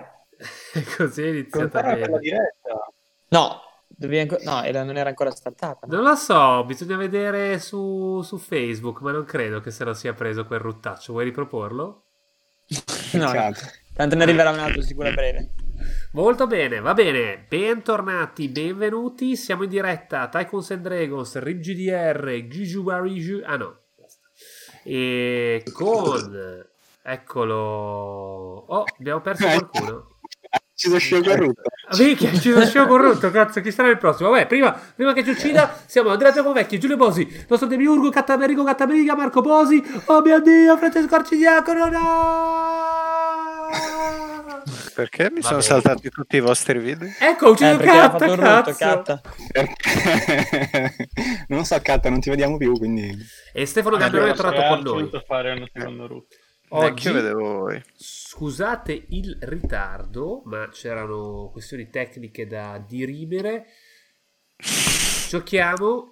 Così è iniziata Contare bene. quella diretta. No, dovevi anco- no, era- non era ancora startata. no? Non lo so, bisogna vedere su, su Facebook, ma non credo che se lo sia preso quel ruttaccio. Vuoi riproporlo? No, no. Tanto ne arriverà un altro sicuro a breve. Molto bene, va bene. Bentornati, benvenuti. Siamo in diretta. Tycoons and Dragons, RibGDR, Gigi Wariju. Ah no, basta. E con... Eccolo. Oh, abbiamo perso Eh. qualcuno. Ecco. Ci sono scelto rutto. Ah, Minchia, ci sono corrotto, cazzo, chi sarà il prossimo? Vabbè, prima, prima che ci uccida, siamo Andrea Giacomecchi, Giulio Bosi, nostro demiurgo, Cattamerico Cattamerica, Marco Bosi, oh mio Dio, Francesco Arcidiacono, no! Perché mi Va sono bene. saltati tutti i vostri video? Ecco, ho ucciso Eh, perché aveva Catta, fatto un cazzo! rutto, catta. non so, Catta, non ti vediamo più, quindi... E Stefano Abbiamo Gabriele è trovato tornato con noi. dovuto fare una seconda route. Oggi- Oggi... Io vedevo voi. Scusate il ritardo, ma c'erano questioni tecniche da dirimere. Giochiamo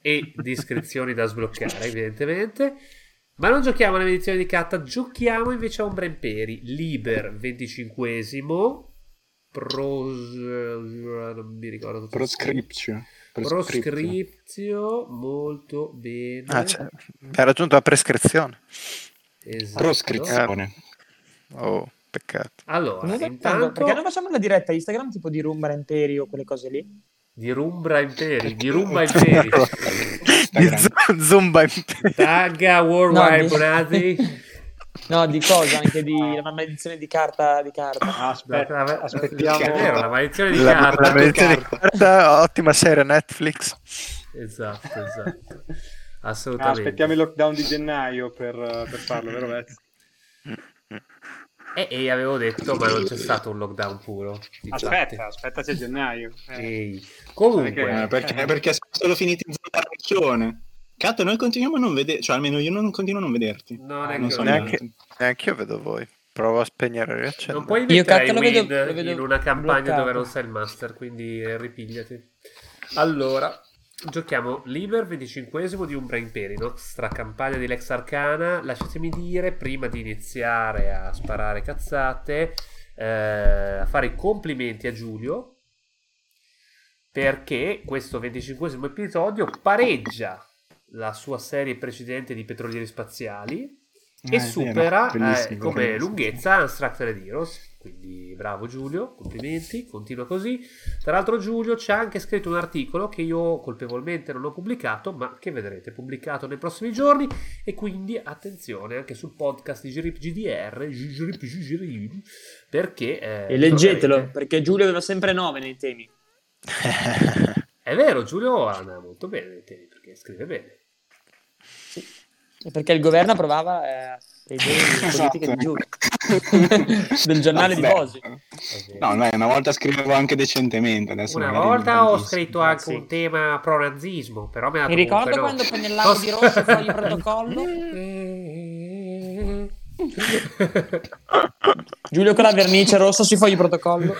e descrizioni da sbloccare, evidentemente. Ma non giochiamo alla medizione di Katta, giochiamo invece a Ombra Imperi, Liber 25esimo. Pros... non mi ricordo. tutto. Proscription. Proscriptio, molto bene. Ah, cioè, hai raggiunto la prescrizione. Esatto. Proscrizione. Oh, peccato. Allora, Comunque, intanto... Perché non facciamo una diretta Instagram tipo di Rumba Imperi o quelle cose lì? Di Rumbra Imperi, di Rumba Imperi. Eh. Di z- Zumba in Tagga No, Worldwide di- Bonazzi. No, di cosa? Anche di una maledizione di carta di carta. La- la- Ah, Aspetta, È vero, la Eh, aspettiamo. maledizione di la, Ah, la carta. maledizione di carta, ottima serie Netflix. Esatto, esatto. Ah, Assolutamente. aspettiamo il lockdown di gennaio per, eh, per farlo, vero Vez? E, e avevo detto, ma non c'è stato un lockdown puro. Infatti. Aspetta, aspetta c'è gennaio. Eh, Ehi. Perché- Comunque, perché- eh, sono solo finiti in zona arancione. Cato, noi continuiamo a non vedere, cioè almeno io non continuo a non vederti. non è non che- so Neanche, neanche io vedo voi. Provo a spegnere e riaccendere. Non puoi Io mettere cazzo i lo vedo- win lo vedo in una campagna bloccato. dove non sei il master, quindi eh, ripigliati. Allora, giochiamo Liber 25esimo di Umbra Imperi, nostra campagna di Lex Arcana. Lasciatemi dire, prima di iniziare a sparare cazzate, eh, a fare i complimenti a Giulio, perché questo 25esimo episodio pareggia la sua serie precedente di Petrolieri Spaziali, Eh, e è vero, supera eh, bellissimo, come bellissimo. lunghezza Unstructured Heroes. Quindi bravo Giulio, complimenti, continua così. Tra l'altro Giulio ci ha anche scritto un articolo che io colpevolmente non ho pubblicato, ma che vedrete pubblicato nei prossimi giorni e quindi attenzione anche sul podcast di Girip GDR, Girip GDR, perché... eh, E leggetelo, troverete- perché Giulio aveva sempre nove nei temi. È vero, Giulio anda molto bene nei temi, perché scrive bene. E perché il governo approvava eh, le idee Esatto. politiche di Giulio. Del giornale di Vabbè. Bosi. È vero. No, no, una volta scrivevo anche decentemente. Adesso Una magari volta non ho tantissimo. scritto anche Sì. un tema pro-nazismo, però me la Mi tocco, ricordo Ah, però. quando pennellavo di rosso fuori il protocollo. Giulio con la vernice rossa sui fogli protocollo.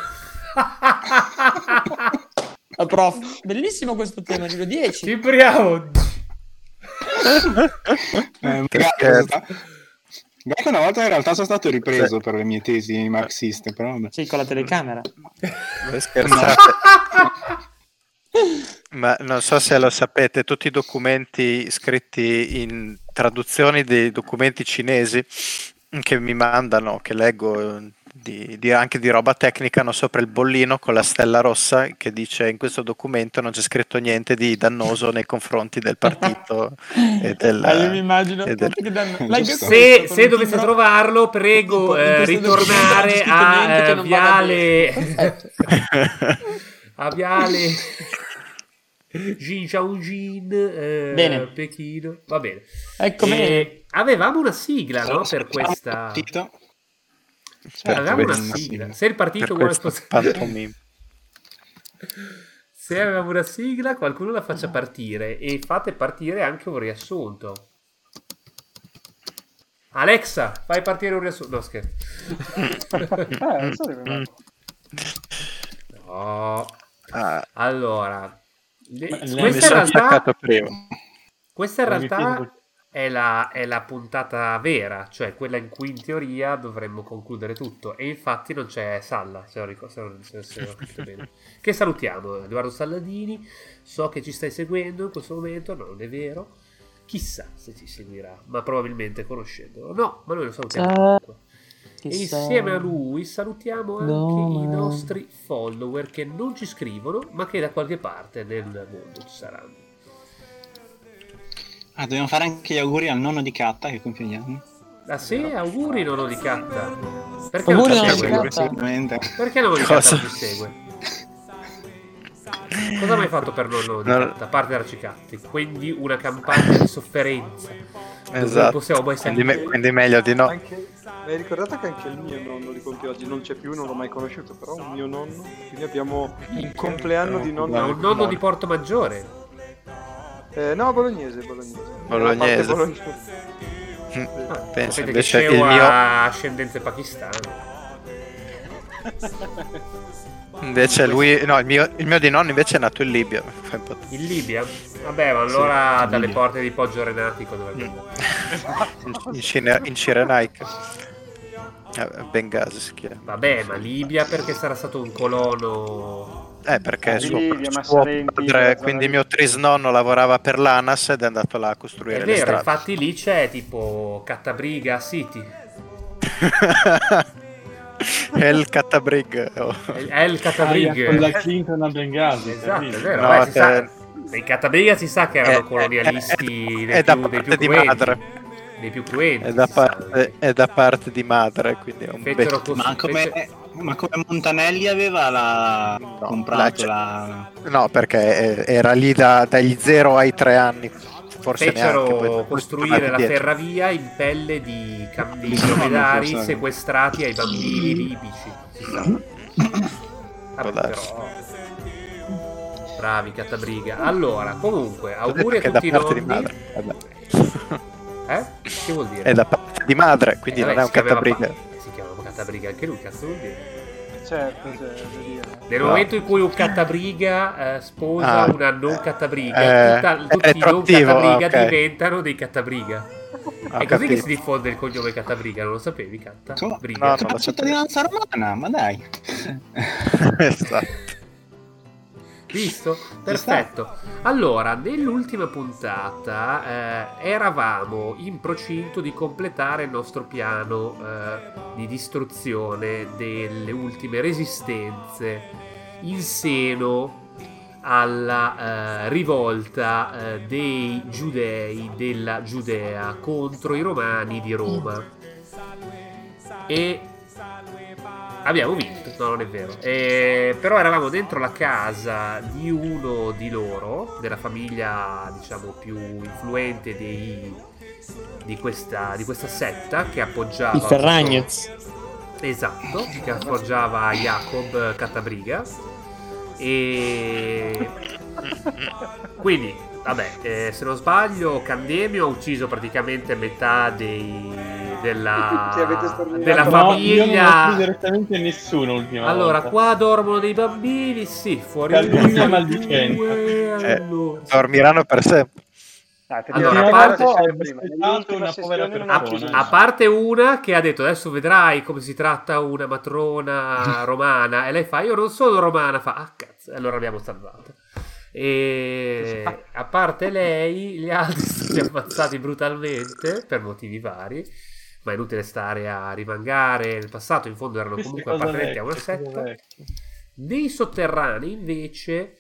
La Eh, prof. Bellissimo questo tema, Giulio 10. Cipriano. Eh, Che guarda, scherzo. sta- guarda che una volta in realtà sono stato ripreso per le mie tesi marxiste, però vabbè. Sì, con la telecamera. Voi scherzate. Ma non so se lo sapete, tutti i documenti scritti in traduzioni dei documenti cinesi che mi mandano, che leggo eh, di- di- anche di roba tecnica, hanno sopra il bollino con la stella rossa che dice in questo documento non c'è scritto niente di dannoso nei confronti del partito e del... Ah, io mi immagino. e del- guarda che danno- Giusto. L'hai Se- visto Se, con se un dovesse timbro? trovarlo, prego Tipo, in eh, questo documento non ritornare c'è scritto a niente che eh, non vada Viale. bene. Perfetto. a Viale. Jinjiaojin, eh, Bene. Pechino. Va bene. Ecco bene. E avevamo una sigla, no? Per questa. Partito. avevamo una Sì, sigla. Se il partito per vuole questo spostare- pantomimo. Se avevamo una sigla, qualcuno la faccia partire e fate partire anche un riassunto. Alexa, fai partire un riassunto. No, scherzo. eh, Ah, non so se- No. Ah, Allora, le- Ma- questa mi in sono realtà, attaccato prima. questa in Avevi realtà finito. è la, è la puntata vera, cioè quella in cui in teoria dovremmo concludere tutto. E infatti non c'è Salla, se, ricordo, se, non, se, se ho capito bene. Che salutiamo, Edoardo Salladini. So che ci stai seguendo in questo momento, no, non è vero. Chissà se ci seguirà, ma probabilmente conoscendolo. No, ma noi lo salutiamo. comunque. E insieme a lui salutiamo anche No, i ma- nostri follower che non ci scrivono, ma che da qualche parte nel mondo ci saranno. Ah, dobbiamo fare anche gli auguri al nonno di Katta che compie gli anni. Ah sì, auguri Nono di Catta. Perché Auguri, non Nono Eh, ci di segue? Catta. esatto. Sicuramente. Perché Nono di Catta Cosa? non ci segue? Cosa mai fatto per Nono di No. Catta? A parte Arcicatti, quindi una campagna di sofferenza. dove non Esatto. possiamo mai Quindi, salire. me- quindi meglio di no. Anche, hai ricordato che anche il mio nonno di compie oggi non c'è più, non l'ho mai conosciuto, però un mio nonno. Quindi abbiamo un compleanno di nonno. Ma un nonno di Porto Maggiore. Eh, no, bolognese, bolognese. Bolognese. Parte bolognese. Ah, Pensa, sapete che invece c'è il mio, una ascendenza pakistana. invece lui, no, il mio, il mio di nonno invece è nato in Libia. Fa un po' t- In Libia? Vabbè, ma allora in dalle Libia. porte di Poggio Renatico dovrebbe Mm. andare. In, in, Cine- in Cirenaica. Eh, Bengasi si chiama. Vabbè, ma Libia perché sarà stato un colono... Eh, perché suo, Livia, suo Massarenti, padre, Mazzarani. quindi mio trisnonno lavorava per l'ANAS ed è andato là a costruire È le vero, strade. infatti lì c'è tipo Cattabriga City. è il Catabrig. oh. È il con la Cattabriga. Clinton a Bengasi. Esatto, è capito? vero. No, beh, si che- sa, I Cattabriga si sa che erano È- colonialisti è- dei eh, è da più- dei parte più di cruenti. madre. Dei più cruenti. È da, si sa. parte, è da parte di madre, quindi è un Fecero bel- così, Ma come, fece- ma come Montanelli aveva la... comprato la... No, perché eh, era lì da- dagli 0 ai 3 anni. Forse fecero neanche, poi- poi sono costruire tornati la dietro. ferrovia in pelle di cam- di Sì, no, dromedari non so. sequestrati ai bambini libici. Si sa. Vabbè, Può darsi. però. Bravi, Cattabriga. Allora, comunque, Ho detto auguri a che è da tutti i parte di nonni. madre. Vabbè. Eh? Che vuol dire? È da parte di madre, quindi Eh, non vabbè, è si un chiamava Catabriga. pa- si chiamava Cattabriga anche lui, cazzo vuol dire? Certo, cioè, voglio dire. Nel No. momento in cui un cattabriga eh, sposa Ah. una non cattabriga, Eh, tutta- è tutti i non retroattivo, ah, cattabriga ok. diventano dei cattabriga. Ah, È così che capito. si diffonde il cognome cattabriga, non lo sapevi, Catta? Come? Briga. No, Ma non lo la cittadinanza romana, ma dai. Esatto. Visto? Perfetto. Allora, nell'ultima puntata eh, eravamo in procinto di completare il nostro piano eh, di distruzione delle ultime resistenze in seno alla eh, rivolta eh, dei giudei della Giudea contro i romani di Roma. E abbiamo vinto, no non è vero. Eh, però eravamo dentro la casa di uno di loro, della famiglia diciamo più influente dei- di, questa, di questa setta che appoggiava... I Ferragnez. Esatto, che appoggiava Jacob Catabriga. E quindi, vabbè, eh, se non sbaglio, Candemio ha ucciso praticamente metà dei, della, Ti avete sterminato. della No, io non ho ucciso famiglia. direttamente nessuno l'ultima Allora, volta. qua dormono dei bambini, sì, fuori Calpugna uno, maldicenza. due, Eh, allora. Dormiranno per sempre. Ah, perché Allora, la a prima parte- sessione prima, aspettato nell'ultima una povera sessione non A, Ah, ho ucciso persona. a nessuno. parte una che ha detto adesso vedrai come si tratta una matrona romana e lei fa io non sono romana fa ah cazzo e allora l'abbiamo salvata e a parte lei gli altri sono stati ammazzati brutalmente per motivi vari ma è inutile stare a rivangare nel passato in fondo erano Queste comunque cose appartenenti a una vecchie, cose setta vecchie. nei sotterranei invece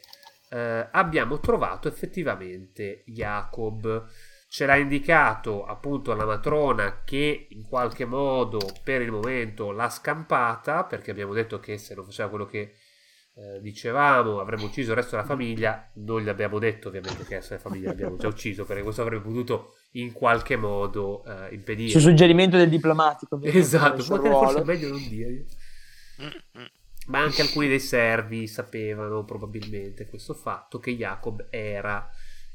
eh, abbiamo trovato effettivamente Jacob. Ce l'ha indicato appunto la matrona che in qualche modo per il momento l'ha scampata perché abbiamo detto che se non faceva quello che eh, dicevamo avremmo ucciso il resto della famiglia. Noi gli abbiamo detto ovviamente che il resto della famiglia l'abbiamo già ucciso perché questo avrebbe potuto in qualche modo eh, impedire. Su suggerimento del diplomatico. ovviamente, Esatto, il suo potrebbe- forse è ruolo. meglio non dire. Ma anche alcuni dei servi sapevano probabilmente questo fatto che Jacob era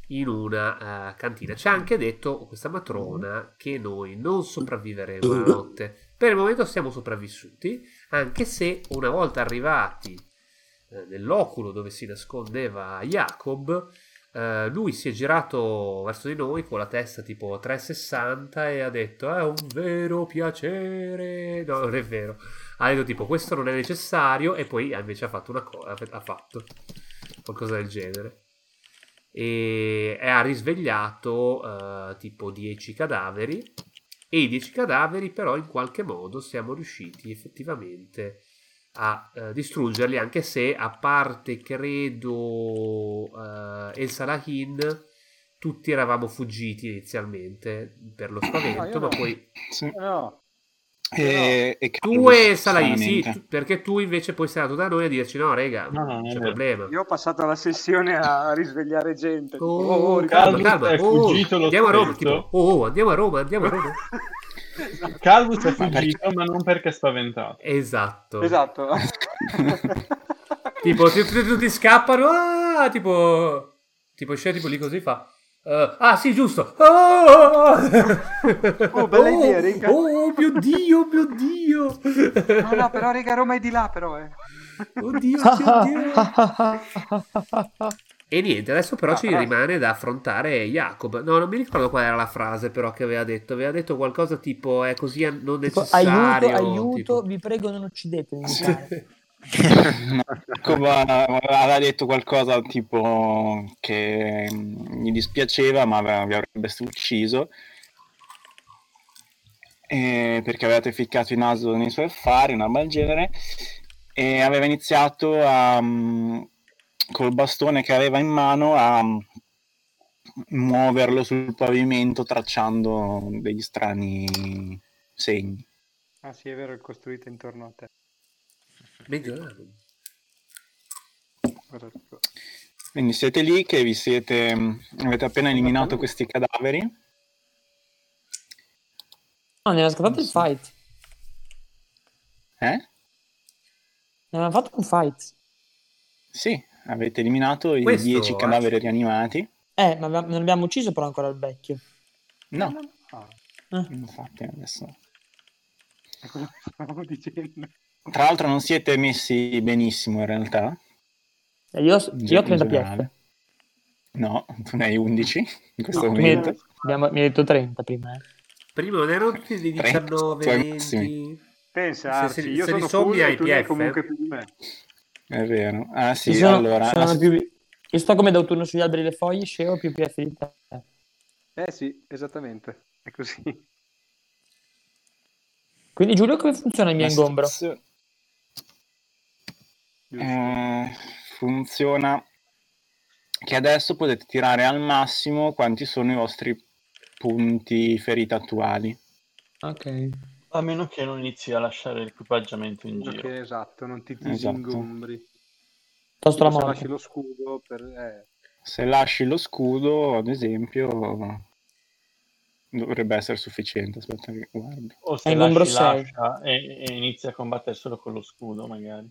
in una eh, cantina. Ci ha anche detto questa matrona che noi non sopravviveremo la notte. Per il momento siamo sopravvissuti, anche se una volta arrivati eh, nell'oculo dove si nascondeva Jacob eh, lui si è girato verso di noi con la testa tipo 360 e ha detto è un vero piacere. No, non è vero. Ha detto tipo questo non è necessario e poi invece ha fatto una cosa, ha fatto qualcosa del genere. E e ha risvegliato eh, tipo 10 cadaveri e i 10 cadaveri però in qualche modo siamo riusciti effettivamente a eh, distruggerli anche se a parte credo eh, El Salahin tutti eravamo fuggiti inizialmente per lo No, spavento io ma no. poi No, E, e tu Carlos, e El Salahin sì stranamente. tu- perché tu invece poi sei andato da noi a dirci no rega No, no, non non è c'è vero. problema io ho passato la sessione a risvegliare gente. tipo, Oh, oh, calma, ricordati- calma. Carlos è Oh, fuggito lo andiamo a Roma, stesso. tipo, oh, oh, andiamo a Roma, andiamo a Roma. Calvus è fuggito, ma non perché è spaventato. esatto. Esatto. Tipo, tu- tu- tutti, scappano, ah, tipo, tipo, scende tipo lì così fa. eh, ah, sì, giusto. Ah! Oh, bella idea, Rick. Oh, mio Dio, mio Dio. No, no, però raga, Roma è di là, però. Eh. Oddio, mio Dio. E niente, adesso però Ah, ci però- rimane da affrontare Jacob. No, non mi ricordo qual era la frase però che aveva detto. Aveva detto qualcosa tipo è così an- non Tipo, necessario. aiuto, aiuto, tipo. vi prego non uccidetemi. mi pare. Jacob aveva detto qualcosa tipo che mm, gli dispiaceva ma ave- vi avrebbe ucciso eh, perché avevate ficcato il naso nei suoi affari, un'arma del genere e aveva iniziato a, mm, col bastone che aveva in mano a mm, muoverlo sul pavimento tracciando degli strani segni. Ah, sì, è vero, è costruita intorno a te. Meglio- Guarda, tipo, Quindi siete lì che vi siete avete appena eliminato questi cadaveri. No, ne hanno scattato il fight. Eh? Ne hanno fatto un fight. Sì, avete eliminato i Questo, 10 eh. cadaveri rianimati. Eh, ma abbiamo- non abbiamo ucciso però ancora il vecchio. No, ah, infatti adesso. è quello che stavamo dicendo. Tra l'altro non siete messi benissimo in realtà. E Eh, io, io ho in 30 generale. PF. No, tu ne hai 11 in questo No, mi, momento. abbiamo- mi hai detto 30 prima. eh. Prima non erano tutti di Trenta, 19, tuoi 20. massimi. Pensarci, Se- se- io se li sono sommi full ai e tu ne hai PF, comunque eh. più di me. È vero. Ah sì, Ci sono- allora... sono la- più- Io sto come d'autunno sugli alberi e le foglie, scemo più PF di te. Eh sì, esattamente. È così. Quindi Giulio come funziona il mio la ingombro? situazione- Eh, funziona che adesso potete tirare al massimo quanti sono i vostri punti ferita attuali. Ok. A meno che non inizi a lasciare l'equipaggiamento in Ok, giro. esatto, non ti Esatto. disingombri. Tosto la Se morte. lasci lo scudo per... eh, Se lasci lo scudo, ad esempio, dovrebbe essere sufficiente. Aspetta che guardo. O se È ingombro lasci, sei. lascia e, e inizia a combattere solo con lo scudo, magari.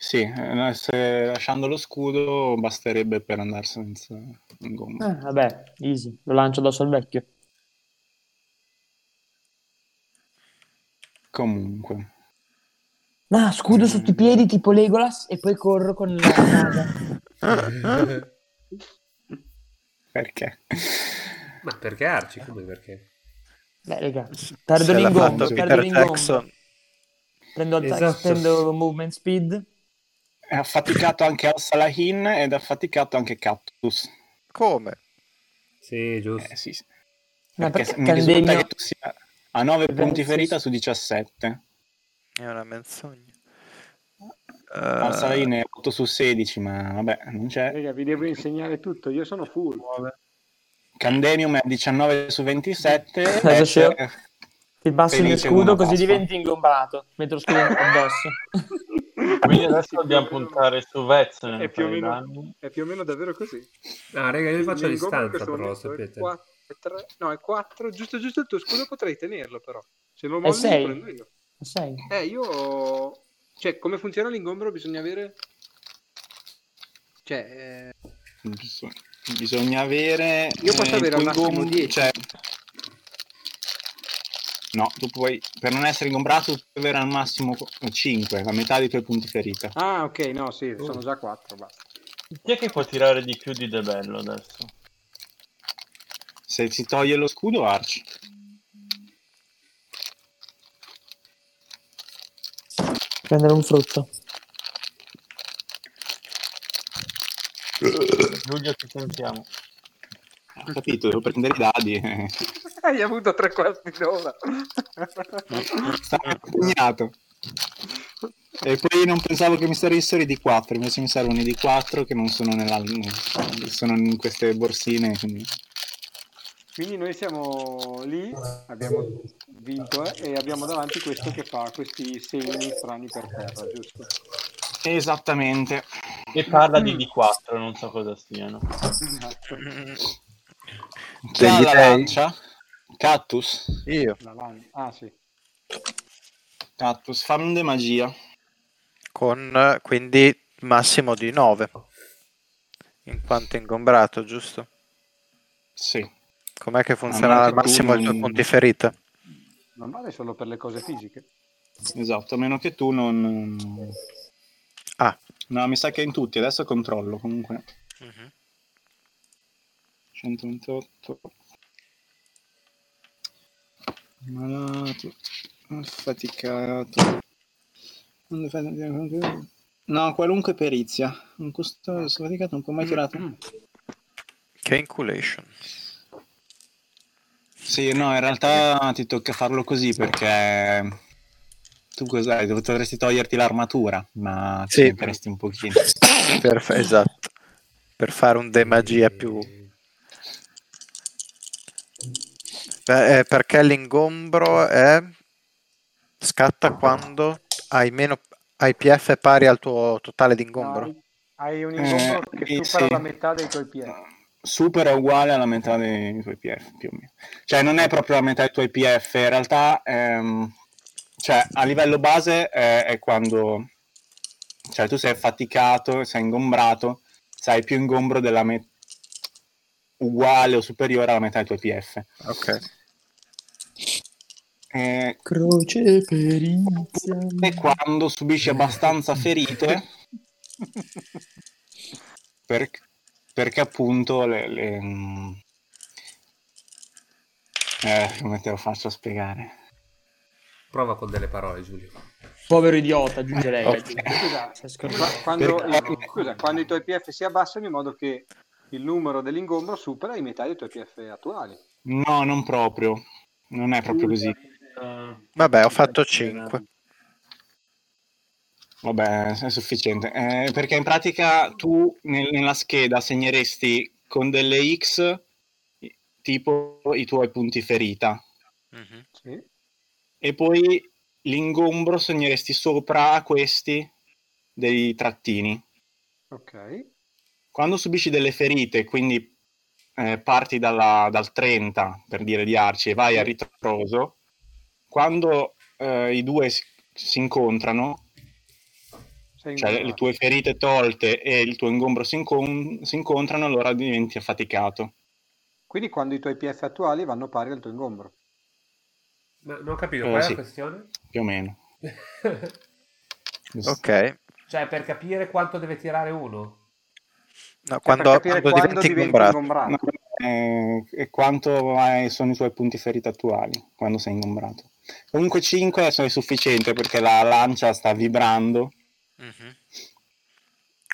Sì, eh, se lasciando lo scudo basterebbe per andare senza gomma. Eh, vabbè, easy. Lo lancio addosso al vecchio. Comunque, Ah, scudo sotto i piedi tipo Legolas e poi corro con la casa. eh. perché? Ma perché Arci? Come perché? Beh, raga, Se perdo l'ha l'ingombro, fatto perdo Peter l'ingombro. Jackson. Prendo, attack, Esatto. prendo movement speed. È affaticato anche Al-Salahin ed è affaticato anche Cactus. Come? Sì, giusto. Eh, sì, sì. Ma Perché perché, mi risulta Candegno... che tu sia a 9 punti Grazie. ferita su 17. È una menzogna. Al Eh, Salahin è 8 su 16, ma vabbè, non c'è. Raga, vi devo insegnare tutto, io sono full. Candemium è 19 su eh, 27. Adesso Ether- scemo. Ti passo il mio Felice scudo come così passa. diventi ingombrato. Metto lo scudo addosso. Quindi adesso Sì, dobbiamo più o meno- puntare su Vez È nel più, o fare i meno, danni. è più o meno davvero così. Ah, raga, io li faccio a Il mio ingombro in distanza, questo però, momento è sapete. 4, è 3, no, è 4. Giusto, giusto il tuo scudo potrei tenerlo, però. Se lo È mollo lo prendo 6. io. Eh, io... ho- Cioè, come funziona l'ingombro bisogna avere... Cioè, eh, Bis- Bisogna avere. eh, Io posso avere il tuo al massimo ingom- 10? cioè- No, tu puoi, per non essere ingombrato, tu puoi avere al massimo 5, la metà dei tuoi punti ferita. Ah, ok, no, sì, sono già 4, basta. Chi è che può tirare di più di De Bello adesso? Se si toglie lo scudo, Arci. Prendere un frutto. Giulio, ti sentiamo. Ho capito, devo prendere i dadi. eh. Hai avuto tre quarti d'ora. Stavo impegnato. E poi non pensavo che mi servissero i D4, invece mi servono i D4 che non sono, nella, sono in queste borsine. Quindi... Quindi noi siamo lì, abbiamo vinto eh, e abbiamo davanti questo che fa questi segni strani per terra, giusto? Esattamente. E parla di D4, non so cosa stiano. Esatto, Chi ha Degli la dei? lancia? Cactus? Io. la lan- Ah sì, Cactus, fammi de magia. Con eh, quindi massimo di 9. In quanto ingombrato, giusto? Sì. Com'è che Ah, funziona ma al anche tu massimo i non- tuoi punti ferita? non vale solo per le cose fisiche. Esatto, a meno che tu non... Ah. No, mi sa che è in tutti, adesso controllo comunque. 128. Malato. Affaticato. No, qualunque perizia. Un custodio sfaticato non può mai tirare. Che inculation. Sì, no, in realtà ti tocca farlo così perché... Tu cos'hai? Dovresti toglierti l'armatura, ma Sì. ci metteresti un pochino. Per fa- esatto. Per fare un demagia più... Beh, eh, perché l'ingombro è... scatta quando hai meno... hai PF pari al tuo totale di ingombro. Hai, hai un ingombro Eh, che eh, supera sì. la metà dei tuoi piedi. supera o uguale alla metà dei tuoi PF più o meno. Cioè non è proprio la metà dei tuoi PF, in realtà ehm, cioè, a livello base eh, è quando cioè, tu sei affaticato, sei ingombrato, sei più ingombro della metà uguale o superiore alla metà dei tuoi PF. Ok. Eh, Croce perizia. e quando subisci abbastanza ferite per- perché appunto le, le- mm, eh, come te lo faccio a spiegare Prova con delle parole, Giulio. Povero idiota, aggiungerei. Scusa, Si è scordato. Qua- quando, Perché- eh, scusa, quando i tuoi PF si abbassano in modo che il numero dell'ingombro supera i metà dei tuoi PF attuali. no non proprio non è proprio così Vabbè, ho fatto 5. vabbè è sufficiente Eh, perché in pratica tu nel- nella scheda segneresti con delle X i- tipo i tuoi punti ferita Sì. e poi l'ingombro segneresti sopra a questi dei trattini. Ok. Quando subisci delle ferite, quindi eh, parti dalla- dal 30 per dire di arci e vai a ritroso, quando eh, i due si, si incontrano, Sei cioè le- le tue ferite tolte e il tuo ingombro si, incon- si incontrano, allora diventi affaticato. Quindi quando i tuoi PF attuali vanno pari al tuo ingombro. Cioè, Ma non ho capito, Eh, qual è sì. la questione? Più o meno. Ok. cioè, per capire quanto deve tirare uno. No, Cioè, per quando, capire quando diventi ingombrato. ingombrato. No, eh, e quanto hai- sono i tuoi punti ferita attuali quando sei ingombrato? Comunque 5 sono sufficiente perché la lancia sta vibrando, Mhm.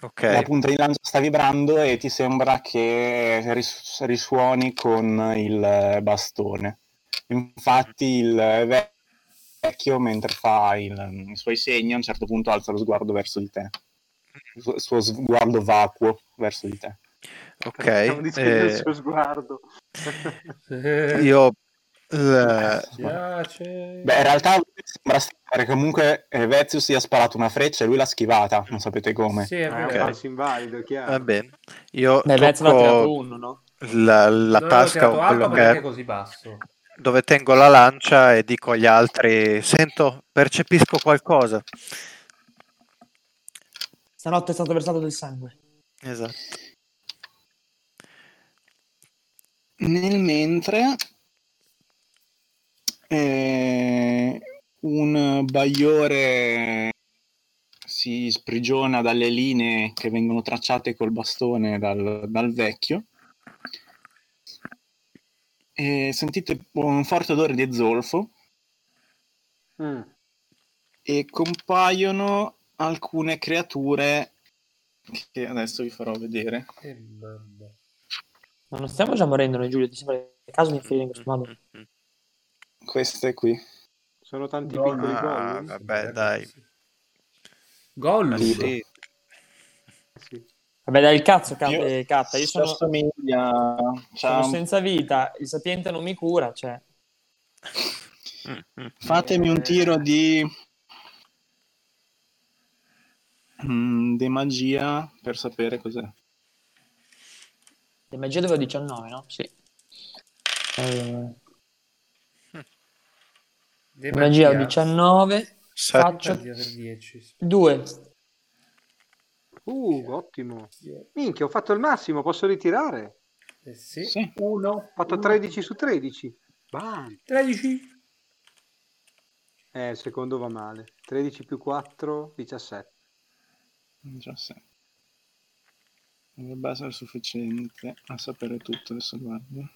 la Ok. punta di lancia sta vibrando e ti sembra che ris- risuoni con il bastone. Infatti il ve- vecchio mentre fa il- i suoi segni a un certo punto alza lo sguardo verso di te, il suo- suo sguardo vacuo verso di te. Ok. Stiamo descrivendo il eh, suo sguardo. io... eh, Piace. Beh, in realtà sembra strano, perché comunque eh, Vezius gli ha sparato una freccia e lui l'ha schivata, non sapete come. Sì, è Ah, è vero. un passo invalido, è chiaro. eh, va bene. Io Beh, Vez l'ha tirato tocco uno, no? la, la Non avevo tasca tirato o alto quello che perché è è, così basso. dove tengo la lancia e dico agli altri, sento, percepisco qualcosa. Stanotte è stato versato del sangue. Esatto. Nel mentre eh, un bagliore si si sprigiona dalle linee che vengono tracciate col bastone dal, dal vecchio. E sentite un forte odore di zolfo Mm. e compaiono alcune creature che adesso vi farò vedere. Eh, mamma. Ma non stiamo già morendo noi, Giulio? Ti sembra il caso di finire in questo modo? Queste qui. Sono tanti Gollum. piccoli Ah, gol. vabbè, dai. Eh, Gollum. Sì. Vabbè, dai, il cazzo, ca- Io- eh, Catta. Io sono, assomiglia. sono c'ha un- senza vita, il sapiente non mi cura, cioè. Fatemi un tiro di. Mm, di magia per sapere cos'è. Le magie dovevo 19, no? Sì. Eh, De magia ho 19, Sette. faccio Magia del 10. 2. Uh, ottimo. Minchia, ho fatto il massimo, posso ritirare. Eh, sì. Sì. Uno. Ho fatto uno. 13 su 13. Bam. 13. Eh, il secondo va male. 13 più 4, 17. Già sì. Dovrebbe essere sufficiente a sapere tutto. Adesso guardo.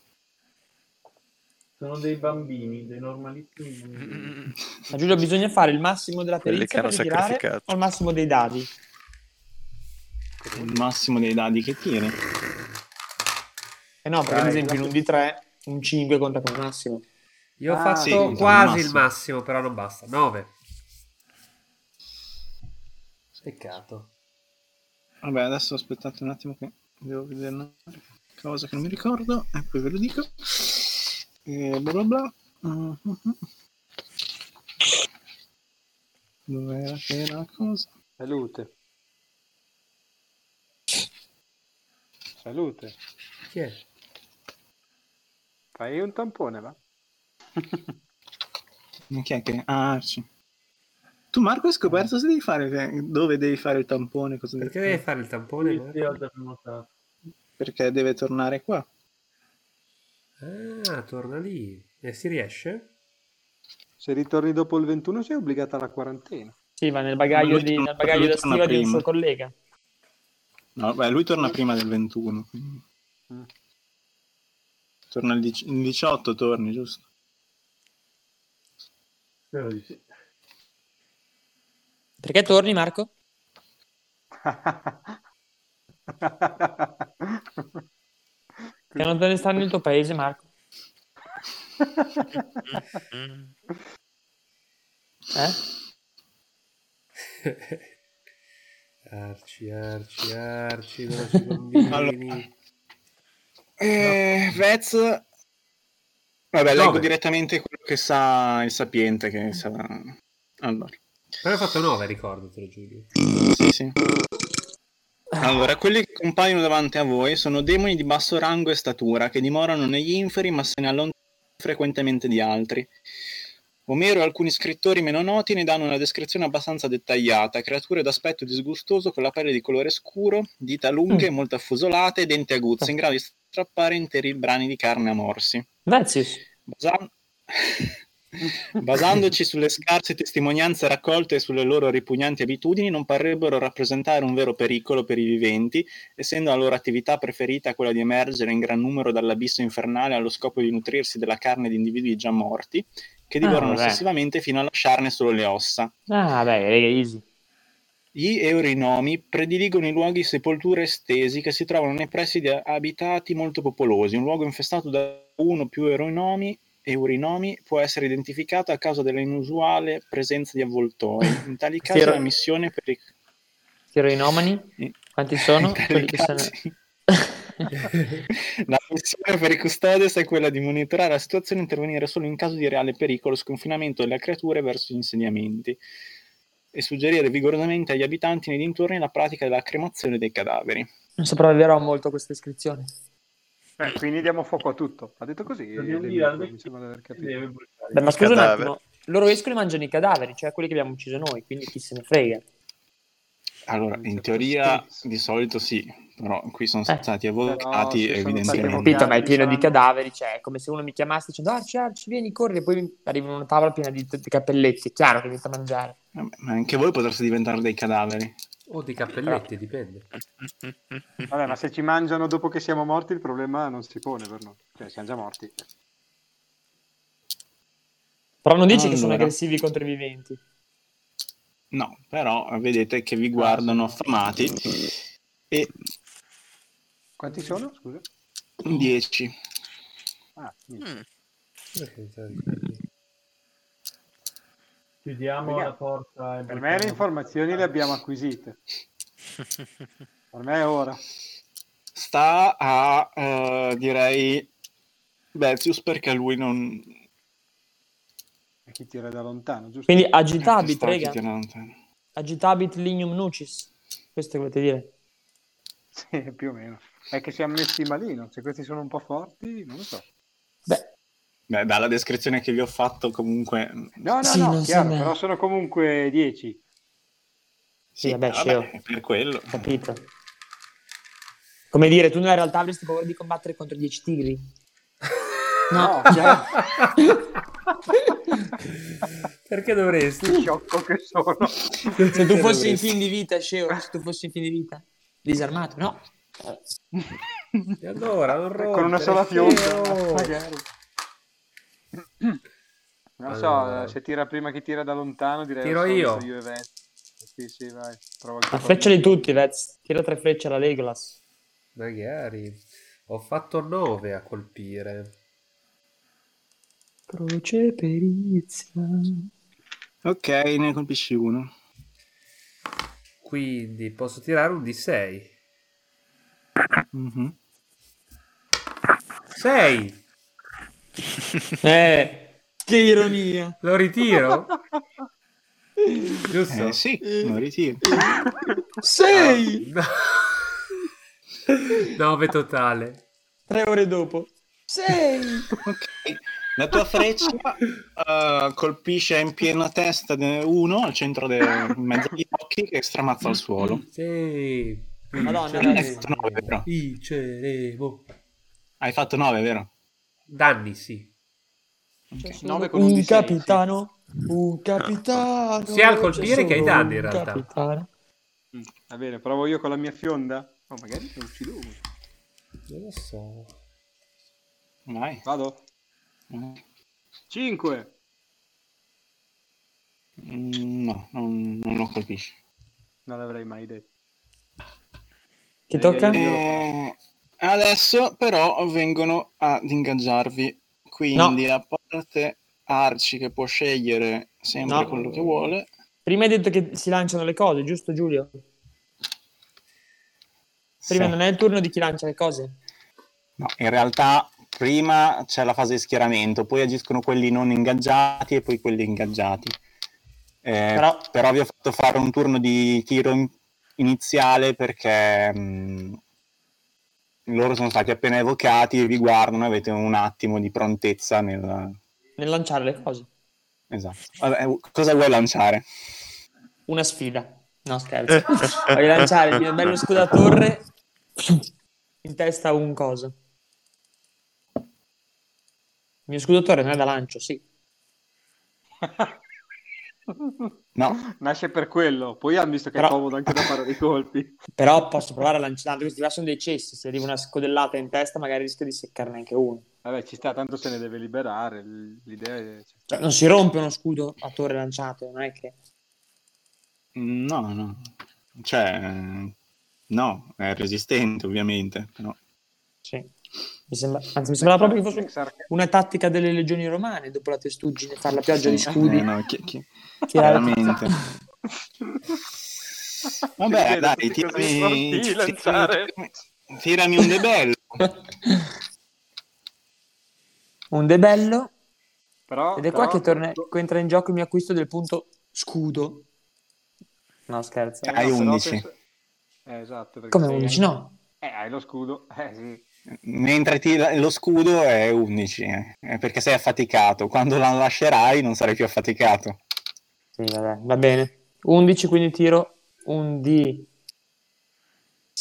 Sono dei bambini, dei normalissimi bambini. Ma Giulio, bisogna fare il massimo della Quelli perizia che per hanno ritirare sacrificato. o il massimo dei dadi? Il massimo dei dadi che tiri. Eh no, perché ad Dai. esempio in un D3, un 5 conta come massimo. Io ho Ah, fatto sì, il quasi il massimo. massimo, però non basta. 9. Peccato. Vabbè, adesso aspettate un attimo che devo vedere una cosa che non mi ricordo e poi ve lo dico. E bla bla bla. Mhm. Dov'era che era la cosa? Salute. Salute. Chi è? Fai un tampone, va? Ma Chi è che? Ah, Arci. Tu Marco hai scoperto se devi fare Cioè, dove devi fare il tampone, cosa devi Perché fare? deve fare il tampone? Sì, sì, ho Marco? già notato. Perché deve tornare qua. Ah, torna lì. E si riesce? Se ritorni dopo il 21 sei obbligata alla quarantena. Sì, va nel bagaglio, Lui di, torna- nel bagaglio lui da torna stiva di un prima. suo collega. No, beh, lui torna prima del 21, quindi Mm. torna il dici- il 18 torni, giusto? Però dici- Perché torni, Marco? Che non te ne stanno nel tuo paese, Marco. Eh? Arci, arci, arci, veloci bambini. Allora. Eh, Vez. Nove. Vabbè, leggo direttamente quello che sa il sapiente. Che sa... Allora, Però hai fatto 9, ricordatelo Giulio. sì, sì. Allora, quelli che compaiono davanti a voi sono demoni di basso rango e statura che dimorano negli inferi ma se ne allontanano frequentemente di altri. Omero e alcuni scrittori meno noti ne danno una descrizione abbastanza dettagliata, creature d'aspetto disgustoso con la pelle di colore scuro, dita lunghe, molto affusolate e denti aguzzi, in grado di strappare interi brani di carne a morsi. Vezius. Basan- Basandoci sulle scarse testimonianze raccolte e sulle loro ripugnanti abitudini, non parrebbero rappresentare un vero pericolo per i viventi, essendo la loro attività preferita quella di emergere in gran numero dall'abisso infernale allo scopo di nutrirsi della carne di individui già morti, che divorano vabbè. ossessivamente fino a lasciarne solo le ossa. Ah, beh, easy. Gli eurinomi prediligono i luoghi sepoltura estesi che si trovano nei pressi di abitati molto popolosi. Un luogo infestato da uno o più eurinomi, eurinomi può essere identificato a causa dell'inusuale presenza di avvoltoi. In tali casi Era- la missione per i... Tiro i nomani. Quanti sono? in tali Quelli che se ne- casi- La missione per i custodes è quella di monitorare la situazione e intervenire solo in caso di reale pericolo sconfinamento delle creature verso gli insediamenti e suggerire vigorosamente agli abitanti nei dintorni la pratica della cremazione dei cadaveri. Non sopravviverò molto a questa iscrizione. Eh, quindi diamo fuoco a tutto. Ha detto così. Dobbiamo Lemico, dire al vecchio mi sembra di aver che capito. deve bruciare. Beh, ma Il scusa un cadavere. attimo, loro escono e mangiano i cadaveri, cioè quelli che abbiamo ucciso noi, quindi chi se ne frega. Allora, in teoria di solito sì, però qui sono Eh. stati Però avvocati se sono evidentemente. stati Capito, ma è pieno di Sanno. cadaveri, cioè è come se uno mi chiamasse dicendo Arci, Arci, vieni, corri, e poi arriva una tavola piena di, di cappelletti, è chiaro che inizia a mangiare. Vabbè, Ma anche voi potreste diventare dei cadaveri. O dei cappelletti, dipende. Vabbè, ma se ci mangiano dopo che siamo morti, il problema non si pone per noi. Cioè, siamo già morti. Però non dici che sono Allora. aggressivi contro i viventi. No, però vedete che vi guardano affamati e Quanti sono? Scusa. 10. Ah, sì. Chiudiamo Vediamo. la porta. e Per me le informazioni le abbiamo acquisite. Per me è ora. Sta a, eh, direi, Bezius perché lui non... A chi tira da lontano, giusto? Quindi agitabit, sta prega, chiudendo la lontana. agitabit lignum nucis, questo che volete dire. Sì, più o meno. È che siamo messi malino. Se questi sono un po' forti, non lo so. Beh, Beh, dalla descrizione che vi ho fatto comunque... No, no, Sì, no, non chiaro, sembra- però sono comunque 10. Sì, vabbè, scemo. è per quello. capito. Come dire, tu nella realtà avresti paura di combattere contro 10 tigri? No, No, cioè, Perché dovresti? Uh! Sciocco che sono. se tu fossi in fin di vita, Sceo, se tu fossi in fin di vita, disarmato, no? E allora, non Con una rompere, sola fionda, Oh! Teo! magari. Non Allora. so, se tira prima chi tira da lontano, direi Tiro ho solito io. e Vez. Sì, sì, vai. Prova La freccia di Ah, tutti, Vez. Tira tre frecce alla Legolas. Magari. Ho fatto 9 a colpire. Croce perizia. Ok, ne colpisci uno. Quindi posso tirare un D6. Mhm. 6! Eh, che ironia. Lo ritiro? Giusto? Eh sì, lo ritiro. Sei! No. 9 totale. Tre ore dopo. Sei! Ok. La tua freccia eh, colpisce in piena testa de- uno al centro del in mezzo agli occhi che stramazza al suolo. Sì. Madonna, Hai ragazzi. fatto 9, però. Vinceremo. Hai fatto 9, vero? Danni, sì. Nove con un Un di sei, capitano. Un capitano. Ah. Sia al colpire c'è solo che ai danni, in un realtà. capitano. Mm. Va bene, provo io con la mia fionda. Oh, magari ne uccido uno. Non lo so. Vai. Vado. 5. Mm, no, non, non lo colpisci. Non l'avrei mai detto. Ti tocca? Eh, Eh, adesso però vengono ad ingaggiarvi. Quindi a parte Arci che può scegliere sempre No. quello che vuole. Prima hai detto che si lanciano le cose, giusto Giulio? Prima Sì. non è il turno di chi lancia le cose. No, in realtà prima c'è la fase di schieramento, poi agiscono quelli non ingaggiati e poi quelli ingaggiati. Eh, Però- però... vi ho fatto fare un turno di tiro in- iniziale perché mh, loro sono stati appena evocati e vi guardano, avete un attimo di prontezza nel... Nel lanciare le cose. Esatto. Vabbè, u- cosa vuoi lanciare? Una sfida. No, scherzo. Voglio lanciare il mio bello scudatorre in testa un coso. Il mio scudatore non è da lancio, sì. No, Nasce per quello. Poi hanno visto che Però- è comodo anche da fare dei colpi. Però posso provare a lanciare. tanto Questi qua sono dei cessi. Se arriva una scodellata in testa, magari rischio di seccarne anche uno. Vabbè, ci sta, tanto se ne deve liberare. L- L'idea è... Cioè, non si rompe uno scudo a torre lanciato, non è che. no, no. Cioè, eh, no, è resistente ovviamente, però... Sì. Mi sembra... Anzi, mi sembrava proprio che fosse Sarca- una tattica delle legioni romane dopo la testuggine, fare la pioggia di Eh, scudi. no, chi- chi- Tirare- Veramente. Vabbè, Sì, dai, tutti così tirami, forti, ti- lanciare. tirami, tirami un debello. Un debello. Però, Ed è qua però- che, torna- che entra in gioco il mio acquisto del punto scudo. No, scherzo. Eh, no, Hai però 11. penso- Eh, esatto. perché Come se- 11? No. Eh, hai lo scudo. Eh, sì. Mentre ti, lo scudo è 11, eh, è perché sei affaticato. Quando la lascerai non sarai più affaticato. Sì, vabbè, va bene. 11, quindi tiro un D6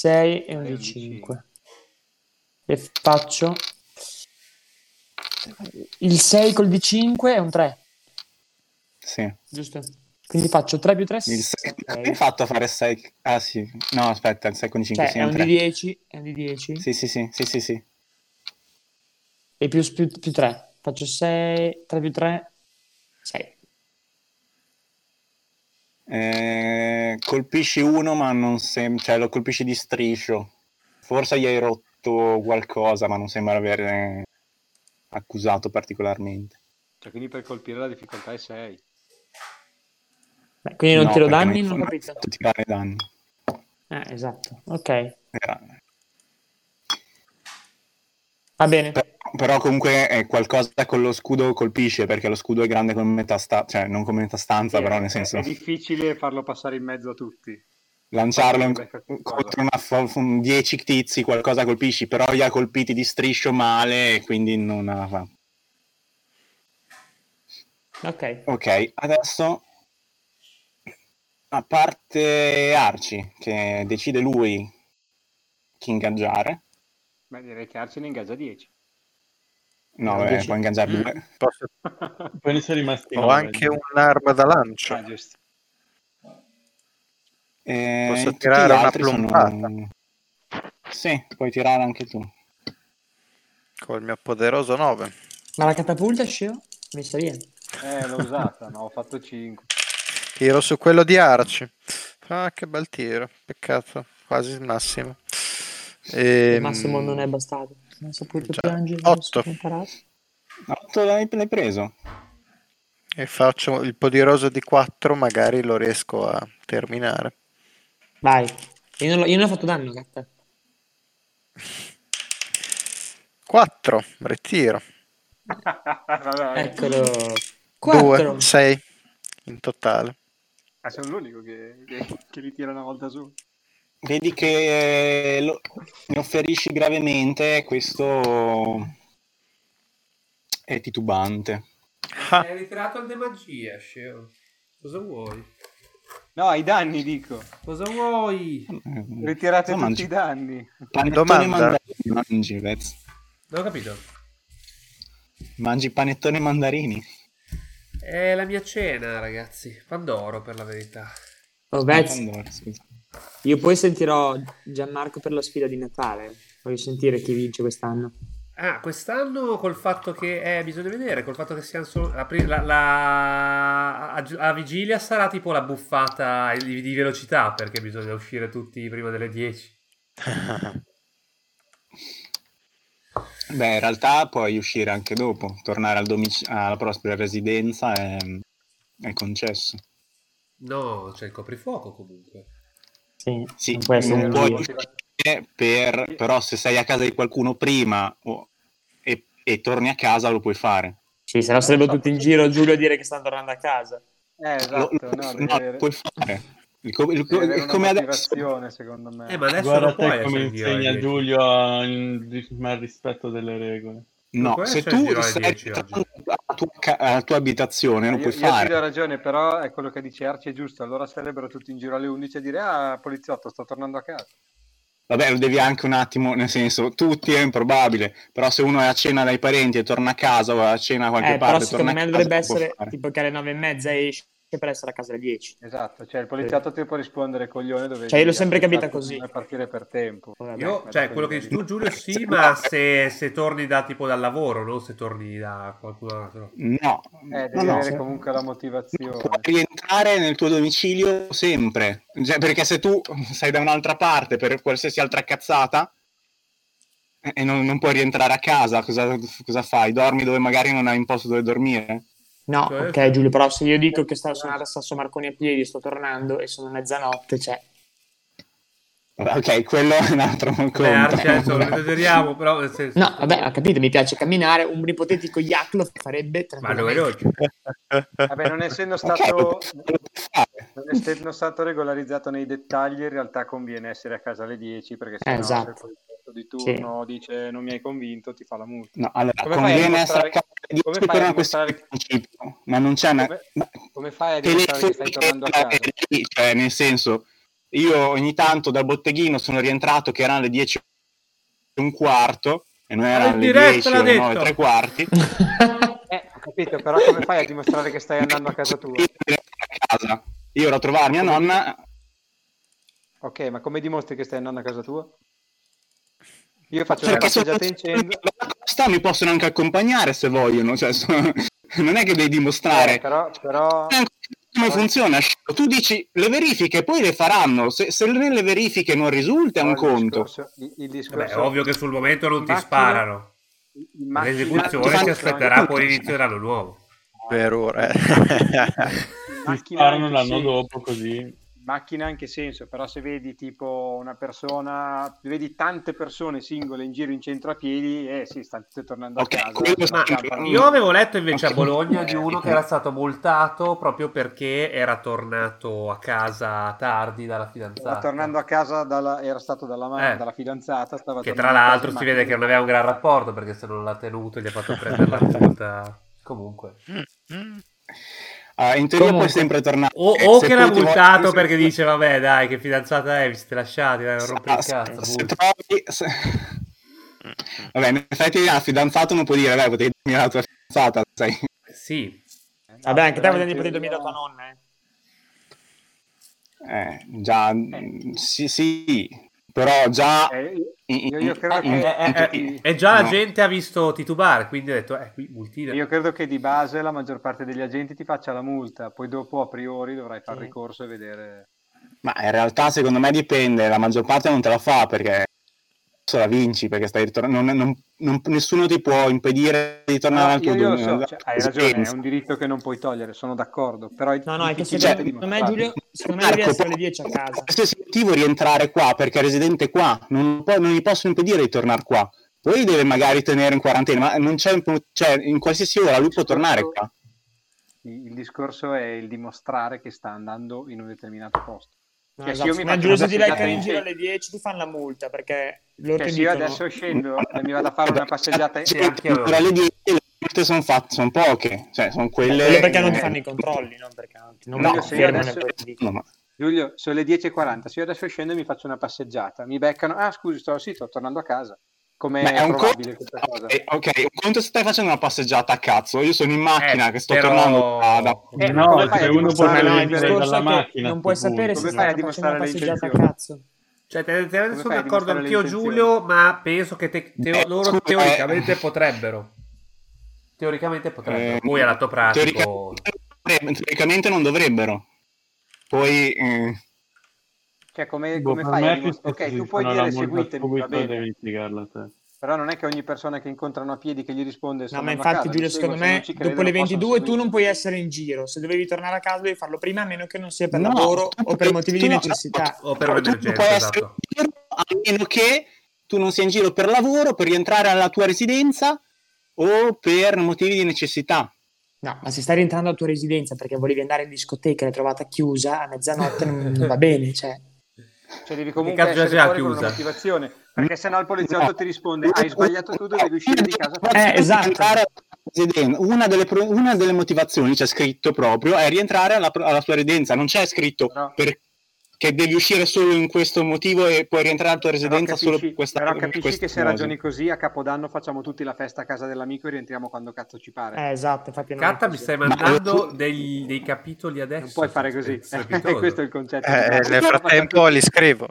e un E un D5. E faccio... Il 6 col D5 è un 3, Sì. giusto? Quindi faccio 3 più 3, Il 6. Hai fatto a fare 6? Ah sì. No, aspetta, il 6 con 5 Cioè, sì, è è un 3. D10, è un D10 Sì, sì, sì, sì, sì, sì. e più, più, 3. Faccio 6, 3 più 3, 6. Eh, colpisci uno, ma non sembra. Cioè, lo colpisci di striscio. Forse gli hai rotto qualcosa, ma non sembra aver eh, accusato particolarmente. Cioè, quindi per colpire la difficoltà è 6. Beh, quindi non No, tiro perché danni, non ho non capito. fatto tirare danni. Eh, esatto, ok. Era- Va bene. Però, però comunque è qualcosa con lo scudo colpisce perché lo scudo è grande come metà stanza, cioè non come metà stanza, però nel senso È difficile farlo passare in mezzo a tutti. lanciarlo in- Beh, qualcosa. contro una fo- un 10 tizi qualcosa colpisci, però li ha colpiti di striscio male e quindi non ha fa- Ok. Ok, adesso a parte Arci che decide lui chi ingaggiare. Ma direi che Arce ne ingaggia 10. No, No, eh, dici- può Mm. ingaggiare due. Posso- Poi ne sono rimasti Ho nove. anche un'arma da lancio. Ah, giusto. Eh, Posso tutti tirare gli una altri sono- plombata? Sì, puoi tirare anche tu. Col mio poderoso 9. Ma la catapulta, Scio? Messa via. Eh, l'ho usata, no, ho fatto 5. Tiro su quello di Arci. Ah, che bel tiro. Peccato, quasi il massimo. Il Ehm, Massimo non è bastato. Non ha saputo già. cioè, piangere. Otto. non si è imparato. Otto l'hai, l'hai preso. E faccio il poderoso di 4, magari lo riesco a terminare. Vai. Io non, l'ho- io non ho fatto danno, gatta. 4, ritiro. Vabbè, Eccolo. 2, 4. 6 in totale. ah, sono l'unico che, che, che li tira una volta su. Vedi che eh, lo, ne offerisci gravemente, questo è titubante. Ah. Hai ritirato il de magia, Sceo. Cosa vuoi? No, i danni dico. Cosa vuoi? Mm. Ritirate tutti Eh, mangi. i danni. Panettone Domanda. mandarini, mangi, Vez. Non ho capito. mangi panettone e mandarini. È la mia cena, ragazzi. Pandoro, per la verità. Oh, Vez, Pandora, scusa. io poi sentirò Gianmarco per la sfida di Natale. Voglio sentire chi vince quest'anno. Ah, quest'anno col fatto che... Eh, bisogna vedere, col fatto che siano solo... La, pri- la- la- a, a vigilia sarà tipo la buffata di, di velocità, perché bisogna uscire tutti prima delle 10. Beh, in realtà puoi uscire anche dopo, tornare al domic- alla propria residenza è, è concesso. No, c'è il coprifuoco comunque. Sì, Sì, non può essere non un puoi dio. uscire Eh, per- però se sei a casa di qualcuno prima o- e- e torni a casa lo puoi fare. Sì, se no sarebbero tutti in giro Giulio a dire che stanno tornando a casa. Eh, Lo- esatto, no, lo- devi no, avere, puoi fare. Il co- il co- devi avere il una come adesso motivazione, secondo me. Eh, ma adesso Guarda non puoi te come essere di insegna oggi. Giulio a- il mal rispetto delle regole. no, puoi se essere tu girare sei 10 oggi. tornando alla tua, ca- alla tua abitazione non io, puoi io ti do fare ragione, però è quello che dice Arci è giusto. Allora sarebbero tutti in giro alle 11 a dire: Ah, poliziotto, sto tornando a casa. vabbè lo devi anche un attimo nel senso tutti è improbabile però se uno è a cena dai parenti e torna a casa o è a cena da qualche Eh, però parte secondo torna me a casa, dovrebbe lo può essere fare. tipo che alle nove e mezza esce per essere a casa alle 10. Esatto, cioè il poliziotto ti può rispondere coglione dove Cioè, io l'ho sempre capita così. Per partire per tempo. Vabbè. Io, Vabbè, cioè, ma quello che dici tu, Giulio, sì, ma se, se torni da tipo dal lavoro, non se torni da qualcun altro. no, Eh, no, devi no, avere se- comunque la motivazione. puoi rientrare nel tuo domicilio sempre Cioè, perché se tu sei da un'altra parte per qualsiasi altra cazzata eh, e non, non puoi rientrare a casa cosa, cosa fai? dormi dove magari non hai un posto dove dormire? No, Cioè- ok Giulio, però se io dico che sta- sono andato a Sasso Marconi a piedi, sto tornando e sono mezzanotte, cioè... Vabbè, ok quello è un altro conto Beh, Arci, eh, adesso lo esageriamo, però nel senso... No, vabbè, ho capito, mi piace camminare, un ipotetico yak lo farebbe Ma lo tranquillamente. veloce. Vabbè, non essendo Ok, stato, lo puoi fare. non essendo stato regolarizzato nei dettagli, in realtà conviene essere a casa alle 10 perché sennò Eh, esatto. se il poliziotto di turno dice non mi hai convinto, ti fa la multa. No, allora, Come fai a conviene essere dimostrare- a casa di come per fai a una questione di principio ma non c'è una... Come, come fai a dimostrare telefono che stai tornando a casa? cioè nel senso Io ogni tanto dal botteghino sono rientrato che erano le 10 e un quarto e non erano in le diretta 10 l'ha o le 9 e detto. tre quarti. Eh, ho capito, però come fai a dimostrare che stai andando a casa tua? Cioè, Io ero a casa. Io ero a trovare mia nonna Ok, ma come dimostri che stai andando a casa tua? Io faccio una perché se passeggiata in centro. alla costa mi possono anche accompagnare se vogliono. Cioè, sono- non è che devi dimostrare. Eh, però, però... come funziona? Sciolo? Tu dici le verifiche, poi le faranno. Se, se nelle verifiche non risulta è un però il conto. discorso- il, il discorso... Vabbè, è ovvio che sul momento non ti Macchina- sparano. in macchina- L'esecuzione si Macchina- aspetterà poi l'inizio dell'anno nuovo. per ora. eh. in Mi macchina sparano anche l'anno sì. Ah, dopo così. macchina ha anche senso, però se vedi tipo una persona, vedi tante persone singole in giro in centro a piedi, eh sì, stanno tutte tornando Ok, a quello casa. sì. accampano. Io avevo letto invece a Bologna Eh, di uno eh. che era stato multato proprio perché era tornato a casa tardi dalla fidanzata. Stava tornando a casa, dalla- era stato dalla, ma- Esatto. Eh. dalla fidanzata. Stava Che tra tornando a l'altro casa si in vede che macchina. non aveva un gran rapporto perché se non l'ha tenuto gli ha fatto prendere la multa. Comunque. Mm. Ah, in teoria Comunque. puoi sempre tornare. O, Eh, o se che era poi ti multato vogliono- perché dice vabbè dai che fidanzata è, vi siete lasciati, dai, non se- rompere il ah, se- cazzo. se multa. trovi- se- Vabbè, in effetti al fidanzato non puoi dire, beh, potevi dormire la tua fidanzata. sai. Sì, Eh, Vabbè, anche te però voglio in poter dormire da tua teoria- nonna, eh. Eh, già, mm, sì, sì, però già... Eh, in- io- io credo Mm. in- che- in- eh, eh, e già la no. gente ha visto titubare, quindi ha detto, eh, qui multina. Io credo che di base la maggior parte degli agenti ti faccia la multa, poi dopo a priori dovrai fare Sì. ricorso e vedere. Ma in realtà secondo me dipende, la maggior parte non te la fa perché se la vinci, perché stai ritornando, non- non- non- nessuno ti può impedire di tornare al io, tuo eh, io lo dominio. so, cioè, hai ragione, è un diritto che non puoi togliere, sono d'accordo, però è No, no, è che difficile secondo, secondo me dimostrarlo. Giulio, secondo me devi Marco, essere alle può- 10 a casa. Qualsiasi motivo rientrare qua perché è residente qua, non, può- non gli posso impedire di tornare qua. Poi deve magari tenere in quarantena, ma non c'è, un po- cioè, in qualsiasi ora lui può tornare qua. Il il discorso è il dimostrare che sta andando in un determinato posto. No, Che se esatto, io mi secondo me faccio Giulio una se ti dai passeggiata in in giro giro- alle 10 ti fanno la multa perché loro Cioè, ti se io dicono... adesso scendo e mi vado a fare una passeggiata Sì, e anche io. tra le 10 le multe sono fatte, sono poche, cioè sono quelle... Quello perché non ti eh, fanno i controlli, non perché non ti non No, perché se io fermano adesso- e poi ti dicono. no, ma- Giulio, sono le 10.40, se io adesso scendo e mi faccio una passeggiata, mi beccano, ah scusi, sto, sì, sto tornando a casa. Come Ma è, è un Eh, eh, probabile conto, questa cosa? ok, ok, un conto se stai facendo una passeggiata a cazzo, io sono in macchina Eh, che sto però- tornando da, da- Eh, ma no, come fai cioè a uno può dimostrare- Ma no, il prendere Dai, liberi discorso dalla è che macchina. non puoi appunto. sapere se Come stai fai a facendo una dimostrare passeggiata a l'intenzione? cazzo. Cioè, tendenzialmente Come sono fai a d'accordo dimostrare anch'io le intenzioni? Giulio, ma penso che te- teo- Eh, loro scusa, teoricamente eh. potrebbero. Teoricamente potrebbero. Eh, Poi all'atto pratico. teoricamente, teoricamente non dovrebbero. Poi eh, Cioè, come, Boh, come per fai me a è dimostrare? piuttosto Ok, tu sì, puoi fanno dire la multa seguitemi, subito va e bene, devi spiegarla te. però non è che ogni persona che incontrano a piedi che gli risponde No, sono ma una infatti casa, Giulio, li seguo, secondo se me non ci credono, dopo le possono 22 tu non seguirmi. puoi essere in giro, se dovevi tornare a casa devi farlo prima a meno che non sia per no, lavoro tu- o per motivi di tu no, necessità. O per tu un'emergenza, puoi Cioè, essere esatto. in giro a meno che tu non sia in giro per lavoro, per rientrare alla tua residenza o per motivi di necessità. No, ma se stai rientrando alla tua residenza perché volevi andare in discoteca e l'hai trovata chiusa a mezzanotte non, non va bene, cioè. Cioè, devi Che comunque cazzo essere già fuori con chiusa? una motivazione, perché sennò il poliziotto No. ti risponde hai sbagliato tu, dovevi uscire di casa. Eh, esatto. Rientrare alla residenza. Una delle, pro- una delle motivazioni c'è scritto proprio è rientrare alla, pro- alla tua residenza, non c'è scritto Però- per- che devi uscire solo in questo motivo e puoi rientrare alla tua Però residenza solo per capisci, questa però per capisci questa che se cosa. ragioni così a Capodanno facciamo tutti la festa a casa dell'amico e rientriamo quando cazzo ci pare. Eh, esatto, infatti non è Catta, mi così. stai Ma- mandando degli- dei capitoli Eh, adesso. non puoi fare così. Sei Eh, spiritoso. questo è il concetto. Eh, nel Facciamo frattempo tutti. li scrivo.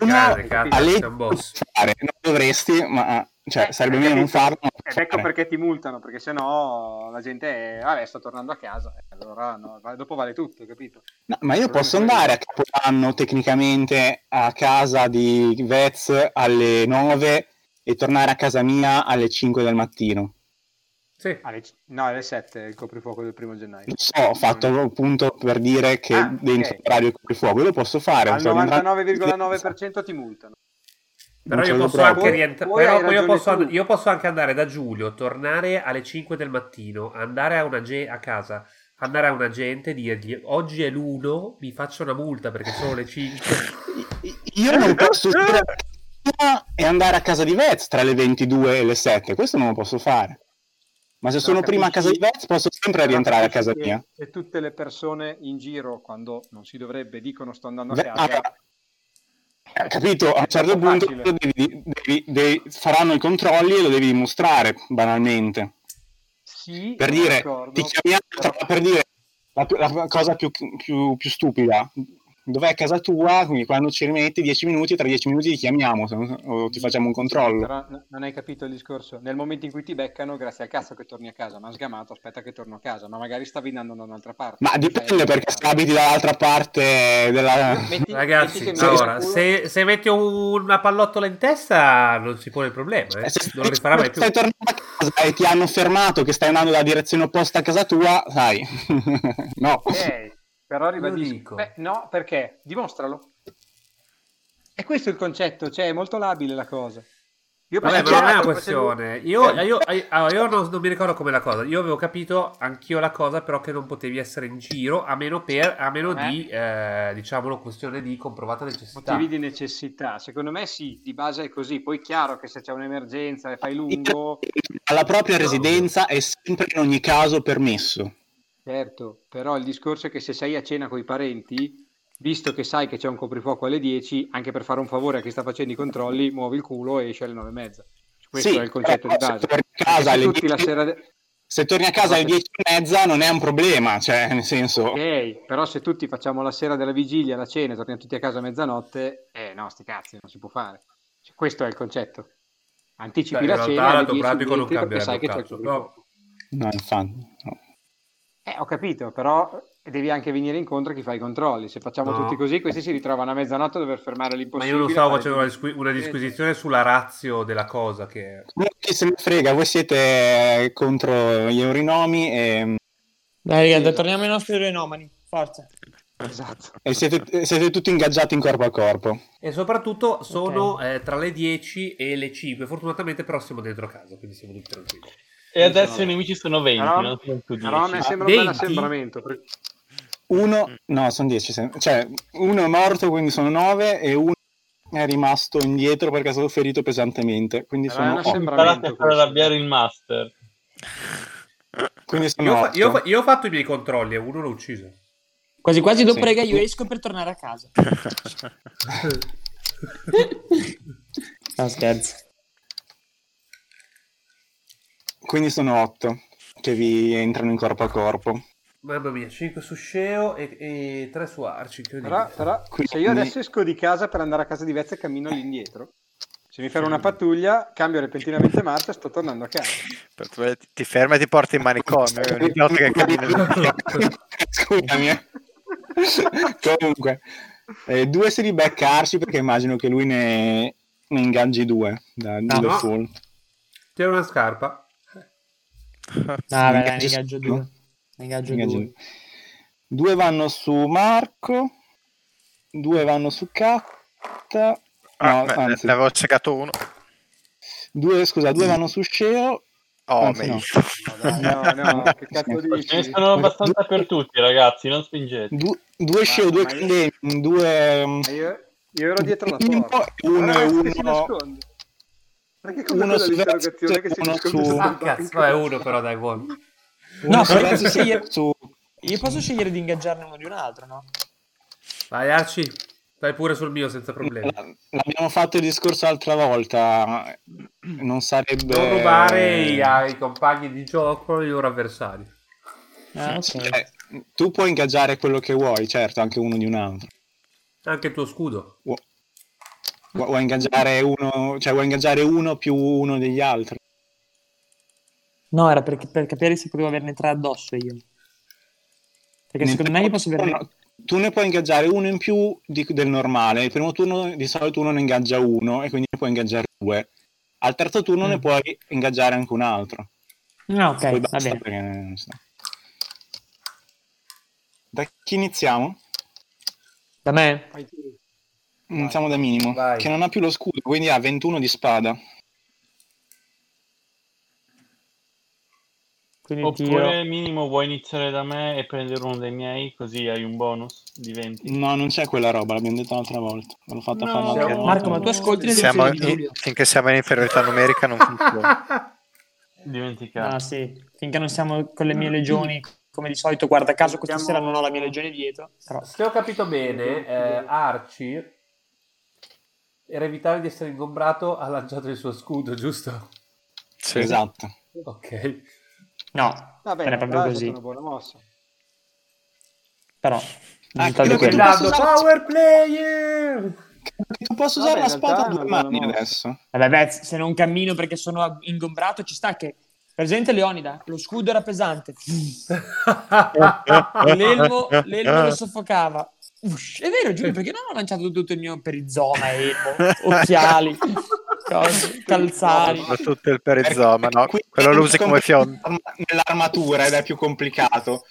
Uno, Grande, Carlo, a lei sei un boss. Cioè, fare, non dovresti, ma cioè, Eh, sarebbe hai meglio non capito? farlo. ma Ed ecco fare. perché ti multano, perché sennò la gente è, vabbè, sto tornando a casa, eh, allora no, va- dopo vale tutto, capito? No, ma io Allora posso mi fai- andare a Capodanno tecnicamente a casa di Vez alle 9 e tornare a casa mia alle 5 del mattino. Sì. Alle c- no, alle 7 il coprifuoco del primo gennaio. Lo so, ho Mm. fatto appunto per dire che Ah, dentro ok. l'orario del fuoco lo posso fare. Al cioè, non fa- 99,9% ti multano. Però io Non posso c'è proprio. anche Poi- rientrare. poi hai Però io ragione posso, tu. and- io posso anche andare da Giulio, tornare alle 5 del mattino, andare a, una ge- a casa, andare a un agente e dirgli oggi è l'uno, mi faccio una multa perché sono le 5. Io non posso uscire e andare a casa di Vez tra le 22 e le 7, questo non lo posso fare. Ma se Però sono prima a casa di Vez capisci- posso sempre rientrare a casa Capisci che mia. Se tutte le persone in giro, quando non si dovrebbe, dicono sto andando a Ve- casa, allora, ah, Eh, capito, a un certo punto facile. devi- devi- devi- faranno i controlli e lo devi dimostrare, banalmente. Sì, per dire, d'accordo, ti chiamiamo però- tra- per dire la, la cosa più, più- più stupida. Dov'è casa tua? Quindi quando ci rimetti 10 minuti, tra 10 minuti ti chiamiamo se non- o ti facciamo un controllo. Però n- non hai capito il discorso. Nel momento in cui ti beccano, grazie al cazzo che torni a casa, ma sgamato, aspetta che torno a casa, ma magari stavi andando da un'altra parte. Ma dipende Cioè, perché se abiti dall'altra parte della... Metti- Ragazzi, metti che mi allora, vedi il se, se metti un- una pallottola in testa non si pone il problema, eh. se non lo rifarà mai più. stai tornando a casa e ti hanno fermato che stai andando dalla direzione opposta a casa tua, sai, no. culo, ok, Eh, però ribadisco. dico. Beh, no, perché? Dimostralo. E questo è il concetto, cioè è molto labile la cosa. Io Vabbè, penso ma non che- è una questione. Io, Eh. io- allora, io non, non mi ricordo come la cosa. Io avevo capito anch'io la cosa, però che non potevi essere in giro a meno, per, a meno Eh. di, eh, diciamolo, questione di comprovata necessità. Motivi di necessità, secondo me sì, di base è così. Poi è chiaro che se c'è un'emergenza e fai lungo, Alla propria residenza è sempre in ogni caso permesso. Certo, però il discorso è che se sei a cena con i parenti, visto che sai che c'è un coprifuoco alle 10, anche per fare un favore a chi sta facendo i controlli, muovi il culo e esci alle 9 e mezza. Questo Sì, è il concetto eh, di però se base. torni a casa Perché alle tutti 10 la sera de- Se torni a casa alle 10 e mezza non è un problema, cioè, nel senso... Ok, però se tutti facciamo la sera della vigilia, la cena, e torniamo tutti a casa a mezzanotte, eh no, sti cazzi, non si può fare. Cioè, questo è il concetto. Anticipi Cioè, in la realtà cena alle lato 10 pratico non minuti perché cambierebbe sai che c'è un il cazzo, coprifuoco. No, infatti. no. Eh, ho capito, però devi anche venire incontro a chi fa i controlli. Se facciamo No. tutti così, questi si ritrovano a mezzanotte a dover fermare Ma l'impossibile. io non stavo fare facendo una, tutto. disqui- una disquisizione sulla razio della cosa che... Comunque chi se ne frega, voi siete eh, contro gli eurinomi e, Dai, raga, torniamo ai nostri renomani. Forza. Esatto. e siete, siete tutti ingaggiati in corpo a corpo. E soprattutto sono eh, tra le 10 e le 5. Fortunatamente però siamo dentro a casa, quindi siamo tutti tranquilli. E adesso i nemici sono 20, Però- non sono più Però mi 10. sembra un bel 20? assembramento. perché- Uno, Mm. no, sono 10, se- cioè uno è morto, quindi sono 9 e uno è rimasto indietro perché è stato ferito pesantemente, Eh, quindi Però è un sono 8. assembramento. Imparate a far questo. arrabbiare il master. Quindi Io, sono ho fa- io ho fa- otto. io ho fatto i miei controlli e uno l'ho ucciso. Quasi quasi dopo, Sì. raga, io esco per tornare a casa. No, scherzo. Quindi sono 8 che vi entrano in corpo a corpo. Mamma mia, 5 su Sceo e, 3 su Arci, incredibile. Però, però se io adesso esco di casa per andare a casa di Vezza e cammino lì indietro, se mi fermo una pattuglia, cambio repentinamente marcia e sto tornando a casa. Per- eh, ti ferma e ti porta in manicomio eh, ogni volta che cammini. Scusami. eh. Comunque, eh, due se li beccarsi perché immagino che lui ne, ne ingaggi due Ah. da da No. full. Tira una scarpa. No, vabbè, dai, ne Ingaggi- ingaggio due. Ne ingaggio Ingaggi due. due. Due vanno su Marco, due vanno su Catta. Ah, no, beh, anzi, ne avevo cercato uno. due, scusa, Mm. due vanno su Sceo. Oh, Anzi, meglio. no. No, no, che cazzo Ce ne dici? sono abbastanza per tutti, ragazzi, non spingete. Du- due Sceo, due ma io- Candemi, due... mm, Ma Io, io ero dietro la Uno, porta. Ah, uno e Guarda che si uno- nasconde. Perché come uno quella su l'interrogazione che si uno nasconde su- sotto Ah, il cazzo, banco? è uno però, dai, buono. No, uno su- però posso scegliere- su Io posso scegliere di ingaggiarne uno di un altro, no? Vai Arci, vai pure sul mio senza problemi. L- L'abbiamo fatto il discorso l'altra volta. Non sarebbe. Eh, Non rubare i- ai compagni di gioco i loro avversari. Ah, ok. Cioè, tu puoi ingaggiare quello che vuoi, certo, anche uno di un altro. Anche il tuo scudo. Vu- vu- Vuoi ingaggiare uno, cioè vuoi ingaggiare uno più uno degli altri. No, era per, per capire se potevo averne tre addosso io. Perché Nel secondo me io primo posso averne... turno- Tu ne puoi ingaggiare uno in più di- del normale. Il primo turno di solito uno ne ingaggia uno e quindi ne puoi ingaggiare due. Al terzo turno Mm. ne puoi ingaggiare anche un altro. No, Ah, ok, Poi va basta bene. perché non so. Da chi iniziamo? Da me? Fai tu. Iniziamo da minimo, Vai. che non ha più lo scudo, quindi ha 21 di spada. Quindi Oppure, minimo, vuoi iniziare da me e prendere uno dei miei, così hai un bonus di 20. No, non c'è quella roba, l'abbiamo detto l'altra volta. Ve l'ho fatta No. fare l'altra Siamo- tiro. volta. Marco, ma tu ascolti le Siamo lezioni di in- Giulio? finché siamo in inferiorità numerica non funziona. Dimenticato. Ah, sì. Finché non siamo con le mie legioni, come di solito, guarda caso questa Siamo- sera non ho la mia legione dietro. Però... Se ho capito bene, eh, Arci era evitare di essere ingombrato, ha lanciato il suo scudo, giusto? Sì. Esatto. Ok. No, Vabbè, non è proprio però è così. stata una buona mossa. Però, Ah, risultato è quello che quello. dà- Gridando, power player! Tu posso Vabbè, usare la in spada a realtà due non mani l'abbiamo adesso? Vabbè, Beh, se non cammino perché sono ingombrato, ci sta che. Presente Leonida, lo scudo era pesante, l'elmo, l'elmo lo soffocava. Ush, è vero, Giulio, perché non ho lanciato tutto il mio perizoma, elmo, occhiali, cose, calzari. Soprattutto il perizoma, no? Ah, Perché qui Quello lo usi è più come complicato fionda. Nell'armatura ed è più complicato.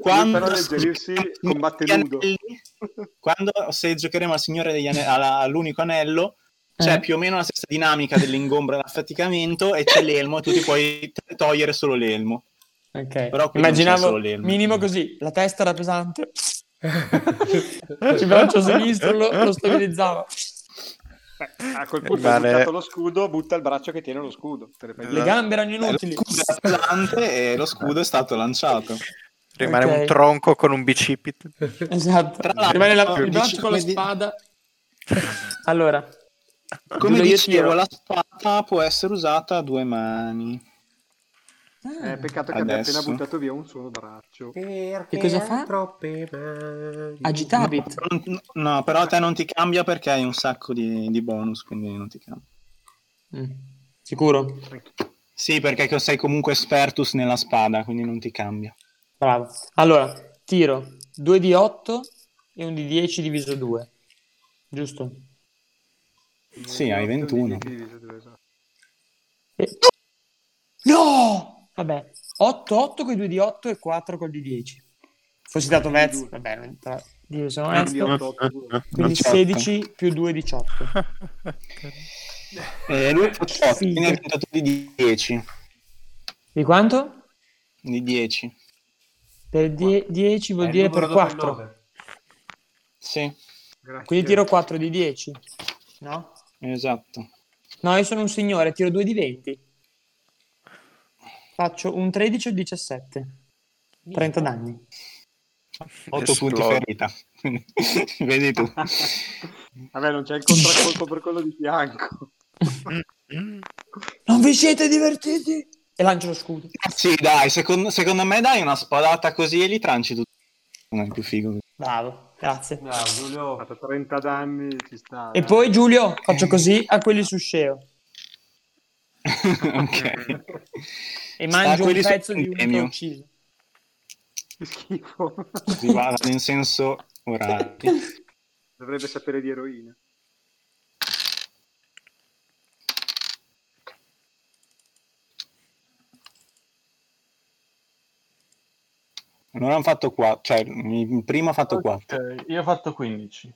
Quando però alleggerirsi combatte Cioè, gli nudo. eh, anelli- Quando se giocheremo al Signore degli Ane- alla- all'unico anello, c'è Eh. più o meno la stessa dinamica dell'ingombro e l'affaticamento e c'è l'elmo e tu ti puoi t- togliere solo l'elmo. ok. Però qui non c'è Immaginavo solo l'elmo. minimo così, la testa era pesante, il braccio sinistro lo, lo stabilizzava. Beh, a eh, quel punto Rimane- hai buttato lo scudo, butta il braccio che tiene lo scudo. Te ne prendi- Le gambe Eh, erano inutili. Scudo era pesante e lo scudo è stato lanciato. Rimane Ok. un tronco con un bicipite. Esatto. Tra l'altro, Rimane la- il dici- braccio con la come di- spada. Allora, Come Giulio, io dicevo, tiro. la spada può essere usata a due mani. Ah, Eh, peccato che abbia Adesso. appena buttato via un solo braccio. Perché Che cosa fa? ha troppe mani. agitabit. No, no, però a te non ti cambia perché hai un sacco di, di bonus, quindi non ti cambia. Mm. Sicuro? Sì, perché che sei comunque espertus nella spada, quindi non ti cambia. Bravo. Allora, tiro 2 di 8 e un di 10 diviso 2. Giusto? Sì, hai 21. E- No! Vabbè, 8 8 con i 2 di 8 e 4 col di 10. Fossi dato Vez, vabbè, non- tra- io sono Quindi onesto. 8-8. Quindi 18. 16 più 2 18. Eh, lui ha fatto otto, Sì. quindi hai tentato di 10. Di quanto? Di 10. Per die- 10 vuol dire per 4. Sì, Quindi tiro 4 di 10. No? esatto. No, io sono un signore, tiro 2 di 20. Faccio un 13 o 17. 30 danni. 8 punti Esplode. ferita. Vedi tu. Vabbè, non c'è il contraccolpo per quello di fianco. Mm. Non vi siete divertiti? E lancio lo scudo. Sì, dai, secondo, secondo me dai una spadata così e li tranci tutti. Non è più figo. Bravo, grazie. Bravo, Ha Giulio. fatto 30 danni, ci sta. E dai. poi Giulio, faccio così a quelli su Sceo. ok. E Sta a mangio un quelli su pezzo di Pandemio. uno ucciso. Che schifo. Si va in senso orale. Dovrebbe sapere di eroina. Non hanno fatto 4, cioè il primo ha fatto 4. Ok, Io ho fatto 15.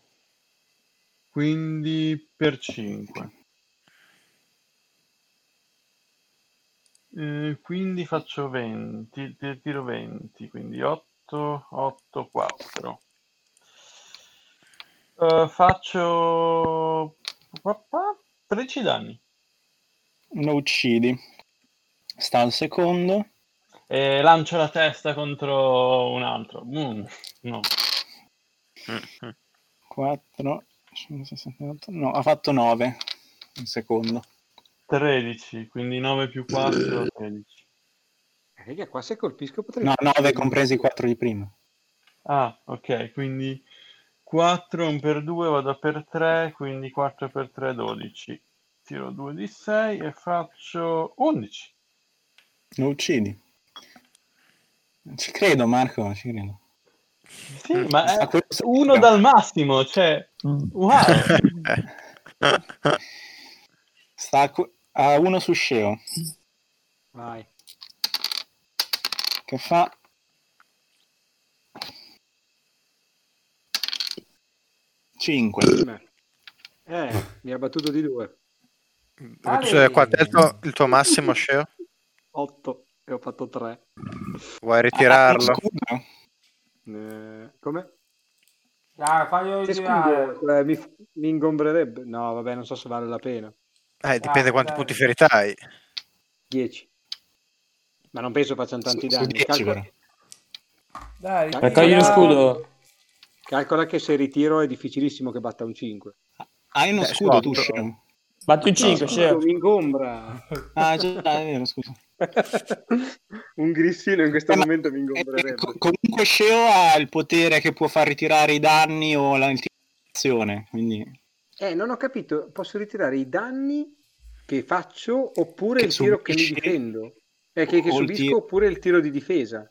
Quindi per 5. Eh, quindi faccio 20, ti- tiro 20, quindi 8, 8, 4. Eh, faccio papà, 13 danni. Lo uccidi. Sta al secondo. E lancio la testa contro un altro. Mm, no. 4, 5, 6, 7, 8. No, ha fatto 9. Il secondo. 13, quindi 9 più 4, 13. Eh, raga, qua se colpisco potrei... No, 9 compresi i 4 di prima. Ah, ok, quindi 4, 1 per 2, vado per 3, quindi 4 per 3, 12. Tiro 2 di 6 e faccio 11. Lo uccidi. Ci credo, Marco, ci credo. Sì, ma Ah, è questo- Mm. uno dal massimo, cioè, wow. Sta a qu- a 1 su Sceo, Vai. che fa... Cinque. Eh, mi ha battuto di 2. Cioè, quant'è il tuo, il tuo massimo, Sceo? 8 e ho fatto 3. Vuoi Ah, ritirarlo? scudo. Eh, come? Dai, faglielo Che girare. scudo, eh, mi, mi ingombrerebbe. No, vabbè, non so se vale la pena. Eh, dipende Ah, quanti dai. punti ferita hai. 10. Ma non penso facciano tanti Su- su danni. 10 Calcola, però. Dai, Dai, ritira. togli lo scudo. calcola che se ritiro è difficilissimo che batta un 5. Hai uno Beh, scudo scudo. tu, Shen. Batto in 5, Scudo, mi ingombra. Ah, già, è vero, scusa. Un grissino in questo Eh, ma- momento mi Eh, ingombrerebbe. co- comunque Sheo ha il potere che può far ritirare i danni o la intimidazione, quindi... Eh, non ho capito. Posso ritirare i danni che faccio oppure Che il tiro che mi subisci. difendo? Eh, che, che O il subisco tiro. oppure il tiro di difesa?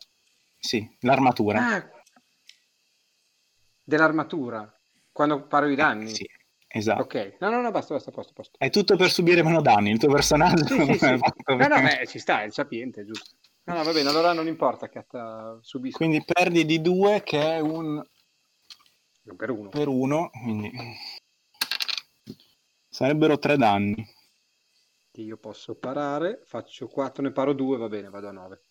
Sì, l'armatura. Ah, dell'armatura. Quando paro i danni. Eh, Sì, esatto. Ah. Ok. No, no, no, basta, basta, posto, posto. È tutto per subire meno danni, il tuo personaggio. Sì, sì, sì. è fatto No, per- no, beh, ci sta, è il sapiente, giusto. No, no, va bene, allora non importa che atta- subisco Quindi perdi di 2 che è un per uno. per 1, quindi sarebbero 3 danni. Io posso parare, faccio 4, ne paro 2, va bene, vado a 9.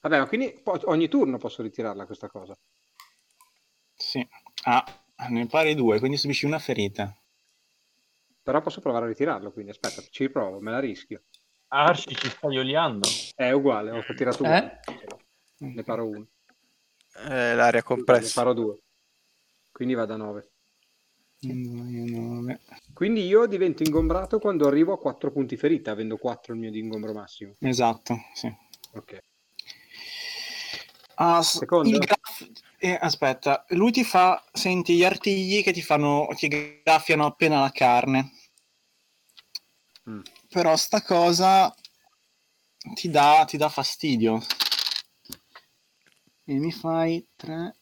Vabbè, ma quindi po- ogni turno posso ritirarla questa cosa. Sì. Ah, ne pari 2, quindi subisci una ferita. Però posso provare a ritirarlo, quindi aspetta, ci riprovo, me la rischio. Arci ci sta ioliando. È uguale, ho tirato uno. Eh? Ne paro uno. Eh, l'aria Ne compressa. paro due. Quindi vado a 9. 9. Quindi io divento ingombrato quando arrivo a 4 punti ferita, avendo 4 il mio di ingombro massimo. Esatto, sì. Ok. Ah, s- Secondo? il graff- eh, aspetta, lui ti fa, senti gli artigli che ti fanno, ti graffiano appena la carne. Mm. Però sta cosa ti dà, ti dà fastidio. E mi fai 3,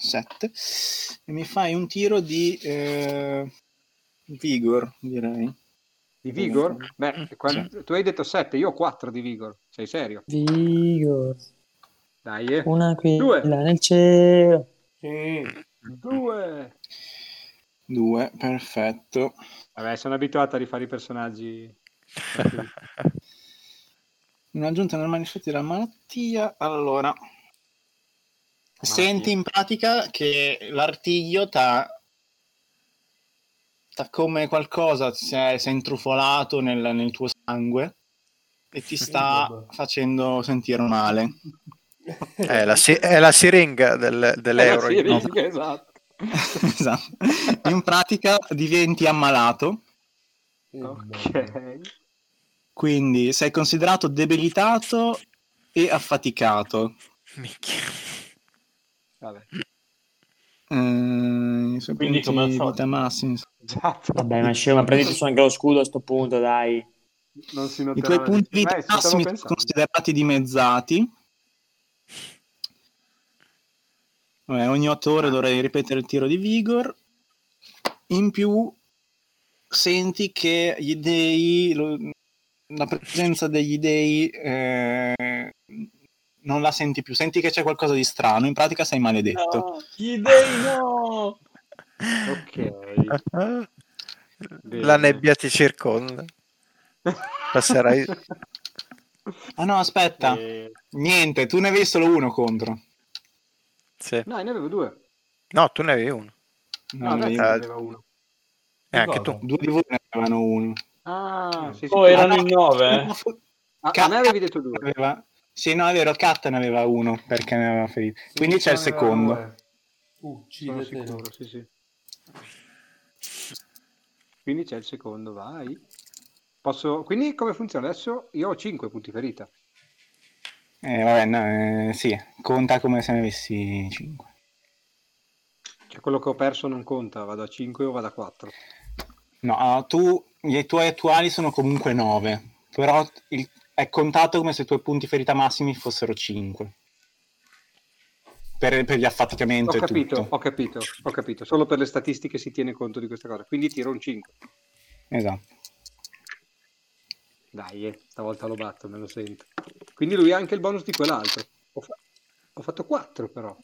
7. E mi fai un tiro di eh, vigor, direi. Di vigor? Beh, quando- tu hai detto 7, io ho 4 di vigor. Sei serio? Vigor. Dai, eh. Una qui Due. là nel cielo. 2. 2, perfetto. Vabbè, sono abituato a rifare i personaggi. Un'aggiunta normale effetti della malattia. Allora, senti in pratica che l'artiglio t'ha t'ha come qualcosa si è, si è intrufolato nel, nel tuo sangue e ti sta facendo sentire male. È la, si- è la siringa del- dell'euro. Eh, sì, no? sì, esatto. esatto. In pratica diventi ammalato, Ok. quindi sei considerato debilitato e affaticato. Minchia. Vabbè. Ehm, i suoi Quindi punti come al di solito. vita massimi Esatto. Vabbè, ma scemo, ma prenditi su anche lo scudo a sto punto, dai. Non si I noterà tuoi la punti di vita differenza. Eh, ci stavo massimi sono pensando. considerati dimezzati. Vabbè, ogni 8 ore dovrei ripetere il tiro di vigor. In più senti che gli dei, lo- la presenza degli dei eh, non la senti più. Senti che c'è qualcosa di strano. In pratica sei maledetto. Gli dei no! Ok. La nebbia ti circonda. Passerai. Ah no, aspetta. Eh, Niente, tu ne avevi solo uno contro. Sì. No, ne avevo due. Ah, eh. No, tu ne avevi uno. No, No, ne avevi- Dazio ne aveva uno. E anche tu. Due di voi ne avevano uno. Ah, sì, sì. Oh, erano Ah, in nove, eh? A, a Ca- me avevi detto due. aveva... Sì, no, è vero, Kat ne aveva uno perché ne aveva ferito. Quindi c'è il secondo. Uh, Sono Uccidete. sicuro, sì, sì. Quindi c'è il secondo, vai. Posso... Quindi come funziona? Adesso io ho 5 punti ferita. Eh, vabbè, no, eh, sì, conta come se ne avessi 5. Cioè quello che ho perso non conta, vado a 5 o vado a 4. No, allora, tu, i tuoi attuali sono comunque 9, però il- è contato come se i tuoi punti ferita massimi fossero 5. Per, per gli affaticamento Ho e capito, tutto. ho capito, ho capito. Solo per le statistiche si tiene conto di questa cosa. Quindi tiro un 5. Esatto. Dai, eh, stavolta lo batto, me lo sento. Quindi lui ha anche il bonus di quell'altro. Ho, fa- ho fatto 4 però.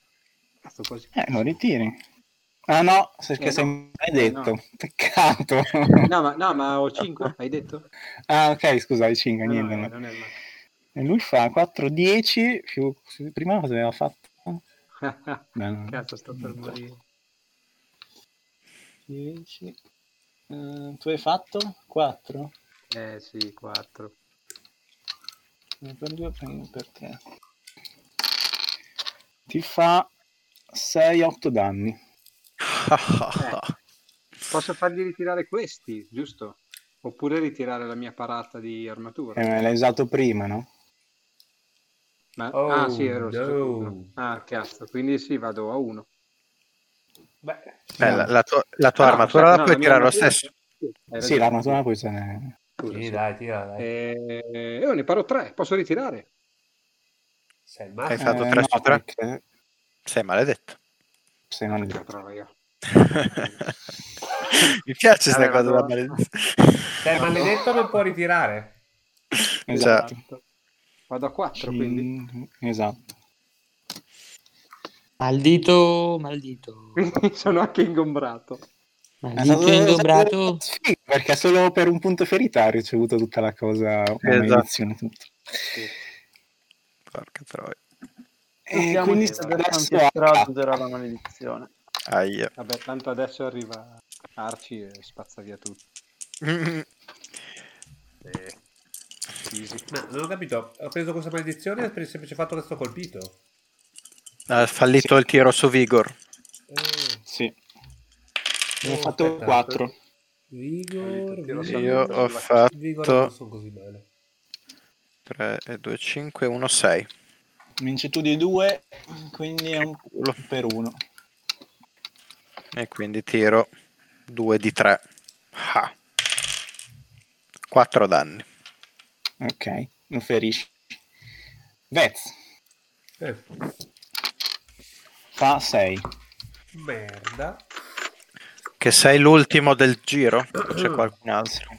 Sto quasi... Eh, lo ritiri. Ah no, perché Eh, sei no. maledetto. Eh, no. Peccato. No, ma, no, ma ho 5, hai detto? ah, ok, scusa, hai 5, No, niente. no, eh, no. non è il E lui fa 4-10 più... Prima cosa aveva fatto? massimo. No, no. Cazzo, sto per morire. 10. Eh, tu hai fatto 4? Eh sì, 4. Per 2 per 3. Eh, Eh. Ti fa 6-8 danni. Posso fargli ritirare questi, giusto? Oppure ritirare la mia parata di armatura. Eh, ma l'hai usato prima, no? Ma- Oh, ah, sì, è rosso. no. Ah, cazzo, quindi sì, vado a uno. Beh, Eh, la, la tua, la tua Ah, armatura aspetta, la no, puoi mia tirare lo armatura- stesso. Sì, hai Sì, ragione, l'armatura poi se ne... scusa, sì, sì. dai, tira, dai. Eh, eh, oh, ne paro tre, posso ritirare? Sei il Hai massimo. fatto Eh, 3 no, su 3? perché Sei maledetto. Se non Ah, però, raga. Mi piace questa Eh, Vabbè, cosa della vado- Sei il maledetto, non può ritirare. Esatto. Vado a quattro, quindi. Mm, Esatto. Maldito, maldito. Sono anche ingombrato. Maldito ingombrato. Sì, perché solo per un punto ferita ha ricevuto tutta la cosa, Esatto. una maledizione, tutto. Porca troia. E Vediamo Eh, quindi se adesso adesso Antistrad era la maledizione. Aia. Vabbè, tanto adesso arriva Arci e spazza via tutto. Mm. Eh, Ma non ho capito. Ho preso questa maledizione per il semplice fatto che sto colpito. Ha fallito il tiro su Vigor. Eh, Sì. Ne ho oh, fatto aspetta. 4. Vigor, Tiro vigor, sempre Io ho vigor, non fatto sono così male. 3, 2, 5, 1, 6. Vinci tu di 2, quindi è un culo. per 1. E quindi tiro 2 di 3. 4 danni. Ok, non ferisci. Vez Eh, fa 6. merda. Che sei l'ultimo del giro? O C'è qualcun altro?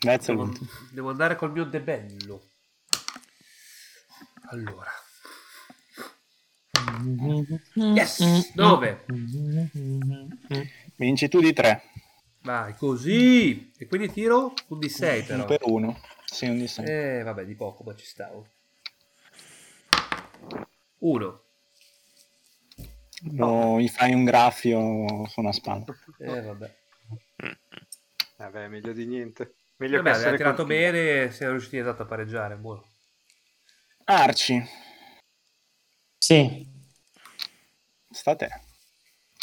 Vez è Devo, l'ultimo. devo andare col mio debello. Allora. Mm, Yes! 9. Vinci tu di 3, Vai, così. E quindi tiro un di 6 un però. per 1. Sì, un di 6. Eh, vabbè, di poco, ma ci stavo. 1. Lo- gli fai un graffio su una spalla. Eh, vabbè. Vabbè, meglio di niente. Meglio Vabbè, che essere abbiamo tirato colpiti. bene, siamo riusciti esatto a pareggiare, buono. Arci, Sì. sta a te.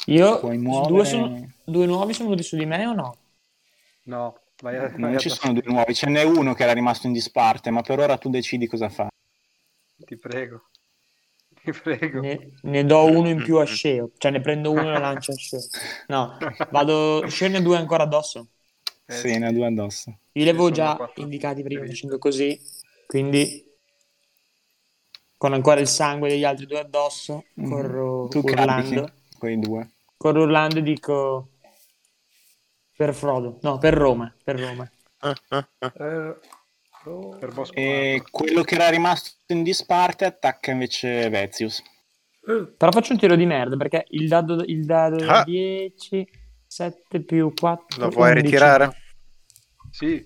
Io Puoi muovere- Oh, due, sono- due nuovi sono venuti su di me o no? No, vai a, vai Non a- ci sono due nuovi, ce n'è uno che era rimasto in disparte, ma per ora tu decidi cosa fare. Ti prego. Ti prego. Ne, ne do uno in più a Sceo, cioè ne prendo uno e lo lancio a Sceo. No, vado, Sceo ne ha due ancora addosso. Eh, sì, ne ha due addosso. Li avevo Sono già quattro. indicati prima Sì. facendo così, quindi con ancora il sangue degli altri due addosso, Mhm. corro tu urlando. carichi quei due. Corro urlando e dico per Frodo, no, per Roma, per Roma. Ah, Eh, oh, Per Bosco. E quello che era rimasto in disparte attacca invece Vezius. eh, Però faccio un tiro di merda perché il dado, il dado è Ah. 10, 7 più 4. Lo vuoi ritirare? Sì,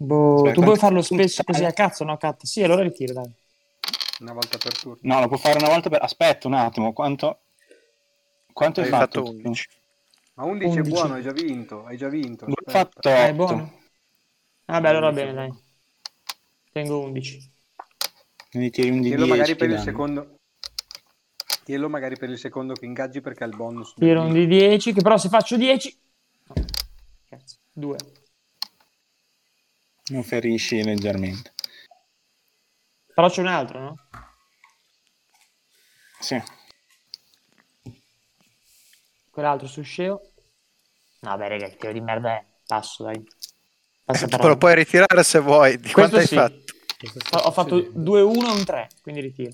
Boh, Aspetta, tu puoi quanti- farlo spesso quanti- così a cazzo, no, cat? Sì, allora ritiro, dai. una volta per turno. No, lo può fare una volta per... Aspetta un attimo, quanto... Quanto hai, Hai fatto? fatto tu? 11. Ma 11, è 11. buono, hai già vinto, hai già vinto. Lui ha aspetta. fatto Ah, è 8. buono. Vabbè, allora bene, dai. Tengo 11. Quindi tiri un di Tienilo 10 magari per il danni. secondo. Tienilo magari per il secondo che ingaggi perché ha il bonus. Tiro un di 10, che però se faccio 10... no, Cazzo, 2. Non ferisci leggermente. Però c'è un altro, no? Sì. Quell'altro su Sceo. No, beh, raga, il tiro di merda è... Passo, dai. Passa Te lo puoi ritirare se vuoi. Di Eh, quanto Questo hai sì. fatto? cosa sta Ho ho fatto succedendo? 2-1 e un 3, quindi ritiro.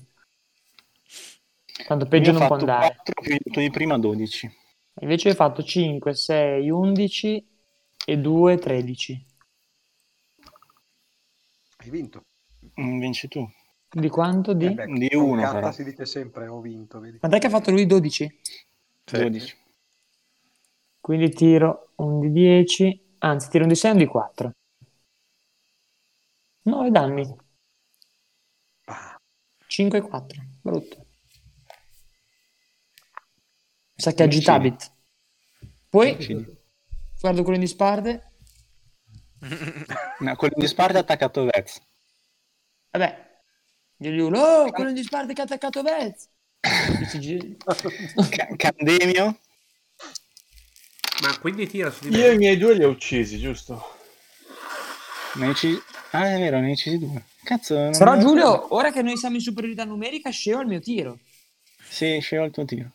Tanto peggio Io non ho può fatto andare. 4 più tu di prima 12. Invece ho fatto 5, 6, 11 e 2, 13. Hai vinto. Mm, Vinci tu. Di quanto? Di... Eh beh, Di con uno, carta però. si dice sempre ho vinto, vedi. Quant'è che ha fatto lui 12? Sì. 12. Quindi tiro un di 10, anzi tiro un di 6 e un di 4. 9 danni. 5 e 4, brutto. Mi sa che agitabit. Poi Uccidi. guardo quello in disparte. No, quello di Sparta ha attaccato Vez. Vabbè, dirgli uno, oh, quello in disparte che ha attaccato Vez. Dici, gi- Ca- Candemio Ma quindi tira su di Io i me. miei due li ho uccisi, giusto? Ne uccisi- Ah, è vero, ne hai uccisi due. Cazzo, non Però non- Giulio, ora che noi siamo in superiorità numerica, scemo il mio tiro. Sì, scemo il tuo tiro.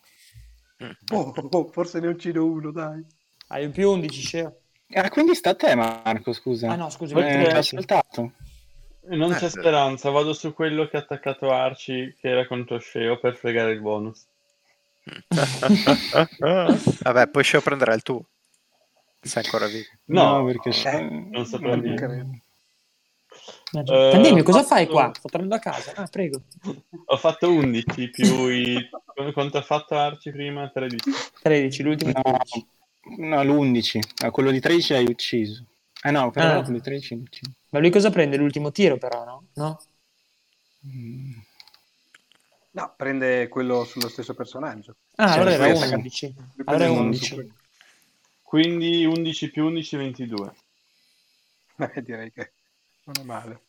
Oh, oh, oh, forse ne uccido uno, dai. Hai un più 11, scemo. Ah, quindi sta a te, Marco, scusa. Ah no, scusa. Ok. Eh, t'ha saltato. Non Eh, c'è sì. speranza, vado su quello che ha attaccato Arci, che era contro Sceo, per fregare il bonus. Ah, Vabbè, poi Sceo prenderà il tuo. Sei ancora vivo. No, perché... eh, non saprò Mm. dire. credo. Eh, Pandemio, cosa ho fai fatto- qua? Sto tornando a casa. Ah, prego. Ho fatto 11 più i... Quanto ha fatto Arci prima? 13. 13, l'ultimo. No, no l'11. quello di 13 l'hai ucciso. Ah no, però Ah. quello di 13 l'hai ucciso. Ma lui cosa prende? L'ultimo tiro, però, no? No? Mm. No, prende quello sullo stesso personaggio. Ah, Sì, allora era questo. 11. Allora è Prende uno 11. su Quindi 11 più 11, 22. quello. Eh, direi che non è male.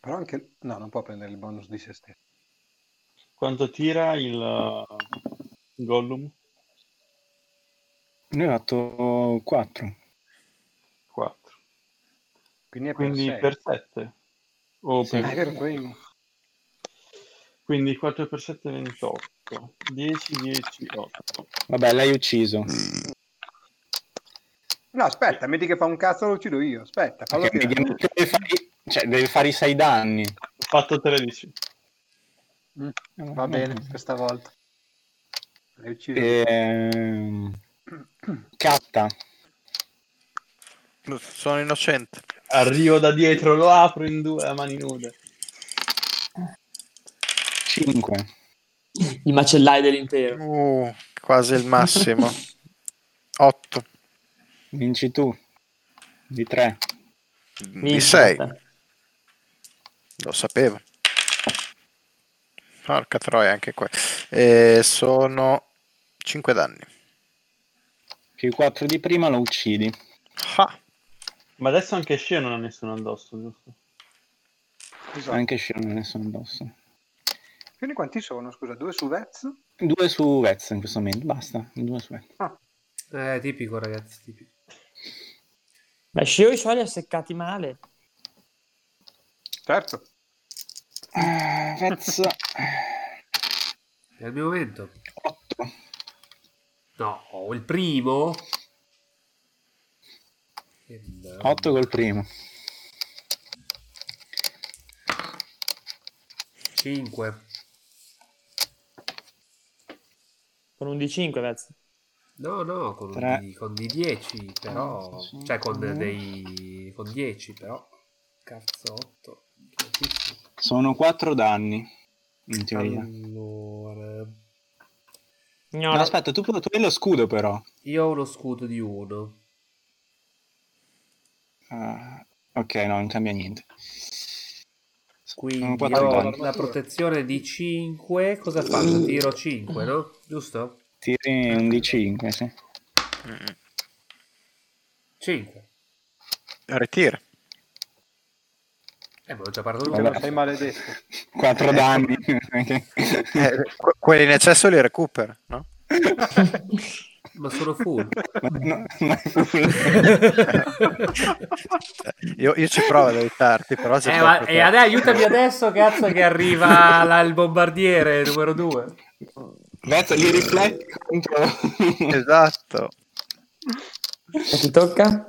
Però anche... No, non può prendere il bonus di se stesso. Quanto tira il uh, Gollum? Noi ho fatto 4. 4. Quindi è per Quindi sé. per 7. O Sì. Ah, è vero, per... poi- Quindi 4 per 7 è 28. 10, 10, 8. Vabbè, l'hai Mm. ucciso. No, aspetta, metti che fa un cazzo lo uccido io. Aspetta, fallo Perché tirare. mediamente deve fare, cioè, deve fare i 6 danni. Ho fatto 13. Mm, Eh, Va bene, questa volta. Le uccido. Ehm, Catta. Sono innocente. Arrivo da dietro, lo apro in due a mani nude. 5. I macellai dell'impero. Uh, quasi il massimo. 8 Vinci tu. Di 3. di Minchia, 6. vabbè. Lo sapevo. Porca troia, anche qua. Eh, sono 5 danni. Più 4 di prima lo uccidi. Ah, Ma adesso anche Sceo non ha nessuno addosso, giusto? Esatto. Anche Shion non ne sono addosso. Quindi quanti sono? Scusa, due su Vez? 2 su Vez in questo momento. Basta. 2 su Vez. Eh, tipico, ragazzi. Tipico. Beh, Sceo i suoi li ha seccati male. Certo. Ah, Vez È il mio momento. 8. No, oh, il primo. Che merda. 8 col primo. 5. Con un di 5, Vez. No, no, con, Tre. Ah, di, con di 10, però... Sì, sì. Cioè, con dei... con 10, però... Cazzo, 8. Sono 4 danni. In teoria. Allora... No, No, no. aspetta, tu, tu hai lo scudo però. Io ho uno scudo di 1. Ah, ok, no, non cambia niente. Quindi quattro Mm. ho danni. la protezione di 5. Cosa faccio? Tiro 5, no? Giusto? Tiri un D5, sì. mm, 5. ritira. Eh, ma ho già parlato Vabbè. lui. Sei maledetto. 4 danni. Eh, que- quelli in eccesso li recupera, no? Ma sono full. Ma no, ma è full. Eh, Io, io ci provo ad aiutarti, però se Eh, proprio ma- te- e adesso aiutami adesso, cazzo, che arriva la- il bombardiere numero 2. Vezzo, li rifletti contro... Esatto. E ti tocca?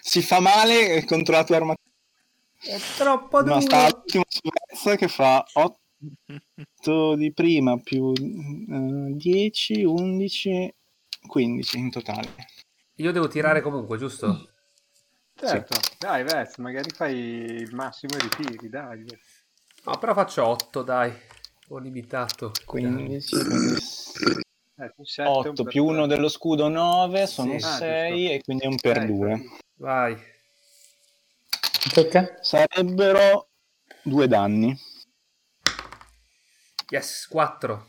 si fa male contro la tua armatura. È troppo duro. No, sta all'ultimo su Vezzo che fa 8 di prima più eh, 10, 11, 15 in totale. Io devo tirare comunque, giusto? Certo. Dai, Vez, magari fai il massimo e ritiri, dai. No, però faccio 8, dai. Ho limitato. 15, Eh, tu sette, un 8 per più due. 1 dello scudo 9 sono Sì. Ah, 6 giusto. e quindi è un per Dai, Eh, 2. Vai. Ti tocca? Sarebbero due danni. Yes, 4.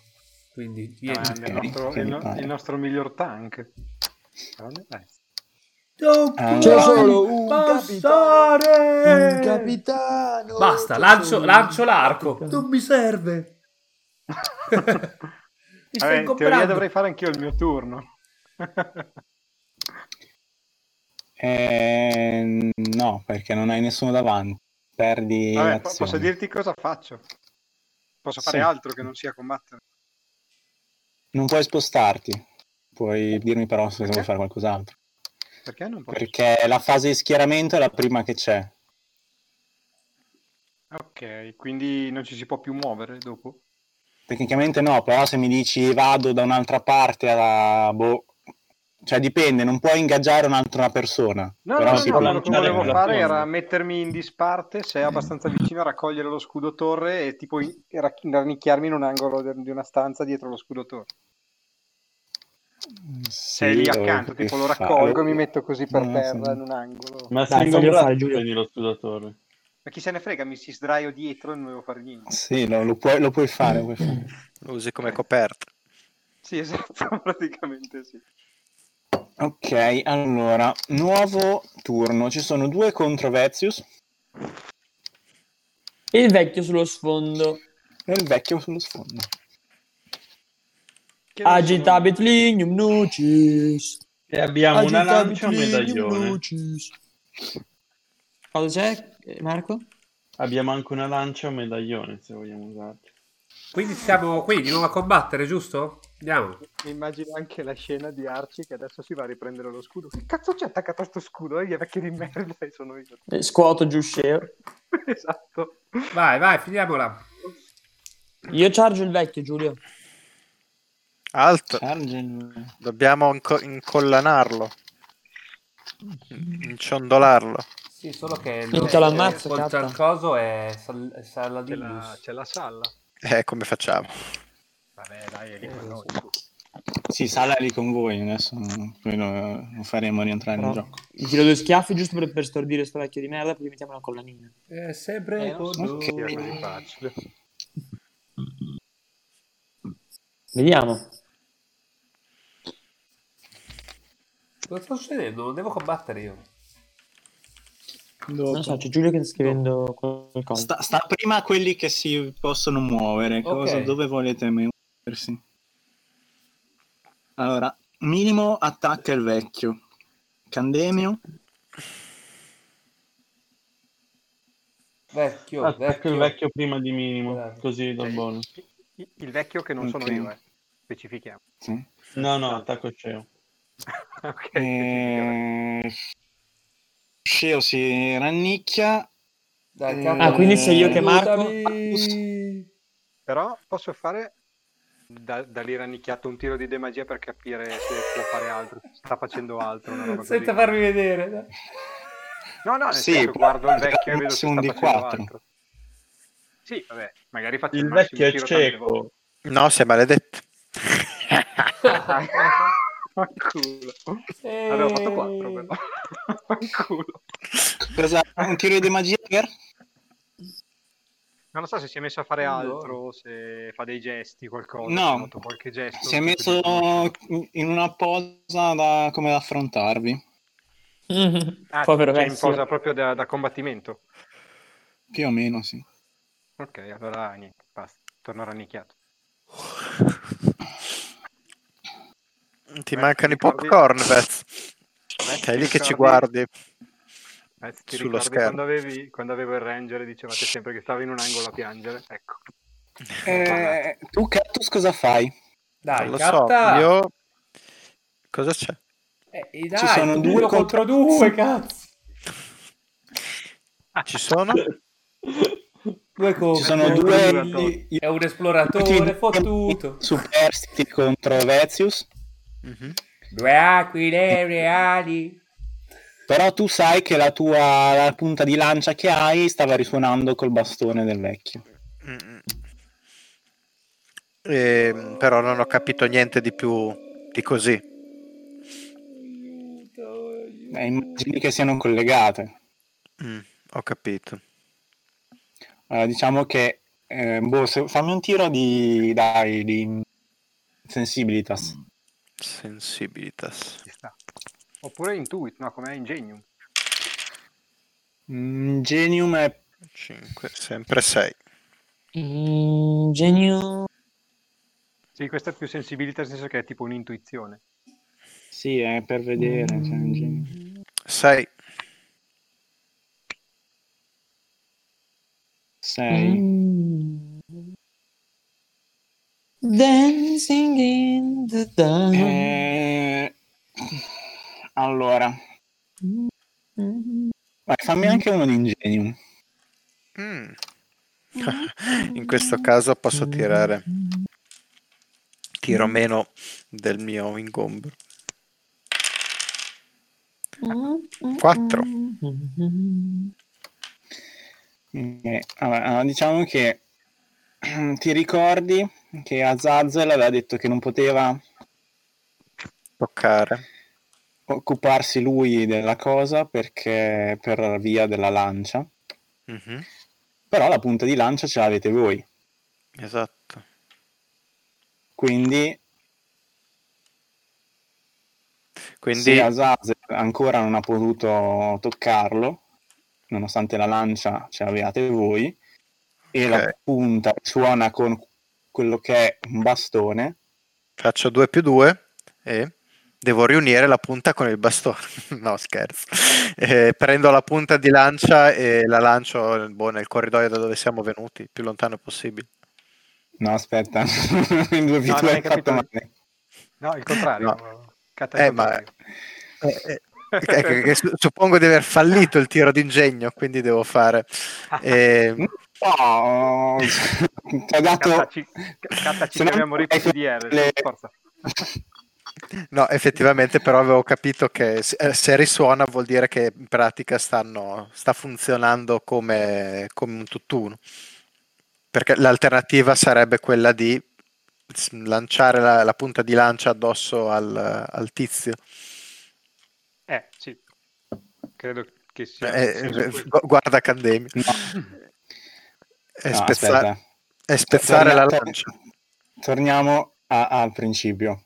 Quindi 10. Ah, il, nostro, il, no- il nostro miglior tank. Non Ah. puoi C'è solo un passare! capitano. Basta, lancio, lancio l'arco. Non mi serve. Mi Vabbè, stai in teoria comprando. dovrei fare anch'io il mio turno. Eh, no, perché non hai nessuno davanti. Perdi Vabbè, po- l'azione. posso dirti cosa faccio? Posso fare Sì. altro che non sia combattere? Non puoi spostarti. Puoi dirmi però se vuoi fare qualcos'altro. Perché non posso? Perché la fase di schieramento è la prima che c'è. Ok, quindi non ci si può più muovere dopo? Tecnicamente no, però se mi dici vado da un'altra parte a... Boh, cioè dipende, non puoi ingaggiare un'altra persona. No, però no, si no, può quello che lanciare volevo con la fare torre. era mettermi in disparte, se è abbastanza vicino, a raccogliere lo scudo torre e tipo in- rac- rannicchiarmi in un angolo de- di una stanza dietro lo scudo torre. Se è Sì, lì dovevi accanto, tipo lo farlo. raccolgo e mi metto così per No, terra sì. in un angolo. Ma... Ma se Dai, faglielo fare, ingombrato Giulio. prendi lo scudatore. chi se ne frega, mi si sdraio dietro e non devo fare niente. Sì, no, lo, puoi, lo puoi fare. lo puoi fare. Lo usi come coperta. Sì, esatto, praticamente sì. Ok, allora, nuovo turno. Ci sono due contro Vezius E il vecchio sullo sfondo. e il vecchio sullo sfondo. Che non sono- Agitabit lignum nucis. E Ah, abbiamo una lancia e un Agitabit lignum medaglione. nucis. Cosa c'è, eh, Marco? Abbiamo anche una lancia e un medaglione, se vogliamo usarli. Quindi siamo qui di nuovo a combattere, giusto? Andiamo. Mi immagino anche la scena di Arci che adesso si va a riprendere lo scudo. Che cazzo c'è attaccato a sto scudo? Eh, gli vecchi di merda e sono io. Eh, Scuoto giù scemo. esatto. Vai, vai, finiamola. Io chargio il vecchio, Giulio. Alto, Charge- dobbiamo inco- incollanarlo. In- Inciondolarlo. Sì, solo che Non te lo ammazzo, contro catta. il coso è sal- è C'è Saladinus. la, c'è la sala. Eh, come facciamo? Vabbè, dai, è Eh, lì con noi. Sì, sala lì con voi, adesso non- poi lo, lo faremo rientrare nel Però gioco. gli tiro due schiaffi giusto per, per stordire sto vecchio di merda, poi gli mettiamo una collanina. È sempre Eh, non con so Ok. se sia noi. così facile. Vediamo. Cosa sta succedendo? Non devo combattere io. Non so, c'è Giulio che sta scrivendo qualcosa. Sta, sta prima a quelli che si possono muovere. cosa- dove volete muoversi? Allora, minimo attacca il vecchio. Candemio. Vecchio, Ah, Attacco vecchio. il vecchio prima di minimo, Bravo. così do Sì. bonus. Il- Il vecchio che non sono Ok. io, eh. Specifichiamo. Sì. No, no, attacco Ceo. ok. specifichiamo. Eh, Sceo si rannicchia. Dai, Eh, catta. ah, quindi sei io che marco? Aiutami. Però posso fare da, da lì rannicchiato un tiro di demagia per capire se può fare altro. se Sta facendo altro. Una roba Senza così. farmi vedere. dai. No, no, nel Sì, senso, guardo il vecchio e vedo se massimo sta un facendo D4. altro. Sì, vabbè, magari faccio il, Il massimo vecchio è tiro tante volte. cieco. No, sei maledetto. Ma culo. Avevo Eh, fatto 4 però. Ma culo. Cosa, un tiro di magia per? Non lo so se si è messo a fare Boh. altro, se fa dei gesti, qualcosa. No. se noto qualche gesto. Si è che messo quindi- in una posa da, come da affrontarvi. Ah, Povero cioè in vecchio. posa proprio da, da combattimento. Più o meno, sì. Ok, allora niente, basta. Torno rannicchiato. Ti Beh, mancano i ti ricordi- popcorn, Beth. Sei lì ti che ci ricordi- guardi. Eh, ti Sullo ricordi schermo. quando, avevi, quando avevo il ranger e dicevate sempre che stavo in un angolo a piangere? Ecco. Eh, tu, Cactus, cosa fai? Dai, Non lo so, catta. io... Cosa c'è? Eh, eh, dai, Ci sono tu due uno contro contro- due, cazzo. Ci sono? Due Ci contro. sono Eh, due È un esploratore fottuto. superstiti contro Vezius. Mhm. Due aquile reali. Però tu sai che la tua la punta di lancia che hai stava risuonando col bastone del vecchio. Mm. Ehm, però non ho capito niente di più di così. Eh, immagini che siano collegate. Mm, ho capito. Allora, diciamo che. eh, boh, se- fammi un tiro di. Dai, di. Sensibilitas. Sensibilitas. Ci sta. Oppure Intuit, no, com'è Ingenium. Mm, Genium è. 5, sempre 6. Mm, genio. Sì, questa è più sensibilità, nel senso che è tipo un'intuizione. Sì, è per vedere. cioè, in genere. 6. Sei. Dancing in the dark. Eh, Allora. Vai, fammi anche uno di ingegno. Mm. In questo caso posso tirare. Tiro meno del mio ingombro. 4. Mm-hmm. Ok, allora, Eh, allora, diciamo che ti ricordi che Azazel aveva detto che non poteva Toccare. occuparsi lui della cosa perché per via della lancia. Mhm, Però la punta di lancia ce l'avete voi. Esatto. Quindi, Quindi se Azazel ancora non ha potuto toccarlo, nonostante la lancia ce l'avevate voi, e la Ok. punta suona con quello che è un bastone, faccio 2 più 2 e devo riunire la punta con il bastone. no, scherzo. Eh, prendo la punta di lancia e la lancio boh, nel corridoio da dove siamo venuti, più lontano possibile. No, aspetta, in due più No, non due hai hai fatto capito. male. No, il contrario. Catta il Eh, ma- contrario. Eh, eh, ecco che su- suppongo di aver fallito il tiro d'ingegno, quindi devo fare. eh, No, Oh, ti ho dato... Cattaci, cattaci Se che no, abbiamo rito il DR. le- Forza. no, effettivamente, però avevo capito che se, eh, se risuona vuol dire che in pratica stanno, sta funzionando come, come un tutt'uno. Perché l'alternativa sarebbe quella di s- lanciare la, la punta di lancia addosso al, al tizio. Eh, sì. Credo che sia... Eh, sia eh, quello. gu- guarda Candemi. E No, spezza- aspetta, e spezzare la Torniamo- lancia. Torniamo a- al principio.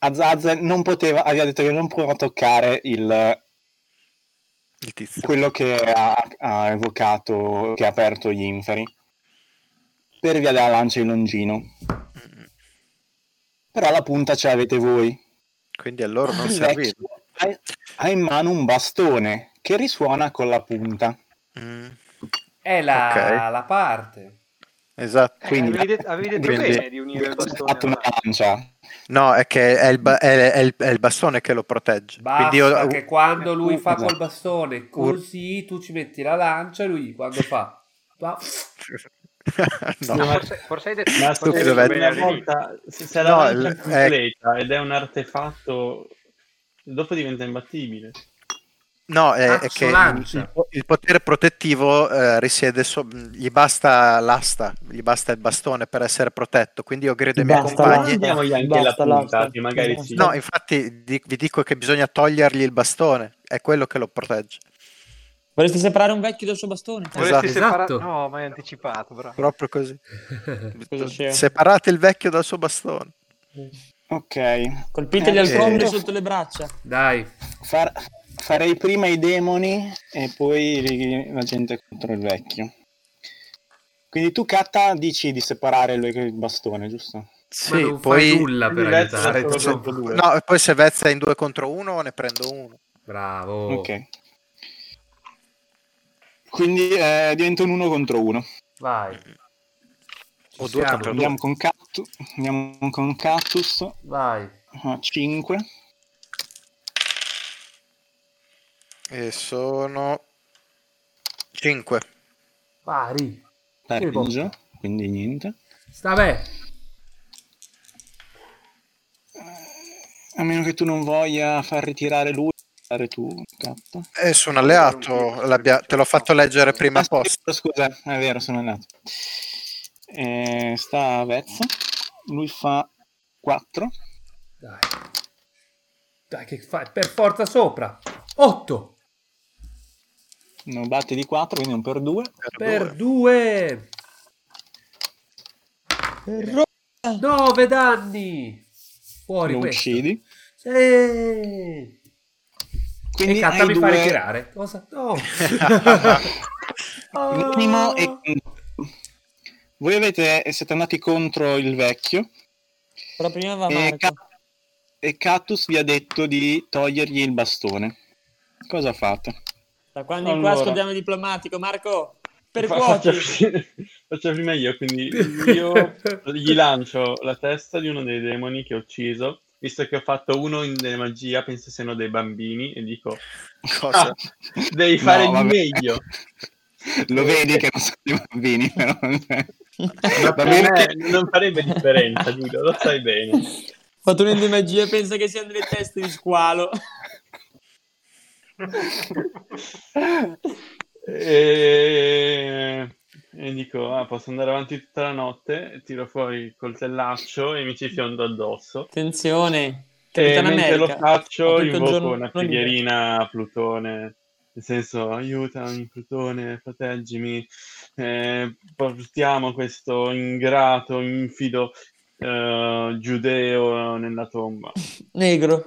Azazel non poteva, aveva detto che non poteva toccare il, Il tizio. quello che ha, ha evocato, che ha aperto gli inferi, per via della lancia di Longino. Però la punta ce l'avete voi. Quindi a loro non Il serviva. vecchio ha- ha in mano un bastone che risuona con la punta. Mm, È la, Ok. la parte. esatto. Quindi, Eh, avevi detto- avevi detto quindi- bene di unire il bastone Ha fatto una alla lancia. No, è che è il, ba- è- è il- è il bastone che lo protegge. Basta Quindi io- che quando lui fa Scusa. col bastone così, tu ci metti la lancia e lui quando fa... fa- No. No, forse, forse hai detto... forse Ma scusa, hai scusa, detto dov'è? bene una all'inizio. Esatto. volta se, se No, la il- eh, lancia è è- completa ed è un artefatto, dopo diventa imbattibile. No, è, è Cazzo, che il, lancia. il po- il potere protettivo eh, risiede so- gli basta l'asta, gli basta il bastone per essere protetto. Quindi io grido ai miei Basta compagni. l'asta. Diamogli anche Basta, la punta, basta. che magari ci- No, infatti di- vi dico che bisogna togliergli il bastone, è quello che lo protegge. Vorresti separare un vecchio dal suo bastone? Cioè, Vorresti Esatto. separare- Esatto. No, ma hai anticipato, bravo. Proprio così. Cosa c'è? Separate il vecchio dal suo bastone. Ok, Colpiteli Eh, al sì. collo sotto le braccia. Dai, Far- farei prima i demoni e poi li- la gente contro il vecchio. Quindi tu, Katta, dici di separare il il bastone, giusto? Sì, ma non poi... fai nulla per Quindi Lezzo aiutare. Cioè, solo tu. contro due. No, e poi se Vezza è in due contro uno, ne prendo uno. Bravo. Ok. Quindi eh, diventa un uno contro uno. Vai. Ci O due siamo. contro due. Andiamo con, Cattu- andiamo con Ah, Cactus Vai. a 5. E sono 5. Pari. Che Peggio, botta. quindi niente. Sta bene. A meno che tu non voglia far ritirare lui, fare tu, Katta. E sono alleato, l'abbia- te l'ho fatto leggere prima Ah, apposta. sì, Scusa, è vero, sono andato. Eh, sta a Vezza, lui fa 4. Dai. Dai che fai? Per forza sopra. 8 Non batte di 4, quindi un per 2. per 2. 9 danni. Fuori Lo questo. uccidi. Sì. Quindi e Katta hai mi fa due- ritirare. Cosa? No. Minimo e Voi avete, siete andati contro il vecchio Però prima va e, Marco. Ca- e Cactus vi ha detto di togliergli il bastone. Cosa fate? Da quando in Allora. qua scoppiamo il diplomatico, Marco. Per Fa- faccio, cuoci. faccio prima io, quindi io gli lancio la testa di uno dei demoni che ho ucciso, visto che ho fatto uno in magia, penso siano dei bambini, e dico, Cosa? "Ah, devi No, fare di vabbè. meglio. Lo vedi che non sono dei bambini, però. cioè. Ma Va per bene me che- non farebbe differenza, Giulio, lo sai bene. Fatto un di magia e pensa che siano delle teste di squalo. E... e dico, ah, posso andare avanti tutta la notte, tiro fuori il coltellaccio e mi ci fiondo addosso. Attenzione. E Capitan Eh, mentre lo America. faccio Ho tutto il invoco giorno una libero. preghierina a Plutone, nel senso aiutami Plutone, proteggimi, eh, portiamo questo ingrato, infido eh, giudeo nella tomba. Negro.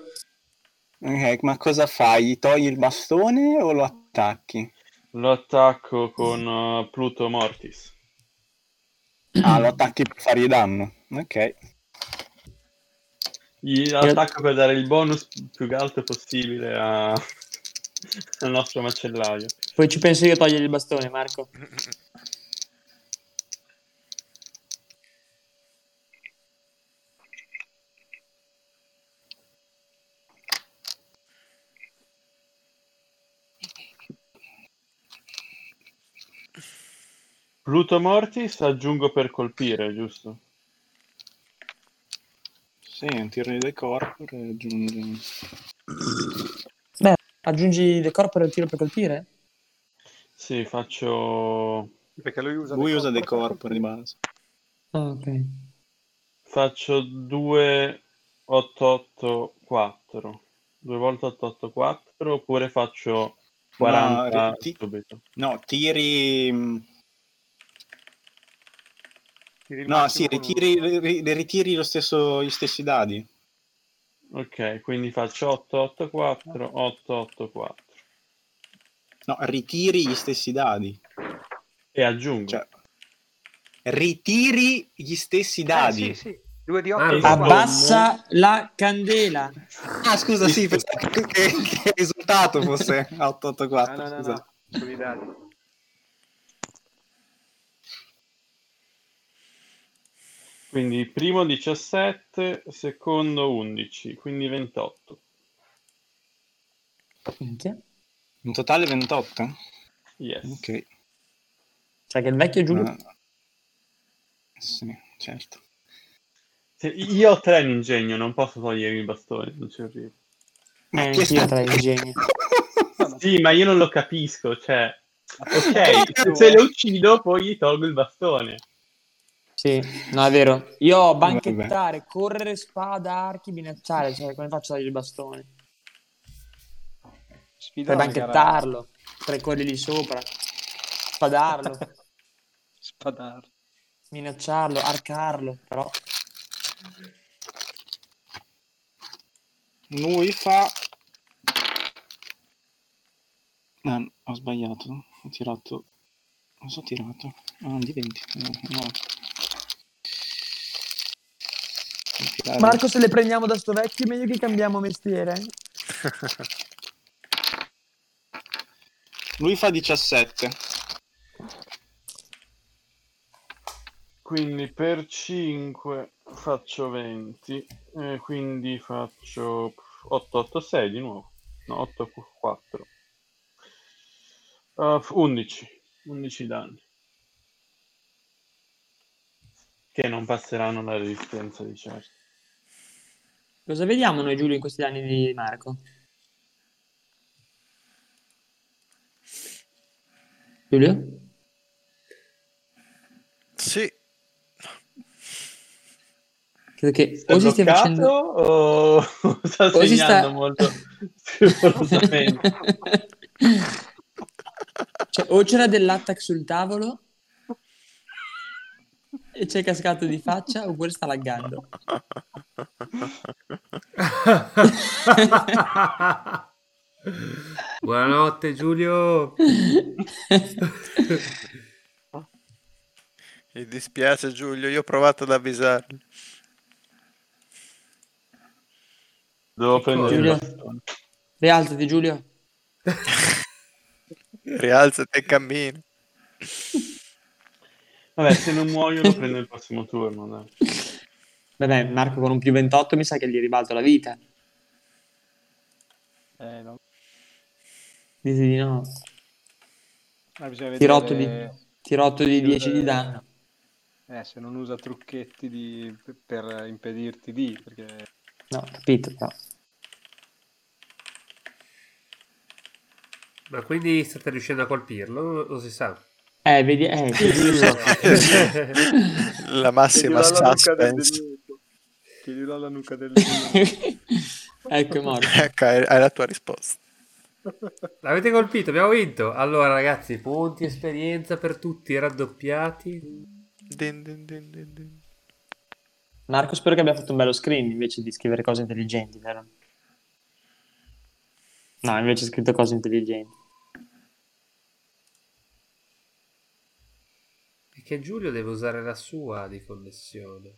Ok, Eh, ma cosa fai? Gli togli il bastone o lo attacchi? Lo attacco con eh, Pluto Mortis. Ah, lo attacchi per fargli danno. Ok. Gli attacco per dare il bonus più alto possibile a- al nostro macellaio. Poi ci penso io a togliere il bastone, Marco. Pluto Mortis aggiungo per colpire, giusto? Sì, un tiro di decorpo che aggiunge... Beh, aggiungi il corpo e il tiro per colpire? Sì, faccio Perché lui usa Lui usa dei corpo. corpo di base. Ah, ok. Faccio 2 884. 2 volte 884 oppure faccio 40 No, eh, ti- subito. No, tiri... mm, No, Tiri il sì, massimo con uno. Eh, ritiri, ri- ri- ritiri lo stesso, gli stessi dadi. Ok, quindi faccio 884 884 No, ritiri gli stessi dadi. e aggiungo. Cioè, ritiri gli stessi Eh, dadi. sì, sì. Due di Ah, otto. ah, quattro. Abbassa la candela. Ah, scusa, sì, pensavo che, che il risultato fosse No, 884. no, no, no, scusa. sono i dadi. Quindi primo 17, secondo 11, quindi 28. Minchia. In totale 28? Yes. Ok. Cioè che il vecchio è giù. Ah. Sì, certo. Eh, Se- io ho 3 in ingegno, non posso togliermi il bastone, non ci arrivo. Eh, chi è anch'io stato- tra i geni. Ah, Sì, ma io non lo capisco, cioè Ok, se lo uccido poi gli tolgo il bastone. Sì, no, è vero. Io ho banchettare, correre, spada, archi, minacciare. Cioè, come faccio a togliere il bastone? Per Sfidare, cara. banchettarlo, tre corri lì sopra, spadarlo, Spadare. minacciarlo, arcarlo. Però Lui fa... Ah, ho sbagliato. Ho tirato... Non so tirato. Ah, un di 20. No, no. Tirare- Marco, se le prendiamo da sto vecchio, meglio che cambiamo mestiere. Lui fa 17. Quindi per 5 faccio 20, eh, quindi faccio 886 di nuovo, no 84. Eh, 11, 11 danni. Che non passeranno la resistenza di certo. cosa vediamo noi, Giulio, in questi anni di Marco? Giulio? Sì, Credo che Sta o si stia bloccato facendo. o sta o si segnando sta- molto più velocemente? Cioè, o c'era dell'attack sul tavolo e c'è cascato di faccia oppure sta laggando. Buonanotte Giulio. Mi dispiace Giulio, io ho provato ad avvisarli. Devo prendere il Giulia. bastone. Rialzati, Giulio. Rialzati e cammina. Vabbè, se non muoiono prendo il prossimo turno. dai. Vabbè, Marco con un più 28 mi sa che gli ribalto la vita. Eh, no. Dici di no. Ma bisogna Tiro otto vedere- di- Tiro 8 di Io, 10 di eh, danno. Eh, se non usa trucchetti di- per impedirti di, perché No, capito, però. Ma quindi state riuscendo a colpirlo? Lo si sa. Eh, vedi, eh, Giulio, La massima Chiedilo alla nuca del suspense. nemico. Chiedilo alla nuca del nemico. ecco, è morto. Ecco, hai hai la tua risposta. L'avete colpito, abbiamo vinto. Allora, ragazzi, punti esperienza per tutti, raddoppiati. Din, din, din, din, din. Marco, spero che abbia fatto un bello screen invece di scrivere cose intelligenti, vero? No, invece ha scritto cose intelligenti. Perché Giulio deve usare la sua di connessione.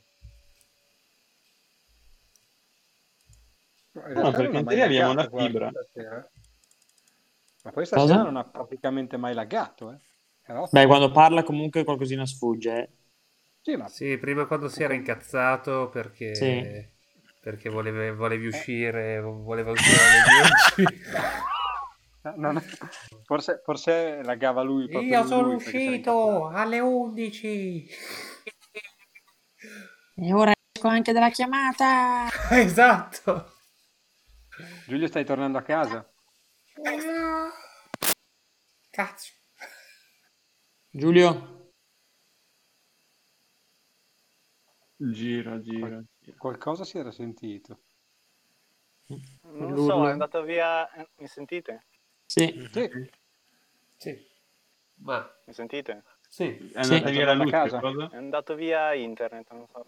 Eh, In No, realtà perché non ha in mai teoria abbiamo laggato, la guarda, fibra. stasera. Ma poi stasera Cosa? non ha praticamente mai laggato, eh. Era ottimo. Beh, quando parla comunque qualcosina sfugge. eh. Sì, ma Sì, prima quando si era incazzato perché, Sì. perché voleve- volevi uscire, voleva uscire alle 10. no, no, no. Forse, forse laggava lui proprio lui, lui, perché si era incazzato. alle 11. E ora esco anche dalla chiamata. esatto. Giulio, stai tornando a casa? Cazzo. Giulio, Gira, gira. gira. Qualcosa si era sentito. Non L'urlo. so, è andato via. eh, Mi sentite? sì, Sì, Sì. Ma Mi sentite? sì. È Sì. andata via Tornando la a luce, casa. cosa? È andato via internet, non so.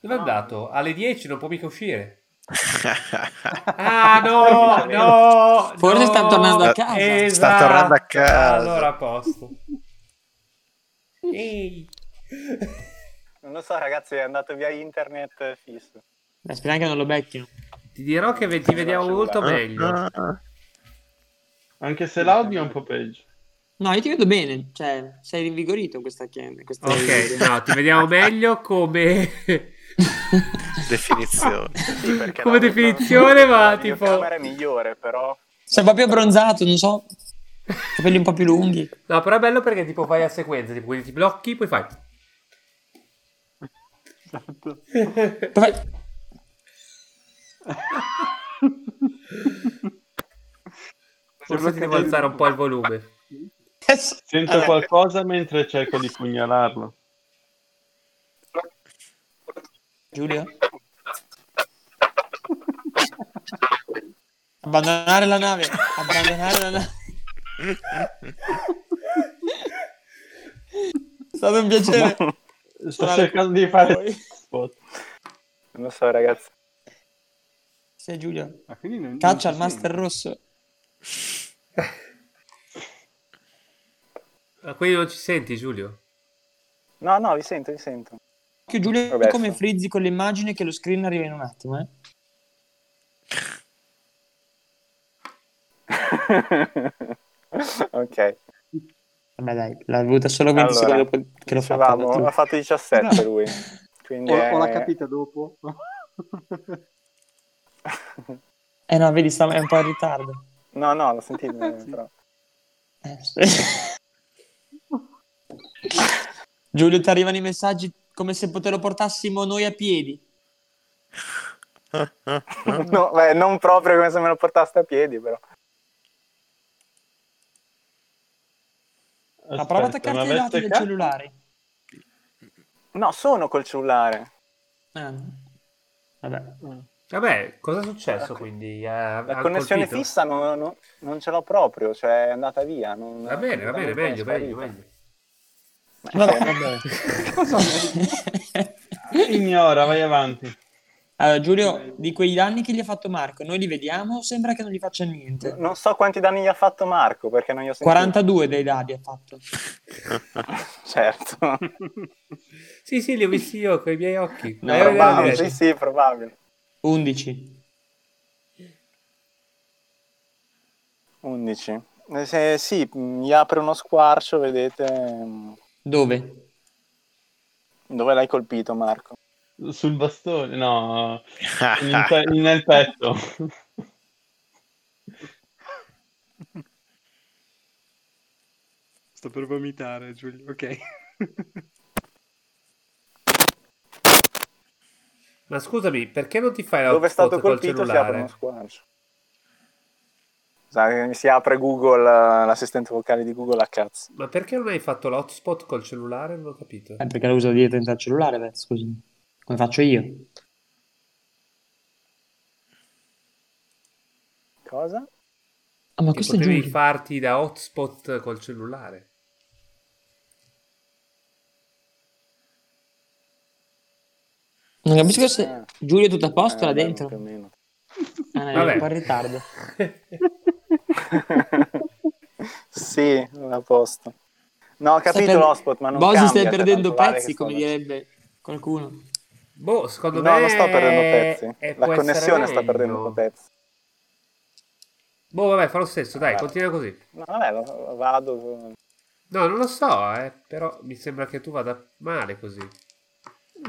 Dove è andato? Alle 10 non può mica uscire. Ah no, no. Forse no. sta tornando a casa. Esatto. Sta tornando a casa. Allora a posto. Ehi. Non lo so, ragazzi, è andato via internet eh, fisso. Beh, speriamo che non lo becchino. Ti dirò che ve- ti vediamo molto meglio. Ah, ah. Anche se l'audio è un po' peggio. No, io ti vedo bene, cioè, sei rinvigorito in questa chiesa. Ok, no, ti vediamo meglio come, Definizione. Sì, perché come la- definizione, la- ma la tipo... videocamera è migliore, però. Sei proprio abbronzato, non so, capelli un po' più lunghi. No, però è bello perché tipo fai a sequenza, tipo, quindi ti blocchi, poi fai... Cioè, Poi fai- Forse ti devo alzare un po' il volume. Adesso- Sento qualcosa mentre cerco di pugnalarlo. Giulio? Abbandonare la nave, abbandonare la nave. È stato un piacere. Sto cercando di fare spot. Non lo so, ragazzi. Sei Giulio. ma quindi non- Caccia al non si Master sente. Rosso. Ma quindi non ci senti, Giulio? No, no, vi sento, vi sento. Occhio Giulio Vabbè, come sì. frizzi con l'immagine che lo screen arriva in un attimo, eh. ok. Vabbè dai, l'ha avuta solo 20 Allora, secondi dopo che l'ho fatto. Dicevamo, Tu- ha fatto 17 lui. Quindi O, è- o l'ha capita dopo? Eh no, vedi, sta- è un po' in ritardo. No, no, l'ho sentito. però. Eh, sì. Giulio, ti arrivano i messaggi come se te lo portassimo noi a piedi. No, beh, non proprio come se me lo portaste a piedi, però. Aspetta, ha provato a ma attaccarti i dati del aspetta- cellulare. No, sono col cellulare. Ah, Vabbè. Vabbè, cosa è successo quindi? Ha- La ha connessione colpito? fissa non, non- non ce l'ho proprio, cioè è andata via. non- Va bene, va bene, non è meglio, meglio, sparita. meglio. Eh, Vabbè, vabbè. Ignora, vai avanti. Allora, Giulio, di quei danni che gli ha fatto Marco, noi li vediamo o sembra che non gli faccia niente? Non so quanti danni gli ha fatto Marco perché non gli ho sentito. 42 dei dadi ha fatto. Certo. Sì, sì, li ho visti io con i miei occhi. No, Eh, probabile, eh, sì, sì, probabile. 11. 11. Eh, se- sì, mi apre uno squarcio, vedete mm, Dove? dove l'hai colpito Marco. Sul bastone, no, in pe- nel petto. Sto per vomitare, Giulio. Ok. Ma scusami, perché non ti fai la Dove è stato Eh, foto col colpito si apre cellulare? uno squarcio. Sa che Si apre Google, eh, l'assistente vocale di Google a cazzo. Ma perché non hai fatto l'hotspot col cellulare? Non ho capito. Eh, perché lo uso dietro dentro al cellulare, beh, scusami. Come faccio io? Cosa? Ah, ma Che questo è potevi Giulio. farti da hotspot col cellulare. Non capisco se Eh. Giulio è tutto a posto Eh, là vabbè, dentro. più o meno. Ah, no, Vabbè. è un po' in ritardo. sì, a posto. No, ho Stai capito per- l'hotspot, ma non Bosi, cambia. stai cioè, perdendo tanto vale che pezzi, sto come da- direbbe qualcuno. Boh, secondo No, me... non sto perdendo eh, pezzi. La può essere connessione sta meglio. perdendo pezzi. Boh, vabbè, fa lo stesso, dai, Vabbè. continua così. No, vabbè, v- vado. No, non lo so, eh, però mi sembra che tu vada male così.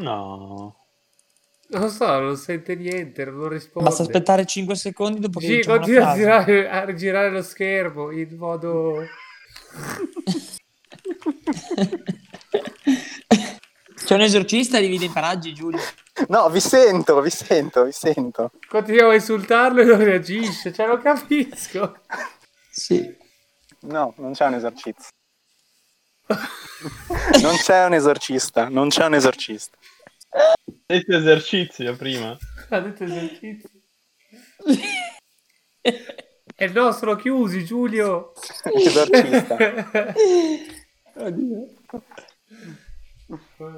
No. Non lo so, non sente niente, non risponde. Basta aspettare 5 secondi dopo che Sì, diciamo la continua a frase. girare, a girare lo schermo in modo... C'è un esorcista divide i paraggi, Giulio. No, vi sento, vi sento, vi sento. Continuiamo a insultarlo e non reagisce, cioè non capisco. Sì. No, non c'è un esorcizio. non c'è un esorcista, non c'è un esorcista. Detto esercizio prima. Ha detto esercizio. E no, sono chiusi, Giulio. Esorcista.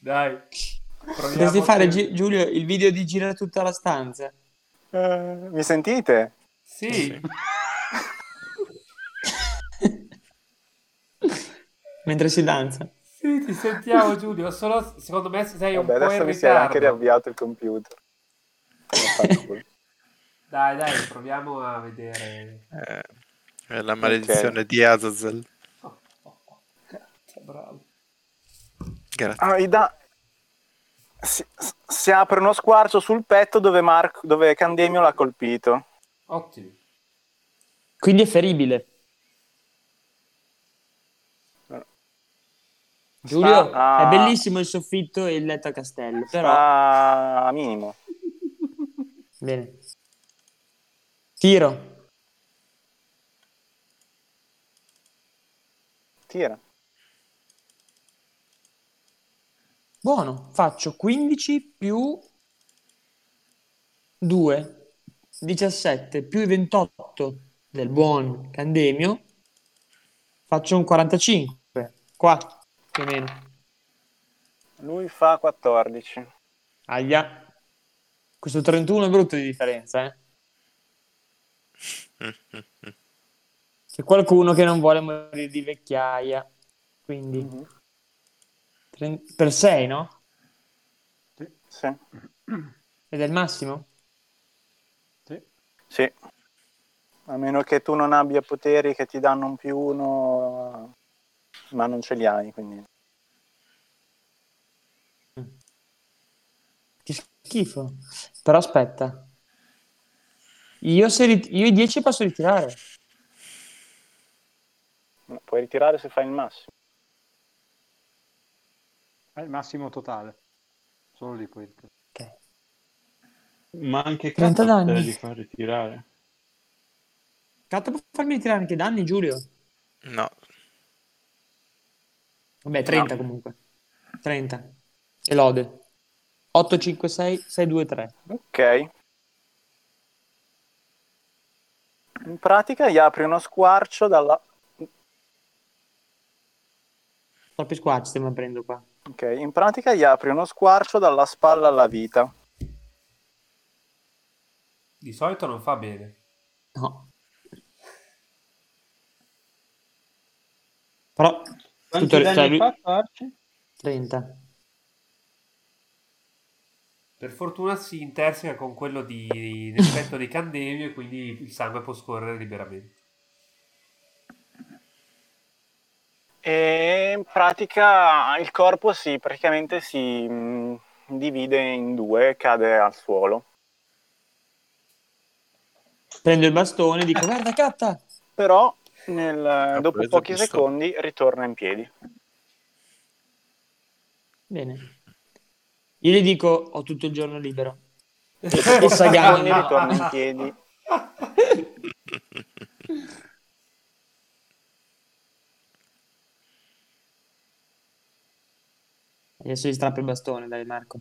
Dai. Dovresti proviamo fare, a- Gi- Giulio, il video di girare tutta la stanza. Eh, mi sentite? Sì. Mentre si danza. Sì, ti sentiamo Giulio, solo secondo me sei un Vabbè, po' in adesso mi si è ritardo. anche riavviato il computer. Ho fatto quello. Dai, dai, proviamo a vedere. Eh, è la maledizione di Azazel. Oh, Bravo. Grazie. Ah, i da- si, si apre uno squarcio sul petto dove, Marco, dove Candemio l'ha colpito. Ottimo. Quindi è feribile. Giulio, Ah. è bellissimo il soffitto e il letto a castello, però... Ah, minimo. Bene. Tiro. Tira. Buono. Faccio 15 più 2. 17 più i 28 del buon Candemio. Faccio un 45. Qua, più o meno. Lui fa 14. Aia. Questo 31 è brutto di differenza, eh. Ah. Mm, C'è qualcuno che non vuole morire di vecchiaia. Quindi... Mhm. tre- Per 6, no? Sì. Ed è il massimo? Sì. A meno che tu non abbia poteri che ti danno un più uno, ma non ce li hai, quindi... Che schifo. Però aspetta. Io, se rit- io i 10 posso ritirare. No, Puoi ritirare se fai il massimo. Al massimo totale. Solo lì poi. Ok. Ma anche 30 Kat danni. te li fa ritirare. Cazzo, puoi farmi ritirare anche i danni, Giulio? No, Vabbè, 30 comunque. 30. E lode. 8, 5, 6, 6, 2, 3. Ok. In pratica gli apri uno squarcio dalla... Troppi squarci stiamo aprendo qua. Ok, in pratica gli apri uno squarcio dalla spalla alla vita. Di solito non fa bene. No. Però... Quanti tutto- danni cioè, hai lui- fatto, Arci? 30. Per fortuna si interseca con quello di, nell'effetto di Candemio e quindi il sangue può scorrere liberamente. E in pratica il corpo si, praticamente si mh, divide in due e cade al suolo. Prendo il bastone e dico, guarda Catta, Però nel- dopo preso pochi il pistone. secondi ritorna in piedi. Bene. Io gli dico, ho tutto il giorno libero. Dopo E pochi secondi Sagan, ritorna in piedi. adesso gli strappo il bastone, dai Marco.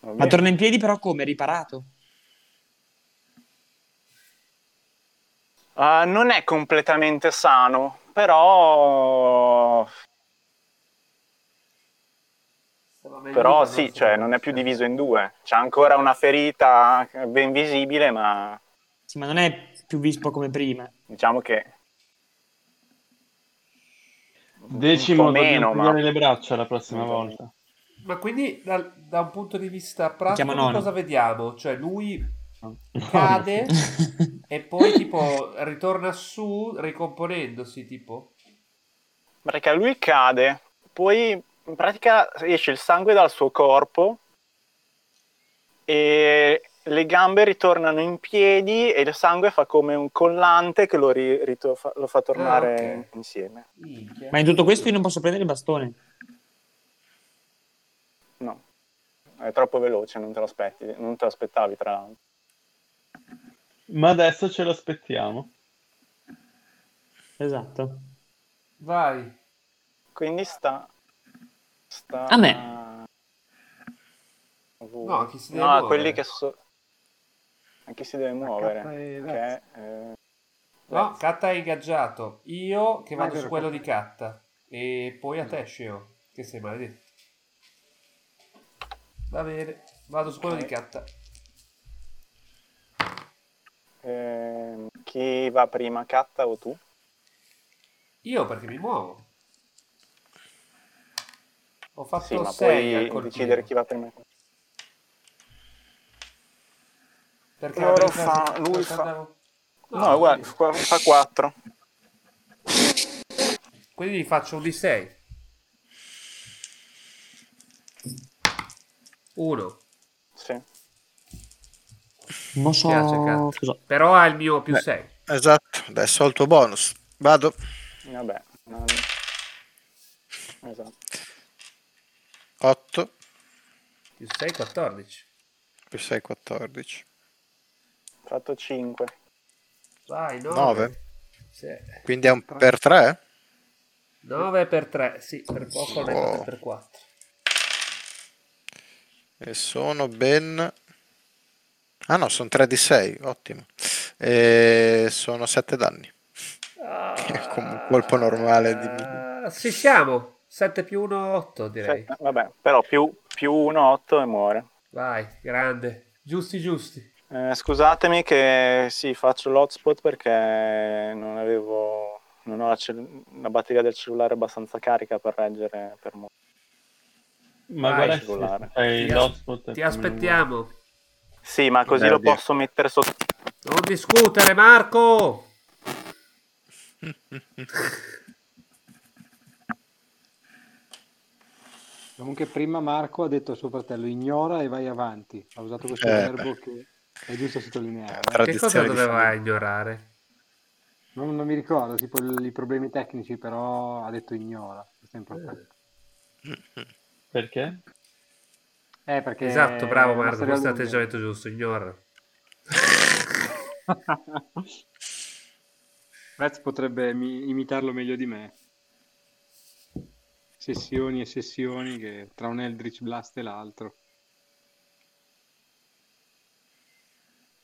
Va Ma bene. torna in piedi però come? Riparato? Ah, non è completamente sano, però, però sì, cioè, non è Eh. più diviso in due. C'è ancora una ferita ben visibile, ma Sì, ma non è più vispo come prima. diciamo che Decimo, Un po' meno, dobbiamo piegare ma- le braccia la prossima volta. Ma quindi da, da un punto di vista pratico Chiama nonno. cosa vediamo? Cioè lui cade e poi tipo ritorna su ricomponendosi tipo... Perché lui cade, poi in pratica esce il sangue dal suo corpo e le gambe ritornano in piedi e il sangue fa come un collante che lo, ri- rito- fa- lo fa tornare Ah, ok. insieme. Minchia. Ma in tutto questo io non posso prendere il bastone. No, è troppo veloce, non te lo aspetti, non te lo aspettavi tra l'altro. Ma adesso ce l'aspettiamo. Esatto. Vai. Quindi sta... sta... A No, a chi si deve No, a muovere. quelli che so... A chi si deve muovere? K Che è- è, eh, No, Katta è ingaggiato. Io che Ma è vado su vero, quello di Katta. Katta. E poi Mm. a te Sceo, che sei maledetto. Va bene, vado su quello di Katta. Ehm, chi va prima, Catta o tu? Io perché mi muovo. Ho Sì, fatto ma 6 al puoi colpire, decidere chi va prima. Perché Loro avevo- fa- lui perché fa- andavo- No, No, guarda, fa- fa 4. Quindi gli faccio un di 6. 1. Sì. Non so... Piace Katta. cosa- Però ha il mio più Beh. 6. Esatto, adesso ho il tuo bonus. Vado. Vabbè. non- Esatto. 8 Più 6 14. più 6, 14. Ho Fatto 5. Vai, 9. Nove. Quindi è un per 3? 9 per 3, sì, per poco l'ho Wow. detto per 4. E sono ben... Ah no, sono 3 di 6, ottimo. E sono 7 danni. Come un colpo normale di... Ah, sì, siamo 7 più 1, 8 direi. Sì, Vabbè, però più, più 1, 8 e muore. Vai, grande. Giusti, giusti. Eh, scusatemi che sì, faccio l'hotspot perché non avevo... Non ho la, cell- la batteria del cellulare abbastanza carica per reggere per molto. Ma Vai, guarda scolare. se sei Ti as- l'hotspot. Ti aspettiamo. Sì, ma così Beh, lo oddio. posso mettere sotto... Non discutere, Marco. Mm, Comunque prima Marco ha detto a suo fratello ignora e vai avanti. Ha usato questo Eh, verbo che è giusto sottolineare. eh. Che cosa Tradizione di doveva ignorare? Non, non mi ricordo, tipo il- i problemi tecnici, però ha detto ignora. Questo è Eh. importante. Perché? Eh, perché Esatto, bravo Marco, Mastery questo è Alunni. l'atteggiamento giusto, ignora. Fred potrebbe mi- imitarlo meglio di me. Sessioni e sessioni che tra un Eldritch Blast e l'altro.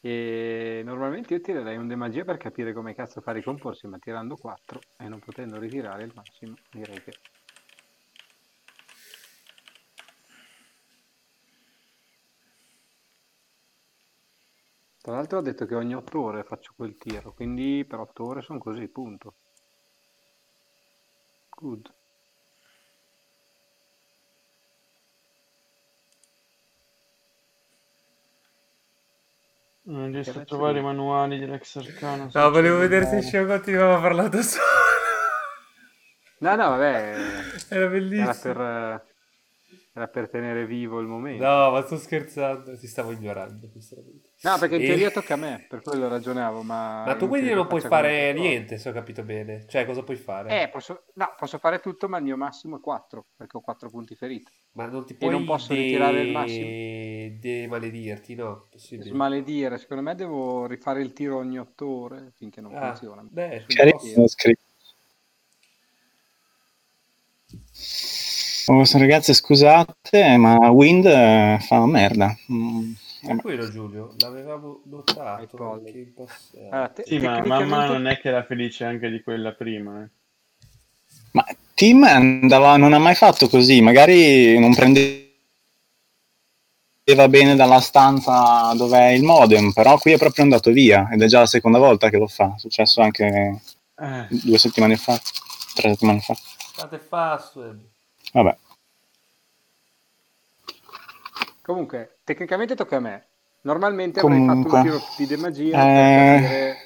E normalmente io tirerei un demagia per capire come cazzo fa a ricomporsi, ma tirando 4 e non potendo ritirare il massimo, direi che Tra l'altro ha detto che ogni 8 ore faccio quel tiro, quindi per 8 ore sono così, punto. Good. Non riesco a trovare i manuali di Rex Arcana. No, volevo vedere se Shio continuava a parlare da solo. No, no, vabbè, Eh, Era era bellissimo. per, eh, era per tenere vivo il momento. No, ma sto scherzando, ti stavo ignorando. sinceramente. No, perché in E- teoria tocca a me, per quello ragionavo, ma... eh. Ma tu è quindi inutile non che puoi faccia fare qualunque cosa. niente, se ho capito bene. Cioè, cosa puoi fare? Eh, posso... No, posso fare tutto, ma il mio massimo è 4, perché ho 4 punti feriti. Ma non ti e puoi non posso de- ritirare il massimo. demaledirti, no? Possibile. Smaledire, secondo me devo rifare il tiro ogni 8 ore, finché non Ah, funziona. Cioè, beh, Sul C'era tiro. scritto. Oh, so, ragazze, scusate, ma Wind eh, fa merda. Mm, È quello Giulio, l'avevamo notato anche in passato. Allora, te- Sì, ma tecnicamente- mamma non è che era felice anche di quella prima. eh. Ma Tim andava, non ha mai fatto così, magari non prendeva bene dalla stanza dove è il modem, però qui è proprio andato via ed è già la seconda volta che lo fa, è successo anche Eh, due settimane fa, tre settimane fa. Fate fast. Vabbè, Comunque, tecnicamente tocca a me. Normalmente avrei fatto Comunque. un tiro di demagia Eh, per capire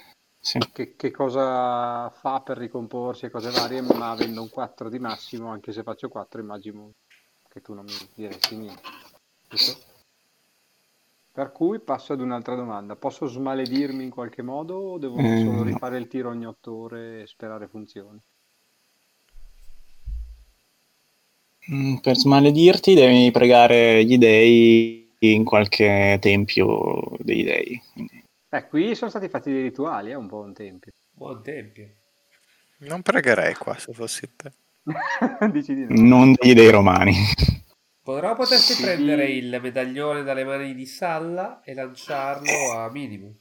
sì. che, che cosa fa per ricomporsi e cose varie, ma avendo un 4 di massimo, anche se faccio 4, immagino che tu non mi diresti niente. giusto? Per cui passo ad un'altra domanda. Posso smaledirmi in qualche modo o devo Eh, solo no. rifare il tiro ogni 8 ore e sperare funzioni? Mm, Per smaledirti devi pregare gli dei in qualche tempio degli dei. Eh, qui sono stati fatti dei rituali, è un po' un tempio. Buon tempio. Non pregherei qua se fossi te. Dici di no. Non degli dei romani. Potrò potersi Sì. prendere il medaglione dalle mani di Salla e lanciarlo a minimo.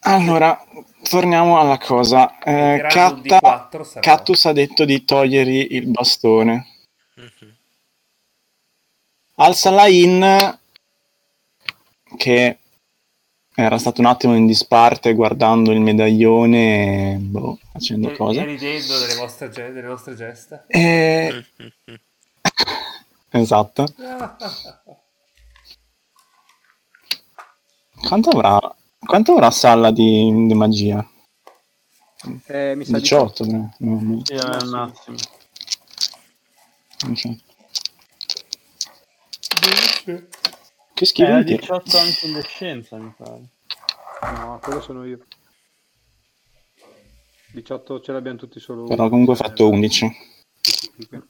Allora, torniamo alla cosa. Eh, Tirando un Catta- D4 sarà. Cattus ha detto di togliergli il bastone. Alza la in, che era stato un attimo in disparte guardando il medaglione, boh, facendo E, e cose. Eh, ridendo delle, vostre, ge- delle nostre gesta. Eh, esatto. Eh, Quanto avrà, quanto avrà Salla di, di magia? Eh, mi sa di 18? no, no, no, sì, era un attimo. 18. Che schifo Era di tiro. 18 anche in scienza, mi pare. No, quello sono io. 18 ce l'abbiamo tutti solo Però uno, comunque ho cioè, fatto 11.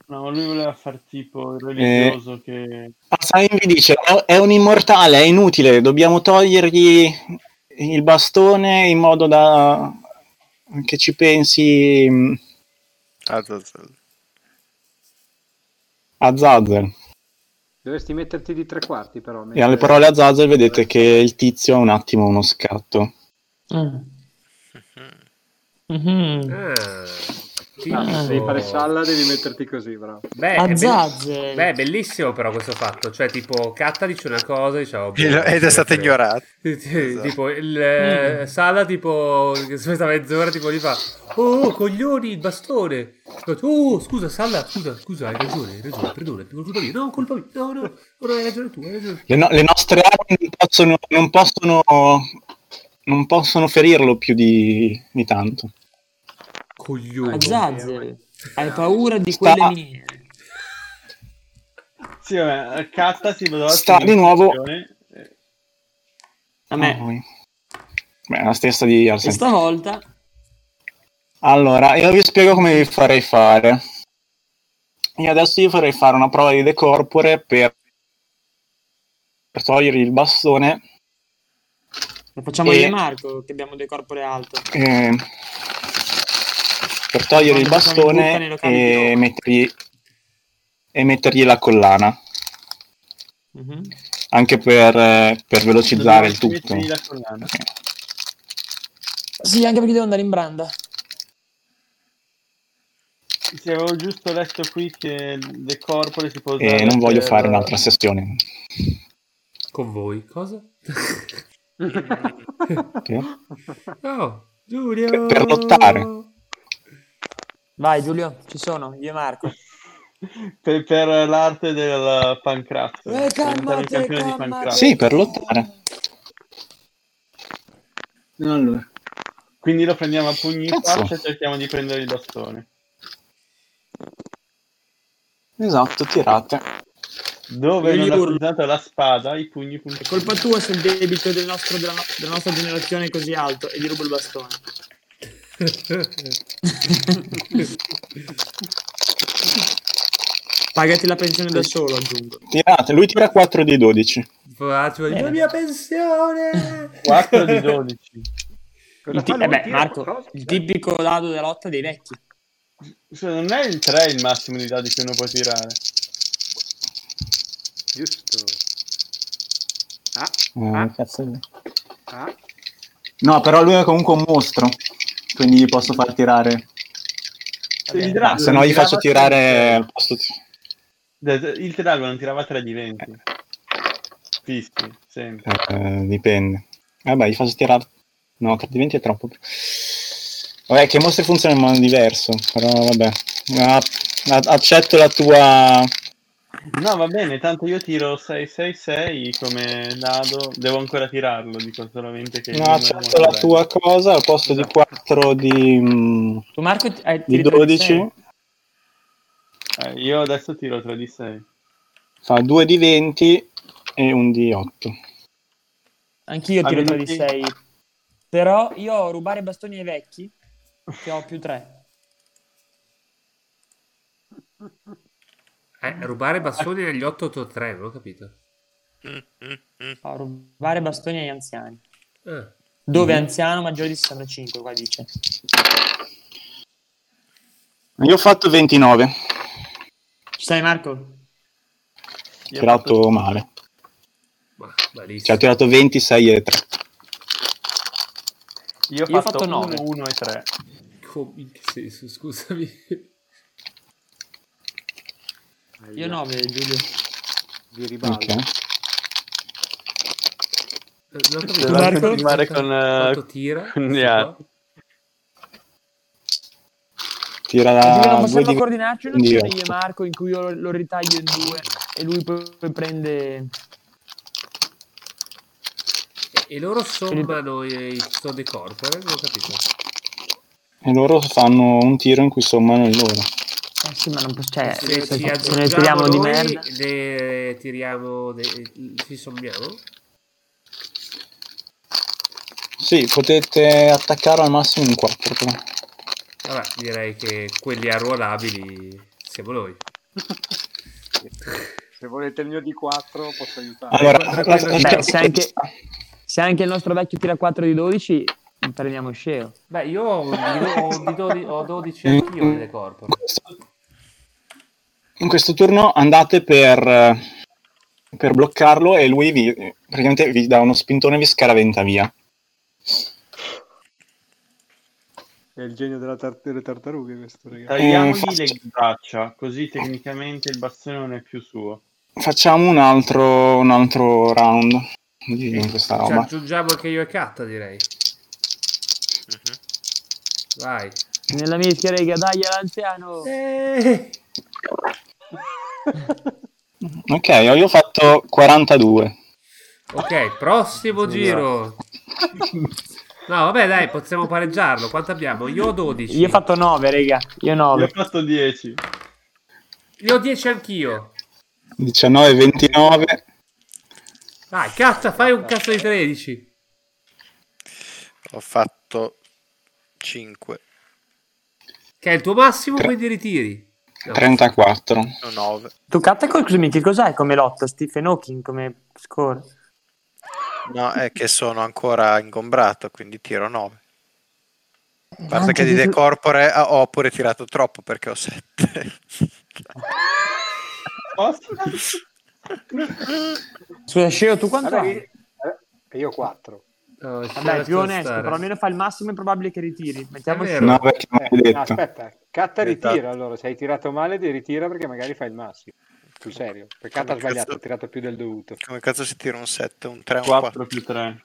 No, lui voleva far tipo il Eh, religioso che... Asain vi Ah, dice, "È- è un immortale, è inutile, dobbiamo togliergli il bastone in modo da che ci pensi mm, mh, Azazel. a Zazel. Dovresti metterti di tre quarti però. E alle mentre- parole a Zazel vedete che il tizio ha un attimo uno scatto. Eh. Mhm. Ah, Ah, se devi tipo- fare salla devi metterti così, bravo. Beh, A è be- Zazel. beh, è bellissimo però questo fatto. Cioè, tipo, Katta dice una cosa dice, "Oh, boh, Ed è stato sì, sì." ignorato. Sì, sì, Esatto. Tipo, il eh, Sala, tipo, che si questa mezz'ora, tipo, gli fa, oh, oh, coglioni, il bastone. Oh, scusa, Sala, scusa, scusa, hai ragione, hai ragione, perdona, è colpa mia. No, colpa mia, no, no, no, hai ragione tu, hai ragione. Le, no- le nostre armi non possono, non possono, non possono ferirlo più di, di tanto. Coglione. A eh. Zazel. Hai paura di quelle miniere. Sì, vabbè, Katta si vedeva... Sta di nuovo- Eh, A me. Poi- Beh, è la stessa di E Arsene. stavolta Allora, io vi spiego come vi farei fare. Io adesso vi farei fare una prova di decorpore per, per togliergli il bastone. lo facciamo E- io e Marco, che abbiamo dei corpore alto. eh, per togliergli il Quando facciamo in butta nei bastone locali di e Roma. mettergli, e mettergli la collana. Mhm. Anche per, eh, per velocizzare il dobbiamo tutto. mettergli la collana. Sì, anche perché devo andare in branda. Sì, avevo giusto letto qui che le corpore si può usare E Eh, non voglio per- fare un'altra sessione. Con voi, cosa? Che? No, Giulio! Per lottare. Vai Giulio, ci sono, io e Marco. per, per l'arte del pancrazio. Eh, Diventare calmate, il campione di calmate. pancrazio. Sì, per lottare. Allora. Quindi lo prendiamo a pugni in Cazzo. faccia e cerchiamo di prendere il bastone. Esatto, tirate. Dove Io non gli ha urlo. usato la spada, i pugni È puntano. colpa tua se il debito del nostro- della, no- della nostra generazione è così alto e gli rubo il bastone. Pagati la pensione da solo, aggiungo. Tirate, lui tira 4 di 12. Faccio la mia pensione! 4 di 12. Il ti- eh beh, Marco, il tipico dado della lotta dei vecchi. Cioè, non è il 3 il massimo di dadi che uno può tirare. Giusto. Ah, Eh, cazzo è- ah. No, però lui è comunque un mostro. Quindi gli posso far tirare. Se il Ah, drago se no non gli faccio tirava tirare al posto. tre- Il drago non tirava 3 di 20. Fischi, sempre. Eh, dipende. Vabbè, gli faccio tirare. No, 3 di 20 è troppo. Vabbè, che i mostri funzionano in modo diverso. Però vabbè. Ah, a- accetto la tua. No, va bene, tanto io tiro 666 come dado. Devo ancora tirarlo, dico solamente che... il No, numero accetto è la bello. tua cosa al posto di 4 di, mm, Tu Marco ti- hai di tiri 12. Eh, io adesso tiro 3 di 6. Fa 2 di 20 e un di 8. Anch'io A tiro meno 2 di che- 6. Però io ho rubare bastoni ai vecchi, che ho più 3. Eh, rubare bastoni agli 883, non ho capito. Ho rubare bastoni agli anziani. Ah, Dove anziano maggiore di 65, qua dice. Io ho fatto 29, Ci sei Marco? Io tirato male. ma Cioè, ho malissimo. tirato 26 e 3. Io Io ho ho fatto fatto nove. 1, 1 e 3. Com- in che senso, scusami. Io 9, Giulio. Vi ribalto. Ok. Eh, Non ho capito. Devo Marco? continuare con... eh, Quanto tira? con gli Questo qua? altri. Giulio, Tira non la 2 possiamo di coordinarci un di un'azione io e 8. Marco in cui io lo, lo ritaglio in due e lui poi, poi prende... E, e loro sommano i sono dei corpore? Non ho capito. E loro fanno un tiro in cui sommano il loro. Eh sì, ma non possiamo... Cioè, Se se ci se ne aggiungiamo tiriamo di noi, merda... ne tiriamo, ne- ci sommiamo? Sì, potete attaccare al massimo in 4. Però. Vabbè, direi che quelli arruolabili siamo noi. Se volete il mio D4 posso aiutare. Allora, guarda, la- guarda, la- Beh, la- se anche, se anche il nostro vecchio tira 4 di 12, prendiamo Sceo. Beh, io ho, ho, di dodi- ho 12 anch'io nelle corpore. in questo turno andate per, eh, per bloccarlo e lui vi, praticamente vi dà uno spintone e vi scaraventa via. È Ah. il genio della tar- delle tartarughe questo, ragazzi. Tagliamogli faccio- le braccia, così tecnicamente il bastone non è più suo. Facciamo un altro, un altro round di questa Ci roba. aggiungiamo anche io e Katta, direi. Vai. Nella mischia, rega, dai all'anziano! Eh, Certo. Ok, io ho fatto 42. Ok, prossimo giro. esatto. No, vabbè, dai, possiamo pareggiarlo. Quanto abbiamo? Io ho 12. Io ho fatto 9, rega, io Io ho 9. fatto 10. Io ho 10 anch'io. 19, 29. Dai, Katta, fai un cazzo di 13. Ho fatto 5, Che è il tuo massimo, quindi ritiri. No. 34. 9. Tu catta col scusami, che cos'hai come lotta? Stephen Hawking come score? No, è che sono ancora ingombrato, quindi tiro 9. A parte Anche che di di- decorpore ah, ho pure tirato troppo perché ho 7. Scusa, Sceo, tu quanto Vabbè, hai? eh, e io 4. No, ci Vabbè, lascio più onesto, stare. però almeno fa il massimo probabile che ritiri. Mettiamo È Sceo. vero. No, perché Eh, no, maledetto. aspetta, catta Aspetta. ritira allora, se hai tirato male ti ritira perché magari fai il massimo. sul serio. Peccato ha Come sbagliato, cazzo- ha tirato più del dovuto. Come cazzo si tira un 7, un 3, un 4? 4 più 3.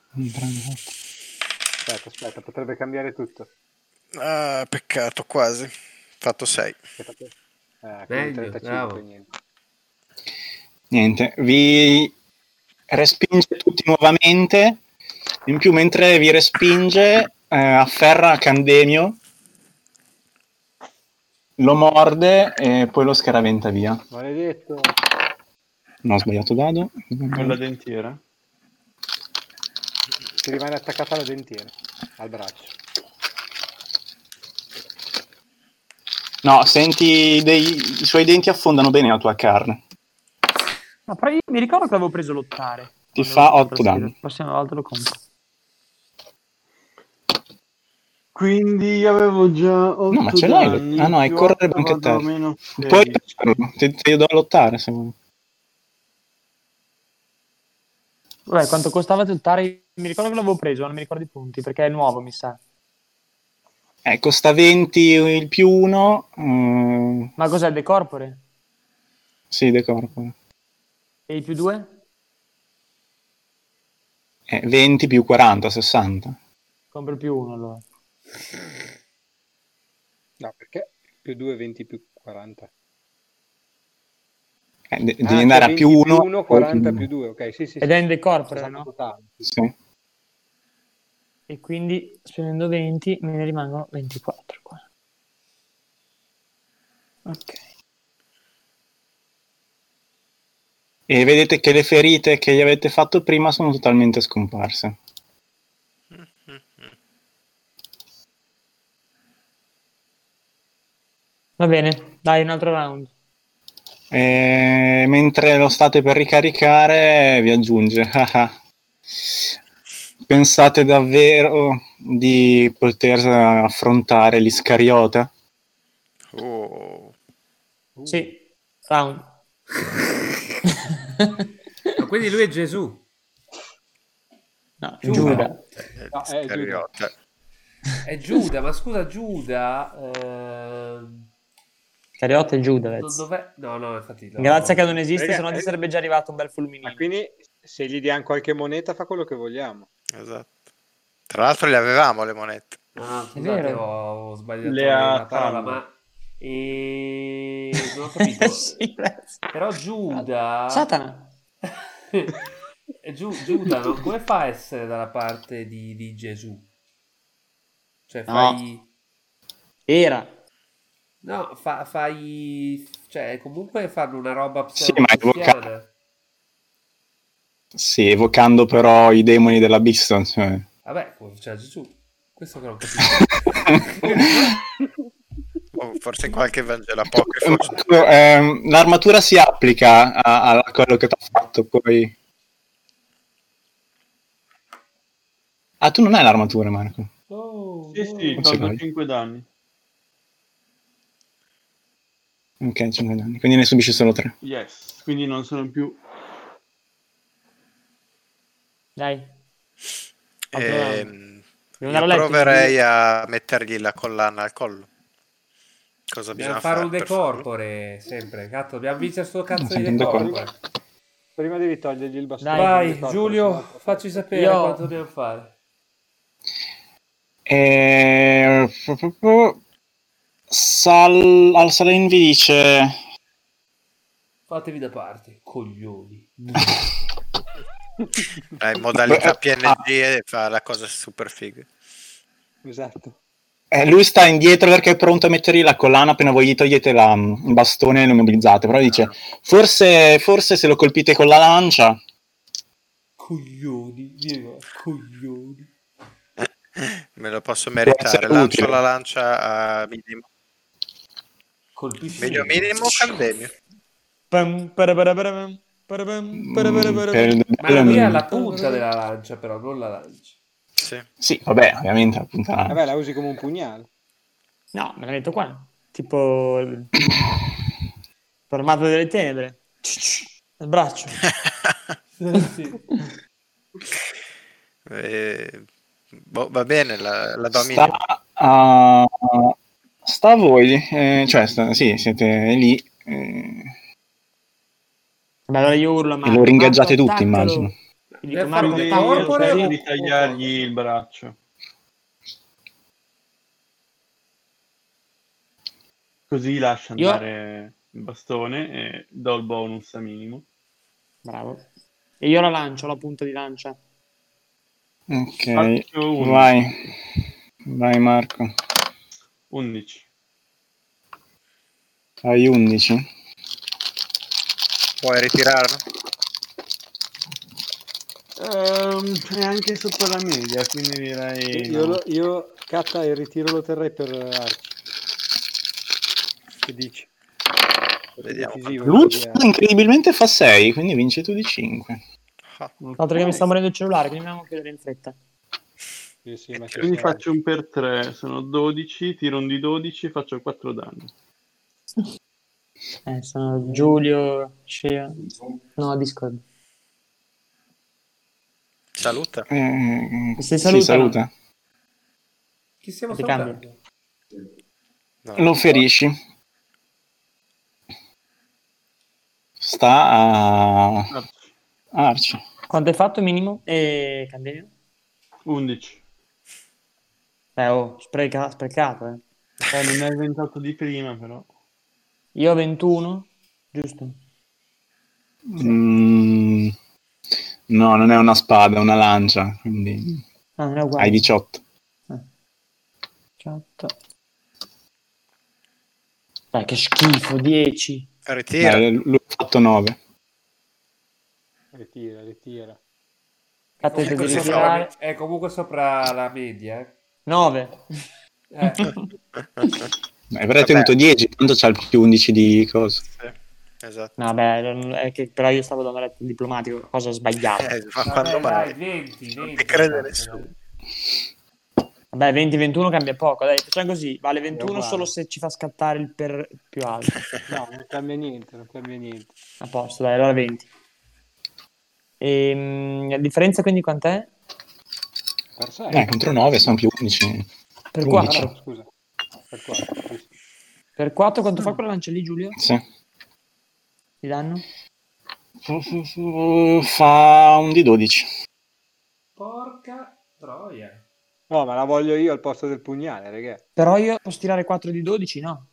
Aspetta, aspetta, potrebbe cambiare tutto. Ah, peccato, quasi. Fatto 6. Aspetta che- Eh, quindi Meglio, 35, bravo. niente. Niente, vi respinge tutti nuovamente. In più, mentre vi respinge, eh, afferra Candemio, lo morde e poi lo scaraventa via. Maledetto. No, ho sbagliato dado. Con la dentiera. Ti rimane attaccata alla dentiera, al braccio. No, senti, dei- i suoi denti affondano bene la tua carne. Ma però io mi ricordo che avevo preso l'ottare. Ti Quando fa l'ho 8 trasferito. danni. La prossima volta lo compro. Quindi avevo già 8 No, ma ce l'hai. danni, Ah, no, è più correre otto anche vado te. a meno Puoi 16. lottarlo, ti, ti do a lottare se vuoi. Vabbè, quanto costava tuttare? Mi ricordo che l'avevo preso, non mi ricordo i punti, perché è nuovo, mi sa. Eh, costa 20 il più 1. Ma cos'è, De Corpore? sì, De Corpo. E i più due? Eh, 20 più 40, 60. Compro il più uno, allora. No, perché più 2, 20 più 40. Eh, de- devi Ah, andare a 20 più 1. 1, 40 più 2, ok, sì, sì. Ed sì. è in De Corpore, Esatto. Saranno no? totali. Sì. E quindi, spendendo 20, me ne rimangono 24 qua. Ok. E vedete che le ferite che gli avete fatto prima sono totalmente scomparse. Va bene, dai, un altro round. E mentre lo state per ricaricare, vi aggiunge. "Ah, ah. Pensate davvero di poter affrontare l'Iscariota? Oh. Uh. Sì, round. Ma quindi lui è Gesù. No, Giuda. No, eh, Giuda. Iscariota. È Giuda, ma scusa Giuda. ehm, Cariotta e Giuda, non dov'è? No, no, infatti. no. Grazie che non esiste, Raga, se no ti eh. sarebbe già arrivato un bel fulminino. Ma quindi se gli diamo qualche moneta fa quello che vogliamo. Esatto. Tra l'altro le avevamo le monete. Ah, È scusate, vero. ho sbagliato Le la ha parola, Thumb. ma... E... Non ho capito. Sì, grazie. Però Giuda... Satana. Eh, Giu- Giuda, no? come fa a essere dalla parte di, di Gesù? Cioè, fai... Era. No, fa- fai... Cioè, comunque fanno una roba Sì, ma è pseudo-cristiana. Sì, evocando però i demoni dell'abisso. Cioè. Vabbè, come faceva Gesù. Questo che non capisco. O Oh, forse in qualche Vangelo apocrifo. Marco, ehm, l'armatura si applica a, a quello che ti ha fatto poi. Ah, tu non hai l'armatura, Marco. Oh, Sì, sì, Non ce tolgo l'hai. 5 danni. Ok, 5 danni, quindi ne subisci solo 3. Yes, quindi non sono più... Dai, devo Ehm, andare io a letto. proverei a mettergli la collana al collo. Cosa bisogna Dobbiamo fare fare? un per farlo? decorpore, sempre. Cazzo, dobbiamo vincere sto cazzo Sempre di un decorpore. Prima devi togliergli il bastone. Dai, Vai, Devi toglierlo, Giulio, sennò- facci sapere Io- quanto dobbiamo fare. E... Sal... Al Salin vi dice... Fatevi da parte, coglioni. Eh, in modalità Ah. PNG e fa la cosa super figa. Esatto. Eh, lui sta indietro perché è pronto a mettergli la collana appena voi gli togliete la- mm, il bastone e lo immobilizzate. Però dice, forse, forse se lo colpite con la lancia... Coglioni, vieni qua, coglioni. Me lo posso Può essere meritare. Lancio utile. la lancia a minimo. Colpisci. Meglio minimo Candemio. Pam, parabarabam, parabam, parabarabam. mm, per il Ma la duello- mia è la punta della lancia, però, non la lancia. Sì. Sì, vabbè, ovviamente la punta la lancia. Vabbè, la usi come un pugnale. No, me l'ha detto qua. Tipo... il- Formato delle tenebre. Il braccio. Sì. Eh, boh, va bene, la, la do a minimo. Sta a, sta a voi, eh, cioè sta- sì, siete lì. eh. Ma allora io urlo, E ma lo ringaggiate Marco, tutti, attaccalo. immagino. Gli dico, Per Marco, farlo Quindi Corporeo. attaccalo. cerchi di tagliargli il braccio. Così lascia Io- andare il bastone e do il bonus a minimo. Bravo. E io la lancio, la punta di lancia. Ok, Faccio uno. vai. Vai Marco. 11. Hai 11. Puoi ritirarlo? Ehm, è anche sotto la media, quindi direi... Io, no. lo- io catta e ritiro lo terrei per eh, Arci. Che dici? Vediamo. Decisivo, L'ultimo quindi, eh. incredibilmente fa 6, quindi vinci tu di 5. Tanto che mi sta morendo il cellulare, quindi dobbiamo chiudere in fretta. Sì, sì, ma ci Quindi sta. faccio un per 3, sono 12, tiro un di 12, faccio 4 danni. Eh, sono Giulio, Scea. No, Discord. Saluta. Eh, Si si salutano. saluta. Chi stiamo Ti salutando? No. Lo ferisci. Sta a Arci, Arci. Quanto hai fatto minimo? E Candelio? 11. Eh, oh, spreca- sprecato, eh. Eh, non è inventato di prima, però. Io ho 21, giusto? Mm, no, non è una spada, è una lancia, quindi Ah, non è hai uguale. 18. 18. Dai, che schifo, 10. Ritira. Beh, lui ha fatto Eh, 9. Ritira, ritira. Cazzo, devi Comunque così ritirare. sopra, è comunque sopra la media. eh. 9. Eh, Beh, però hai tenuto 10, tanto c'ha il più 11 di cosa. Sì, Esatto. Vabbè, non- è che, però io stavo dando letto diplomatico, cosa sbagliata. Eh, ma vabbè, quando dai, mai? 20, 20. Non ti crede nessuno. Vabbè, 20-21 cambia poco. Dai, facciamo così. Vale 21 uguale. solo se ci fa scattare il per più alto. No, non cambia niente, non cambia niente. A posto, dai, allora 20. Ehm, la differenza quindi quant'è? Per 6. Eh, contro 9 sono più 11. Per Undici. 4. Scusa. Per 4. sì, sì. Per 4 quanto fa quella lancia lì, Giulio? Sì. Di danno? Fu- fu- fu- Fa un di 12. Porca troia. No, ma la voglio io al posto del pugnale, raga. Però io posso tirare 4 di 12? No.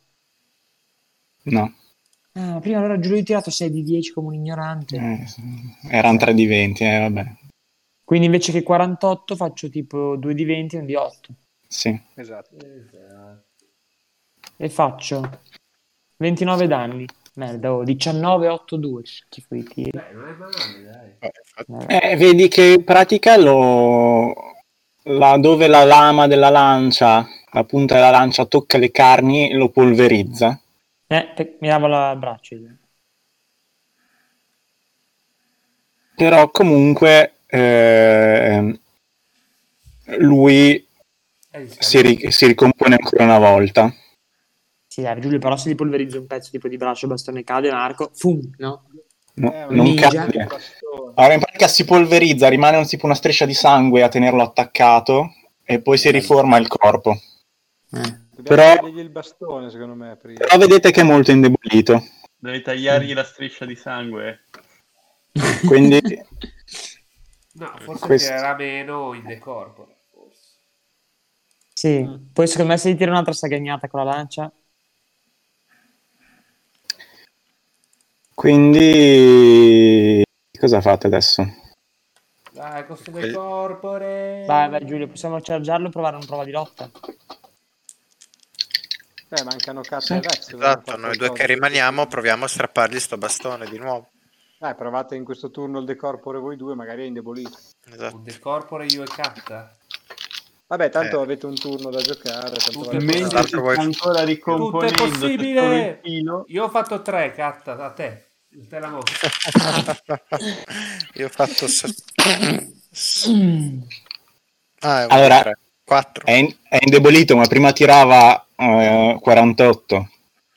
No, Ah, ma prima allora Giulio io ho tirato 6 di 10 come un ignorante. eh, erano 3 di 20, eh, vabbè. Quindi invece che 48 faccio tipo 2 di 20 e un di 8. Sì. Esatto. E faccio 29 danni. Merda, oh, 19, 8, 2. Schifo di tiri. Beh, non è male, dai. Eh, vedi che in pratica lo... là dove la lama della lancia, la punta della lancia tocca le carni, lo polverizza. Eh, te- mi lavo la- il braccio. io. Però comunque ehm, lui È di si, ri- si ricompone ancora una volta. Sì, dai, Giulio, però se gli polverizzo un pezzo tipo di braccio, bastone cade, arco, fum, no? No- Eh, ma non minchia. cambia. Allora, in pratica si polverizza, rimane un- tipo una striscia di sangue a tenerlo attaccato e poi si riforma il corpo. Dobbiamo Però- dargli il bastone, secondo me, prima. Però vedete che è molto indebolito. Devi tagliargli la striscia di sangue. eh. Quindi No, forse Questo- tirerà meno in decorpo. Forse. Sì, Mm. poi secondo me se gli tiro un'altra sagagnata con la lancia, Quindi cosa fate adesso? Dai, questo decorpore. Eh. vai, vai Giulio, possiamo chargearlo e provare una prova di lotta. Eh, mancano Kat e Rex. dobbiamo Esatto, fare noi due qualcosa. che rimaniamo proviamo a strappargli sto bastone di nuovo. Dai, Eh, provate in questo turno il decorpore voi due, magari è indebolito. Esatto. Un decorpore io e Katta. Vabbè, tanto Eh. avete un turno da giocare. Tanto Tutto vale il la mese. Mentre si L'altro vuoi- sta ancora Tutto è ricomponendo sotto il possibile. filo, Io ho fatto tre, Katta, a te. A te la mossa. Io ho fatto. se- ah, è un Allora- eh. 4. È, in- è indebolito, ma prima tirava eh, 48.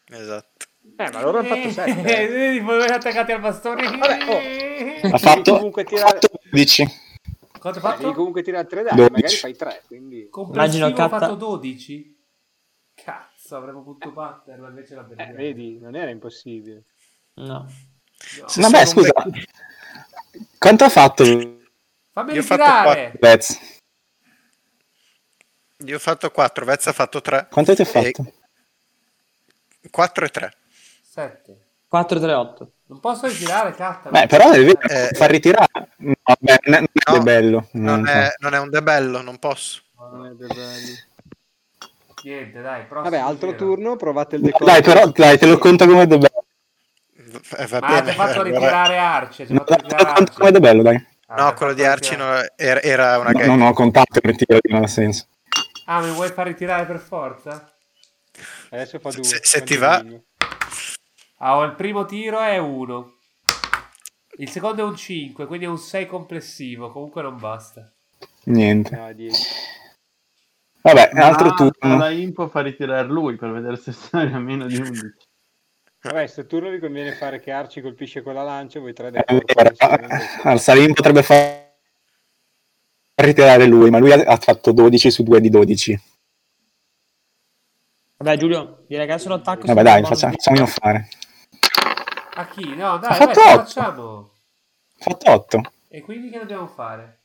Esatto. Eh, ma loro hanno fatto eh. eh. 7. Vedi, voi attaccati al Ah, bastone. Vabbè, oh. Ha fatto, comunque tirare- ha fatto 12. Quanto ho Devi fatto? comunque tirare 3 danni, magari 12. fai 3, quindi... Complessivo Immagino ho Katta- fatto 12. Cazzo, avremmo potuto batterla invece la Eh, perdiamo. vedi, non era impossibile. No. Se Vabbè, sono un scusa. Quanto ha fatto Fammi Io ho fatto ritirare. Vez? vec- Io ho fatto 4, Vez ha fatto 3. Quanto ti ha fatto? 4 e 3. 7. 438. Non posso ritirare, catta. Beh, però devi Eh, far ritirare. No, beh, n- non no, eh, è bello. Non Mm. è, non è un debello, non posso. Niente, dai, prossimo Vabbè, altro giro. turno, provate il No, decoder. Dai, però, dai, te lo conto come de bello. V- eh, va Ma Ah, ti bene, ha fatto allora- ritirare Arce. Ti ha No, fatto te lo ritirare conto come de Arce. bello, dai. Ah, ti ha No, quello di fatto Arci ritirare. non- era, era una No, gag. non ho contatto per tiro, non ha senso. Ah, mi vuoi far ritirare per forza? Adesso fa due. Se- se fa ti due va. linee. Ah, oh, il primo tiro è 1. Il secondo è un 5, quindi è un 6 complessivo. Comunque non basta. Niente. No, Ah, dieci. Vabbè, altro Ma turno. Eh, La impo fa ritirare lui per vedere se sale a meno di 11. Vabbè, sto turno vi conviene fare che Arci colpisce con la lancia, voi tre Eh, dai Allora, al Salim potrebbe far ritirare lui, ma lui ha- ha fatto 12 su 2 di 12. Vabbè, Giulio, direi che adesso l'attacco. Vabbè, dai, facciamo, facciamo di non fare. A chi? No, Ha dai, dai, fatto ce la otto. facciamo. Ha fatto 8. E quindi che dobbiamo fare?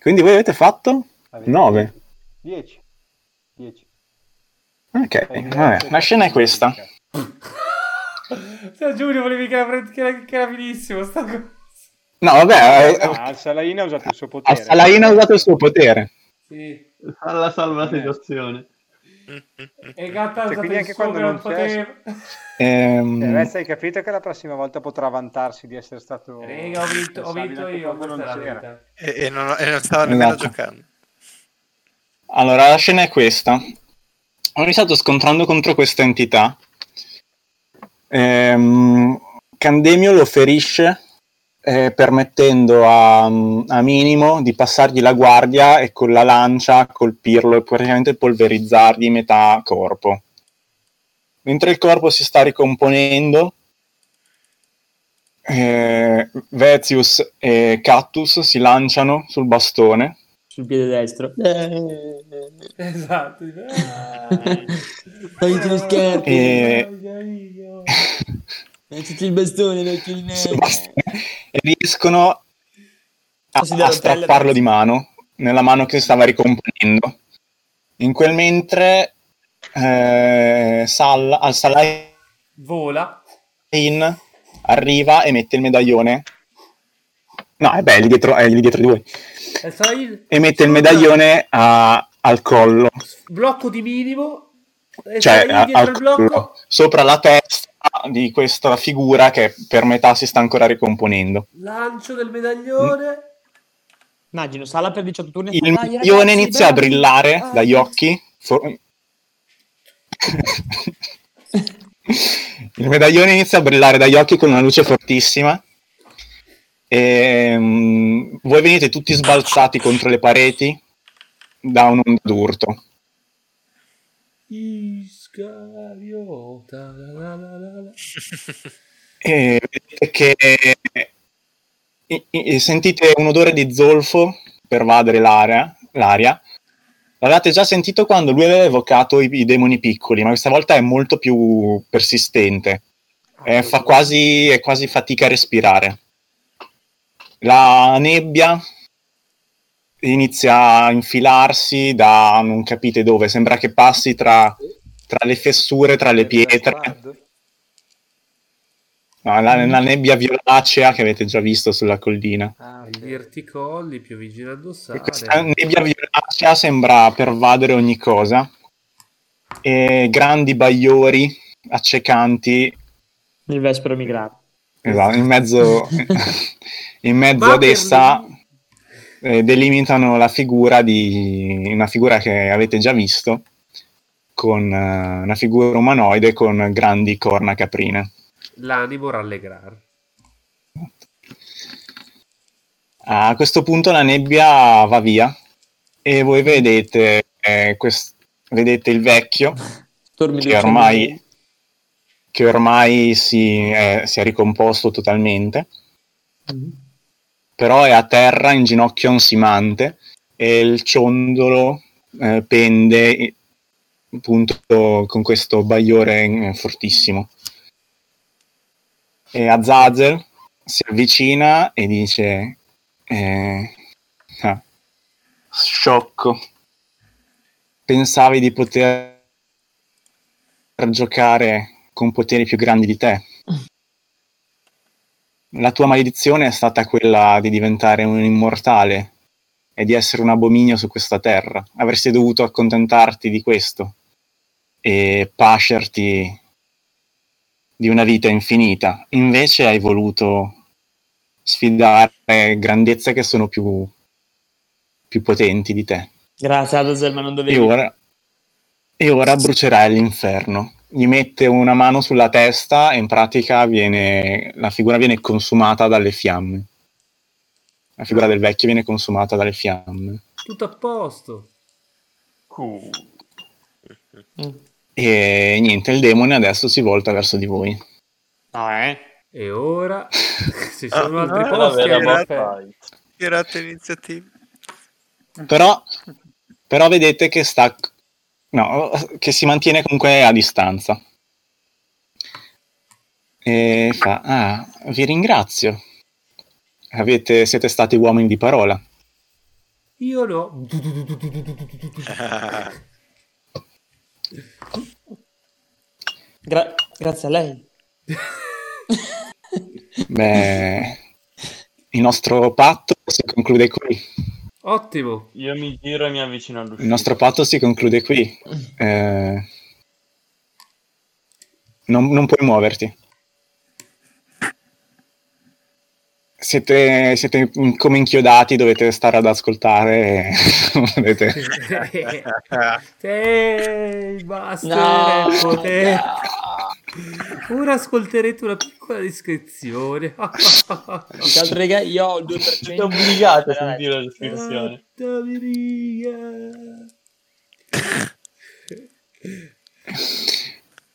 Quindi voi avete fatto 9. 10. 10. Ok, Eh, vabbè. La scena è questa. Cioè, Giulio, volevi che era, che era- che era finissimo sta cosa. No, vabbè, eh, No, al Salaina ha usato il suo al potere. Salahin ha usato il suo potere. Sì. Alla salvateggiazione. E Gatta ha Cioè, usato quindi il anche suo quando che non non c'è, poteva. Ehm, Eh, adesso hai capito che la prossima volta potrà vantarsi di essere stato... Raga, ho vinto, ho responsabile vinto anche io. quando Questa è la non c'era. verità. E, e non, e non stava nemmeno Esatto. giocando. Allora, la scena è questa. Ho stato scontrando contro questa entità. Ehm, Candemio lo ferisce eh, permettendo a, a Minimo di passargli la guardia e con la lancia colpirlo e praticamente polverizzargli metà corpo. Mentre il corpo si sta ricomponendo, eh, Vezius e Cattus si lanciano sul bastone Sul piede destro. Esatto. Fai uno scherzo. e, Eh. Mettiti il bastone, vecchio di Sì, merda. basta. e eh, riescono a, Così da a rotelle, penso. strapparlo di mano nella mano che stava ricomponendo in quel mentre eh, Sal- al Salahin Vola. arriva e mette il medaglione no eh beh, è lì dietro, è lì dietro di voi E Sahin e mette il medaglione a- al collo blocco di minimo. E cioè Sahin a- dietro al il blocco. collo, sopra la testa di questa figura che per metà si sta ancora ricomponendo Lancio del medaglione. Immagino, sala per 18 turni. e il fa, "Dai, milione ragazzi, inizia a bravi". brillare Ah. dagli occhi. for- il medaglione inizia a brillare dagli occhi con una luce fortissima. E, mm, voi venite tutti sbalzati contro le pareti da un'onda d'urto. Iscariota. la, la, la, la. E vedete che e- e eh, sentite un odore di zolfo pervadere l'area, l'aria. L'avevate già sentito quando lui aveva evocato i, i demoni piccoli, ma questa volta è molto più persistente. Eh, fa quasi, è quasi fatica a respirare. La nebbia inizia a infilarsi da non capite dove, sembra che passi tra, tra le fessure, tra le pietre. No, la, la nebbia violacea che avete già visto sulla collina. Ah, ok. I verticolli più vicino ad E addossare. Questa nebbia violacea sembra pervadere ogni cosa. E grandi bagliori accecanti Il vespero migrato. esatto, in mezzo, in mezzo Ma ad per essa lui- eh, delimitano la figura di una figura che avete già visto, con eh, una figura umanoide con grandi corna caprine. L'animo rallegrar. A questo punto la nebbia va via e voi vedete, eh, quest- vedete il vecchio Stormi che ormai, che ormai si, è, si è ricomposto totalmente, però è a terra in ginocchio ansimante e il ciondolo eh, pende eh, appunto con questo bagliore eh, fortissimo. e Azazel si avvicina e dice eh, ah, sciocco pensavi di poter giocare con poteri più grandi di te la tua maledizione è stata quella di diventare un immortale e di essere un abominio su questa terra avresti dovuto accontentarti di questo e pascerti di una vita infinita. Invece hai voluto sfidare grandezze che sono più, più potenti di te. Grazie, Adazel, ma non E dovevi. ora, e ora brucerai l'inferno. Gli mette una mano sulla testa e in pratica viene, la figura viene consumata dalle fiamme. La figura del vecchio viene consumata dalle fiamme. Tutto a posto. Cool. E niente, il demone adesso si volta verso di voi. No, eh. E ora ci sono Ah, altri ah, posti. vabbè, eh, vabbè. caffè. Tirate iniziativa. però, però vedete che sta no, che si mantiene comunque a distanza e fa ah, vi ringrazio Avete- siete stati uomini di parola Io no. Gra- grazie a lei. beh il nostro patto si conclude qui Ottimo. Io mi giro e mi avvicino il all'uscita. nostro patto si conclude qui Eh, non, non puoi muoverti siete, siete in- come inchiodati dovete stare ad ascoltare e dovete- Te, il master No, eh, è potente. no. Ora ascolterete una piccola descrizione. Più che altro, raga, io ho il 2%. Siete obbligati a sentire la descrizione. Porta via.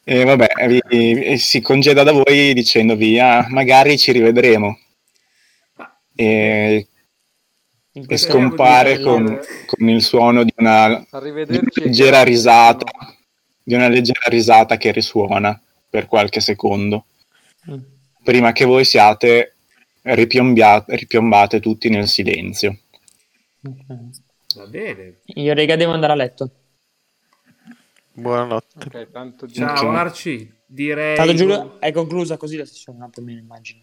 E vabbè, vi- vi- si congeda da voi dicendovi, ah, magari ci rivedremo. E, In e questo scompare momento con, della- con il suono di una, di una Arrivederci. leggera risata, di una leggera risata che risuona per qualche secondo, Mm. prima che voi siate ripiombia- ripiombate tutti nel silenzio. Ok. Va bene. Io, raga, devo andare a letto. Buonanotte. Ok, tanto di... Ciao Ok. Arci, direi Tanto giuro, è conclusa così la sessione, no? Più o meno, immagino.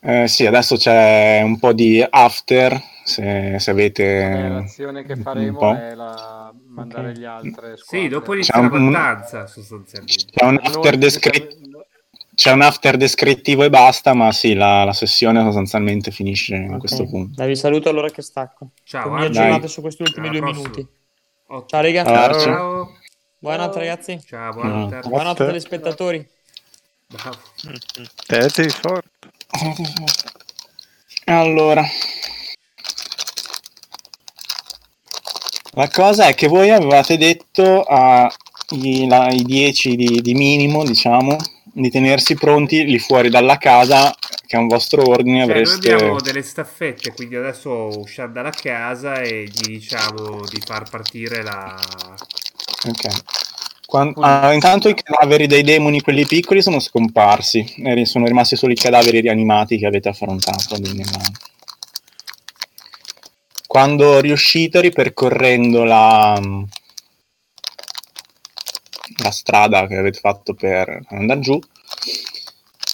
Eh, sì, adesso c'è un po' di after, se, se Eh, avete... l'azione che un faremo po'. è la... mandare Ok. gli altri. Sì, dopo inizia Ciao, la mm. mattanza sostanzialmente. C'è un after descritto. diciamo- c'è un after descrittivo e basta, ma sì, la, la sessione sostanzialmente finisce a Ok. questo punto. Dai, vi saluto allora che stacco. Ciao, Come mi Arci. aggiornate su questi ultimi Alla due prossima. minuti. Ottimo. Ciao, raga. Ciao, Arci. Ciao. Buonanotte, ragazzi. Ciao, buonanotte. Arci. Buonanotte, telespettatori. Bravo. Tenetevi forte. Allora, la cosa è che voi avevate detto ai la- ai 10 di, di minimo, diciamo, di tenersi pronti lì fuori dalla casa, che è un vostro ordine. Cioè, noi avreste... abbiamo delle staffette, quindi adesso usciamo dalla casa e gli diciamo di far partire la... Ok. Quan- ah, intanto i cadaveri dei demoni, quelli piccoli, sono scomparsi. e ri- Sono rimasti solo i cadaveri rianimati che avete affrontato. quindi, ma- Quando riuscite, ripercorrendo la, mm, la strada che avete fatto per andare giù,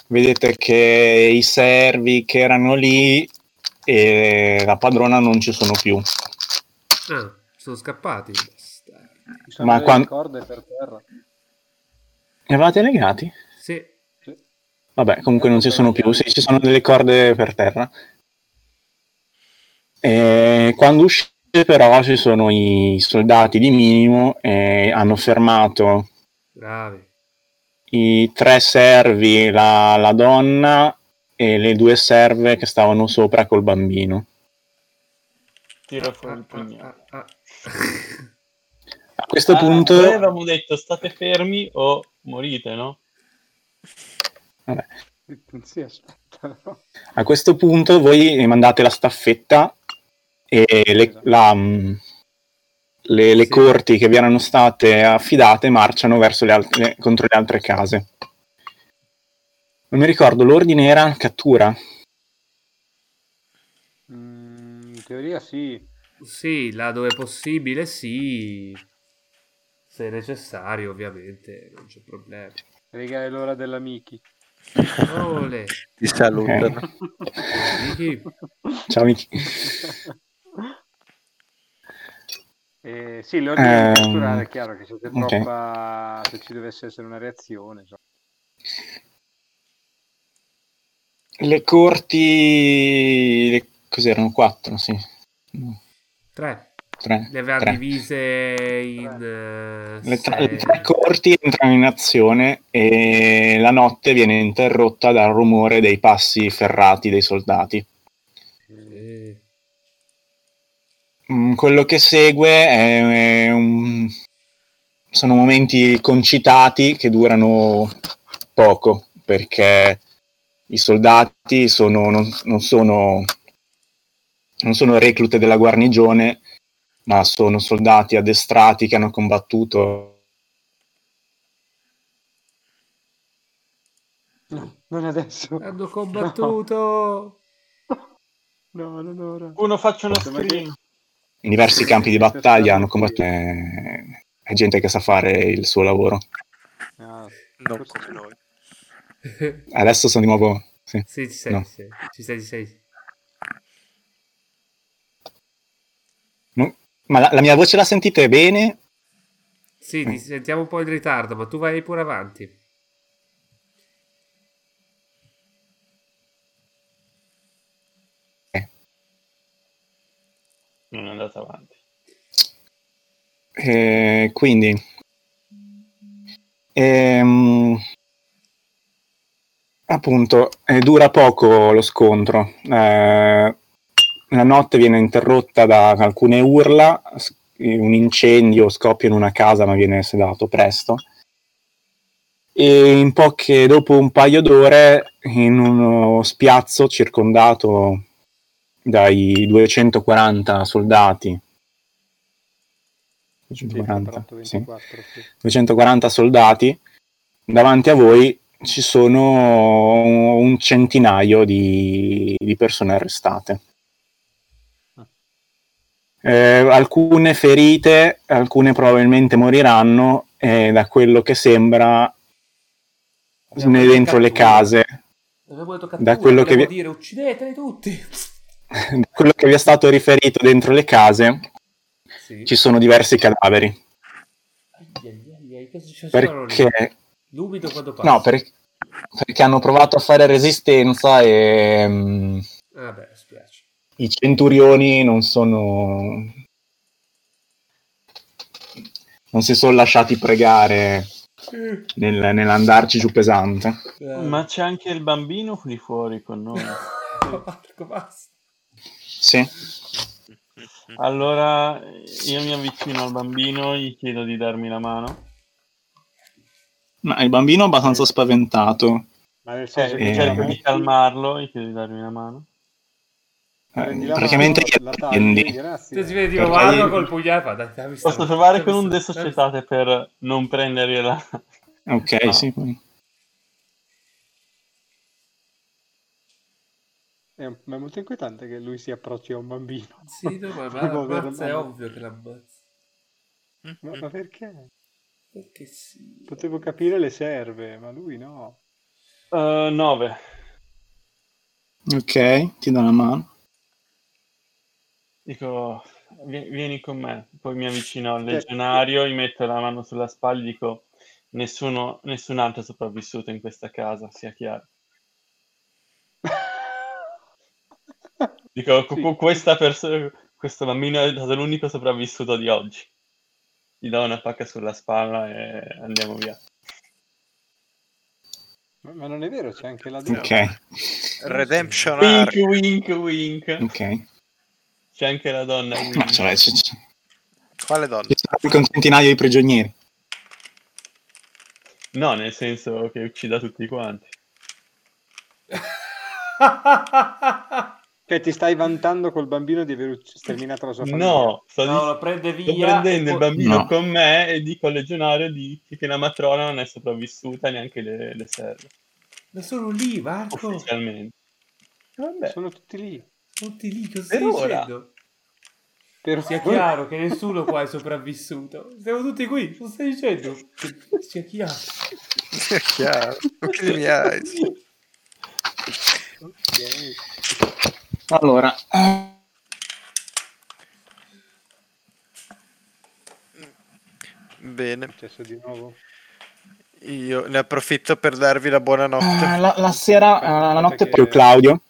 vedete che i servi che erano lì e la padrona non ci sono più. Ah, sono scappati. Ma Ma quando... quan- corde per terra. Ne avevate legati? Sì. Vabbè, comunque non ci sono più, sì, ci sono delle corde per terra. E quando uscite però ci sono i soldati di minimo e hanno fermato Bravi. i tre servi, la, la donna e le due serve che stavano sopra col bambino. Tiro fuori Ah, il pugnale. ah, ah, ah. A questo Ah, punto... Noi avevamo detto state fermi o morite, no? Non si aspetta. A questo punto voi mandate la staffetta e le, la, mm, le- le Sì. corti che vi erano state affidate marciano verso le altre, contro le altre case. Non mi ricordo, l'ordine era cattura. Mm, in teoria sì. Sì, là dove è possibile, sì. Se è necessario, ovviamente, non c'è problema. Regà, è l'ora della Miki. Ole. Ti salutano. Miki, Ciao amici. Eh, sì, l'ordine Ehm, culturale è chiaro che se c'è ok. troppa, se ci dovesse essere una reazione, insomma. Le corti... le- Cos'erano? Quattro, sì. No, tre. Tre. Le avevano tre. divise in... eh, Le tre, le sei. tre corti entrano in azione e la notte viene interrotta dal rumore dei passi ferrati dei soldati. Sì. Mm, quello che segue è- è un- sono momenti concitati che durano poco perché i soldati sono- non, non sono, non sono reclute della guarnigione ma sono soldati addestrati che hanno combattuto No, non adesso. Hanno combattuto... No, non ora. Uno faccio una Posso vedere? screen. in diversi campi di battaglia hanno combattuto eh, è gente che sa fare il suo lavoro No, Non Ah, Ecco forse- come noi. adesso sono di nuovo sì. sì, ci sei, No. ci sei, ci sei, ci sei. No? ma la, la mia voce la sentite bene? Sì, Mm. ti sentiamo un po' in ritardo, ma tu vai pure avanti. Non è andata avanti. Eh, quindi ehm, appunto eh, dura poco lo scontro Eh, la notte viene interrotta da alcune urla s- un incendio scoppia in una casa ma viene sedato presto e in poche dopo un paio d'ore in uno spiazzo circondato dai 240 soldati sì, 240, sì. 24, sì. 240 soldati, davanti a voi ci sono un centinaio di, di persone arrestate. Eh, alcune ferite, alcune probabilmente moriranno, eh, da quello che sembra Abbiamo né dentro le cattura. case, Abbiamo detto Da quello che volevo vi- dire uccideteli tutti. da quello che vi è stato riferito dentro le case, Sì. ci sono diversi cadaveri. Ai, ai, ai, ai, cosa ci sono lì? Perché L'umido quando passa. No, per- perché hanno provato a fare resistenza e mm, Ah, beh, spiace. i centurioni non sono... non si sono lasciati pregare nel- nell'andarci giù pesante. Eh, Ma c'è anche il bambino lì fuori con noi. Mm. Marco, basta. Sì. Allora io mi avvicino al bambino, gli chiedo di darmi la mano. Ma il bambino è abbastanza spaventato. Ma nel Cioè, senso che Eh, cerco eh. di calmarlo, gli chiedo di darmi una mano. Prendi Eh, la praticamente mano, la tagli, Tu grazie. ti vedi Cioè, tipo Perché- Marco col pugnale e fa, dai, dammi sta Posso roba, provare dammi con un sta- desossetate per non prendere la... Ok, Ah. sì. poi- È, un- Eh, ma è molto inquietante che lui si approcci a un bambino. dammi sta- Sì, no, ma ma- Tipo, ammazza, è veramente. ovvio che l'ammazza. Ma, ma perché? Perché sì. Potevo capire le serve, ma lui no. 9. Ok, ti do una mano. Dico, "Vi- vieni con me. Poi mi avvicino al legionario, gli metto la mano sulla spalla e dico, nessuno, nessun altro è sopravvissuto in questa casa, sia chiaro. Dico, "Cu- cu- questa perso- questo bambino è stato l'unico sopravvissuto di oggi. Gli do una pacca sulla spalla e andiamo via. Ma, ma non è vero, c'è anche la donna. Ok, Redemption Wink, Arc. wink, wink. ok. C'è anche la donna. Ma wink. cioè, c- c- Quale donna? ci sono anche un centinaio di prigionieri. No, nel senso che uccida tutti quanti. Cioè, ti stai vantando col bambino di aver ucc- sterminato la sua famiglia? No, sto, No, dicendo lo prende via. Sto prendendo il poi- bambino No. con me e dico al legionario di- che la matrona non è sopravvissuta neanche le, le serve. Ma sono lì, Oh, Marco. ufficialmente. Vabbè, Sono tutti lì. Tutti lì, cosa Per stai ora. dicendo? Per Sia chiaro che nessuno qua è sopravvissuto. Siamo tutti qui, cosa stai dicendo? Che- Sia chiaro. È chiaro. Occhini hai. allora, Bene, Adesso di nuovo. io ne approfitto per darvi la buonanotte. eh, la, la sera, eh, la notte Aspetta per che- Claudio.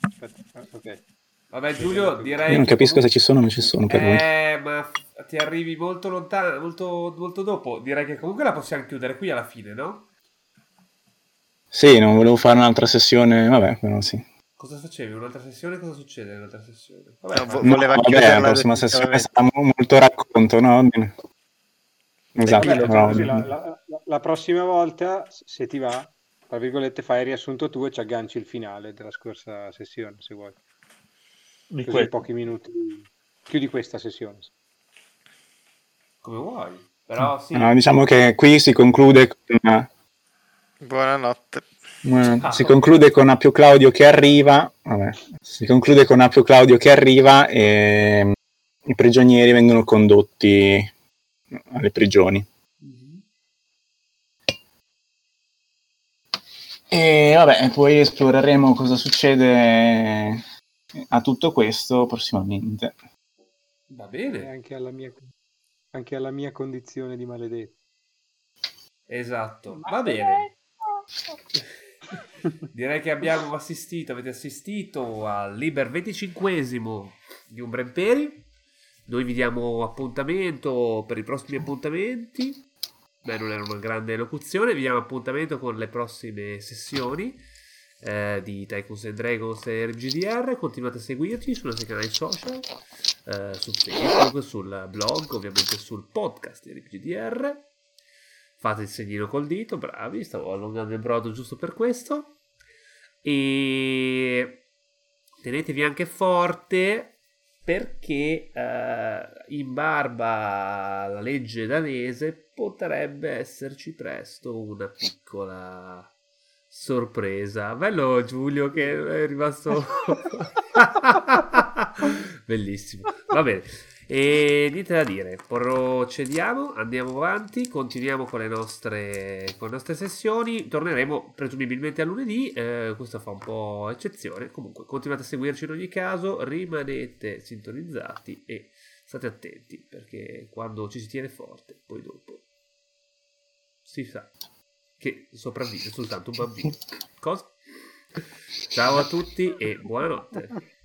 Aspetta, ah, ok. Vabbè, Giulio, direi. Io non che- capisco se ci sono o non ci sono per voi. Eh, ma f- ti arrivi molto lontano, molto, molto dopo. Direi che comunque la possiamo chiudere qui alla fine, no? Sì, non volevo fare un'altra sessione, vabbè, però sì. Cosa facevi? Un'altra sessione? Cosa succede nell'altra sessione? Vabbè, No, vo- No, boh. voleva vabbè, chiuderla la prossima sessione definitivamente. sarà mo- molto racconto, no? Bene. Esatto, Vabbè, no, così la, la- la- la prossima volta, s- se ti va, tra virgolette, fai il riassunto tu e ci agganci il finale della scorsa sessione, se vuoi. Di Così in questo. pochi minuti chiudi questa sessione. come vuoi. Però sì. no, diciamo che qui si conclude con una- Buonanotte. una- Ah. si conclude con Appio Claudio che arriva, vabbè, si conclude con Appio Claudio che arriva e mm, i prigionieri vengono condotti alle prigioni. E vabbè, poi esploreremo cosa succede a tutto questo prossimamente. Va E bene. anche alla mia, anche alla mia condizione di maledetto. Esatto. Va bene. Direi che abbiamo assistito, avete assistito al Liber 25 di Umbra Imperi. Noi vi diamo appuntamento per i prossimi appuntamenti. Beh, non era una grande locuzione, vi diamo appuntamento con le prossime sessioni eh, di Tycoons and Dragons e RGDR. Continuate a seguirci sui nostri canali social, eh, su Facebook, sul blog, ovviamente sul podcast di RGDR. Fate il segnino col dito, bravi, stavo allungando il brodo giusto per questo. E tenetevi anche forte perché eh, in barba alla legge danese potrebbe esserci presto una piccola sorpresa. Bello Giulio che è rimasto bellissimo. Va bene. E niente da dire, procediamo, andiamo avanti, continuiamo con le nostre, con le nostre sessioni, torneremo presumibilmente a lunedì, eh, questo fa un po' eccezione, comunque continuate a seguirci in ogni caso, rimanete sintonizzati e state attenti perché quando ci si tiene forte, poi dopo si sa che sopravvive soltanto un bambino. Cosa? Ciao a tutti e buonanotte.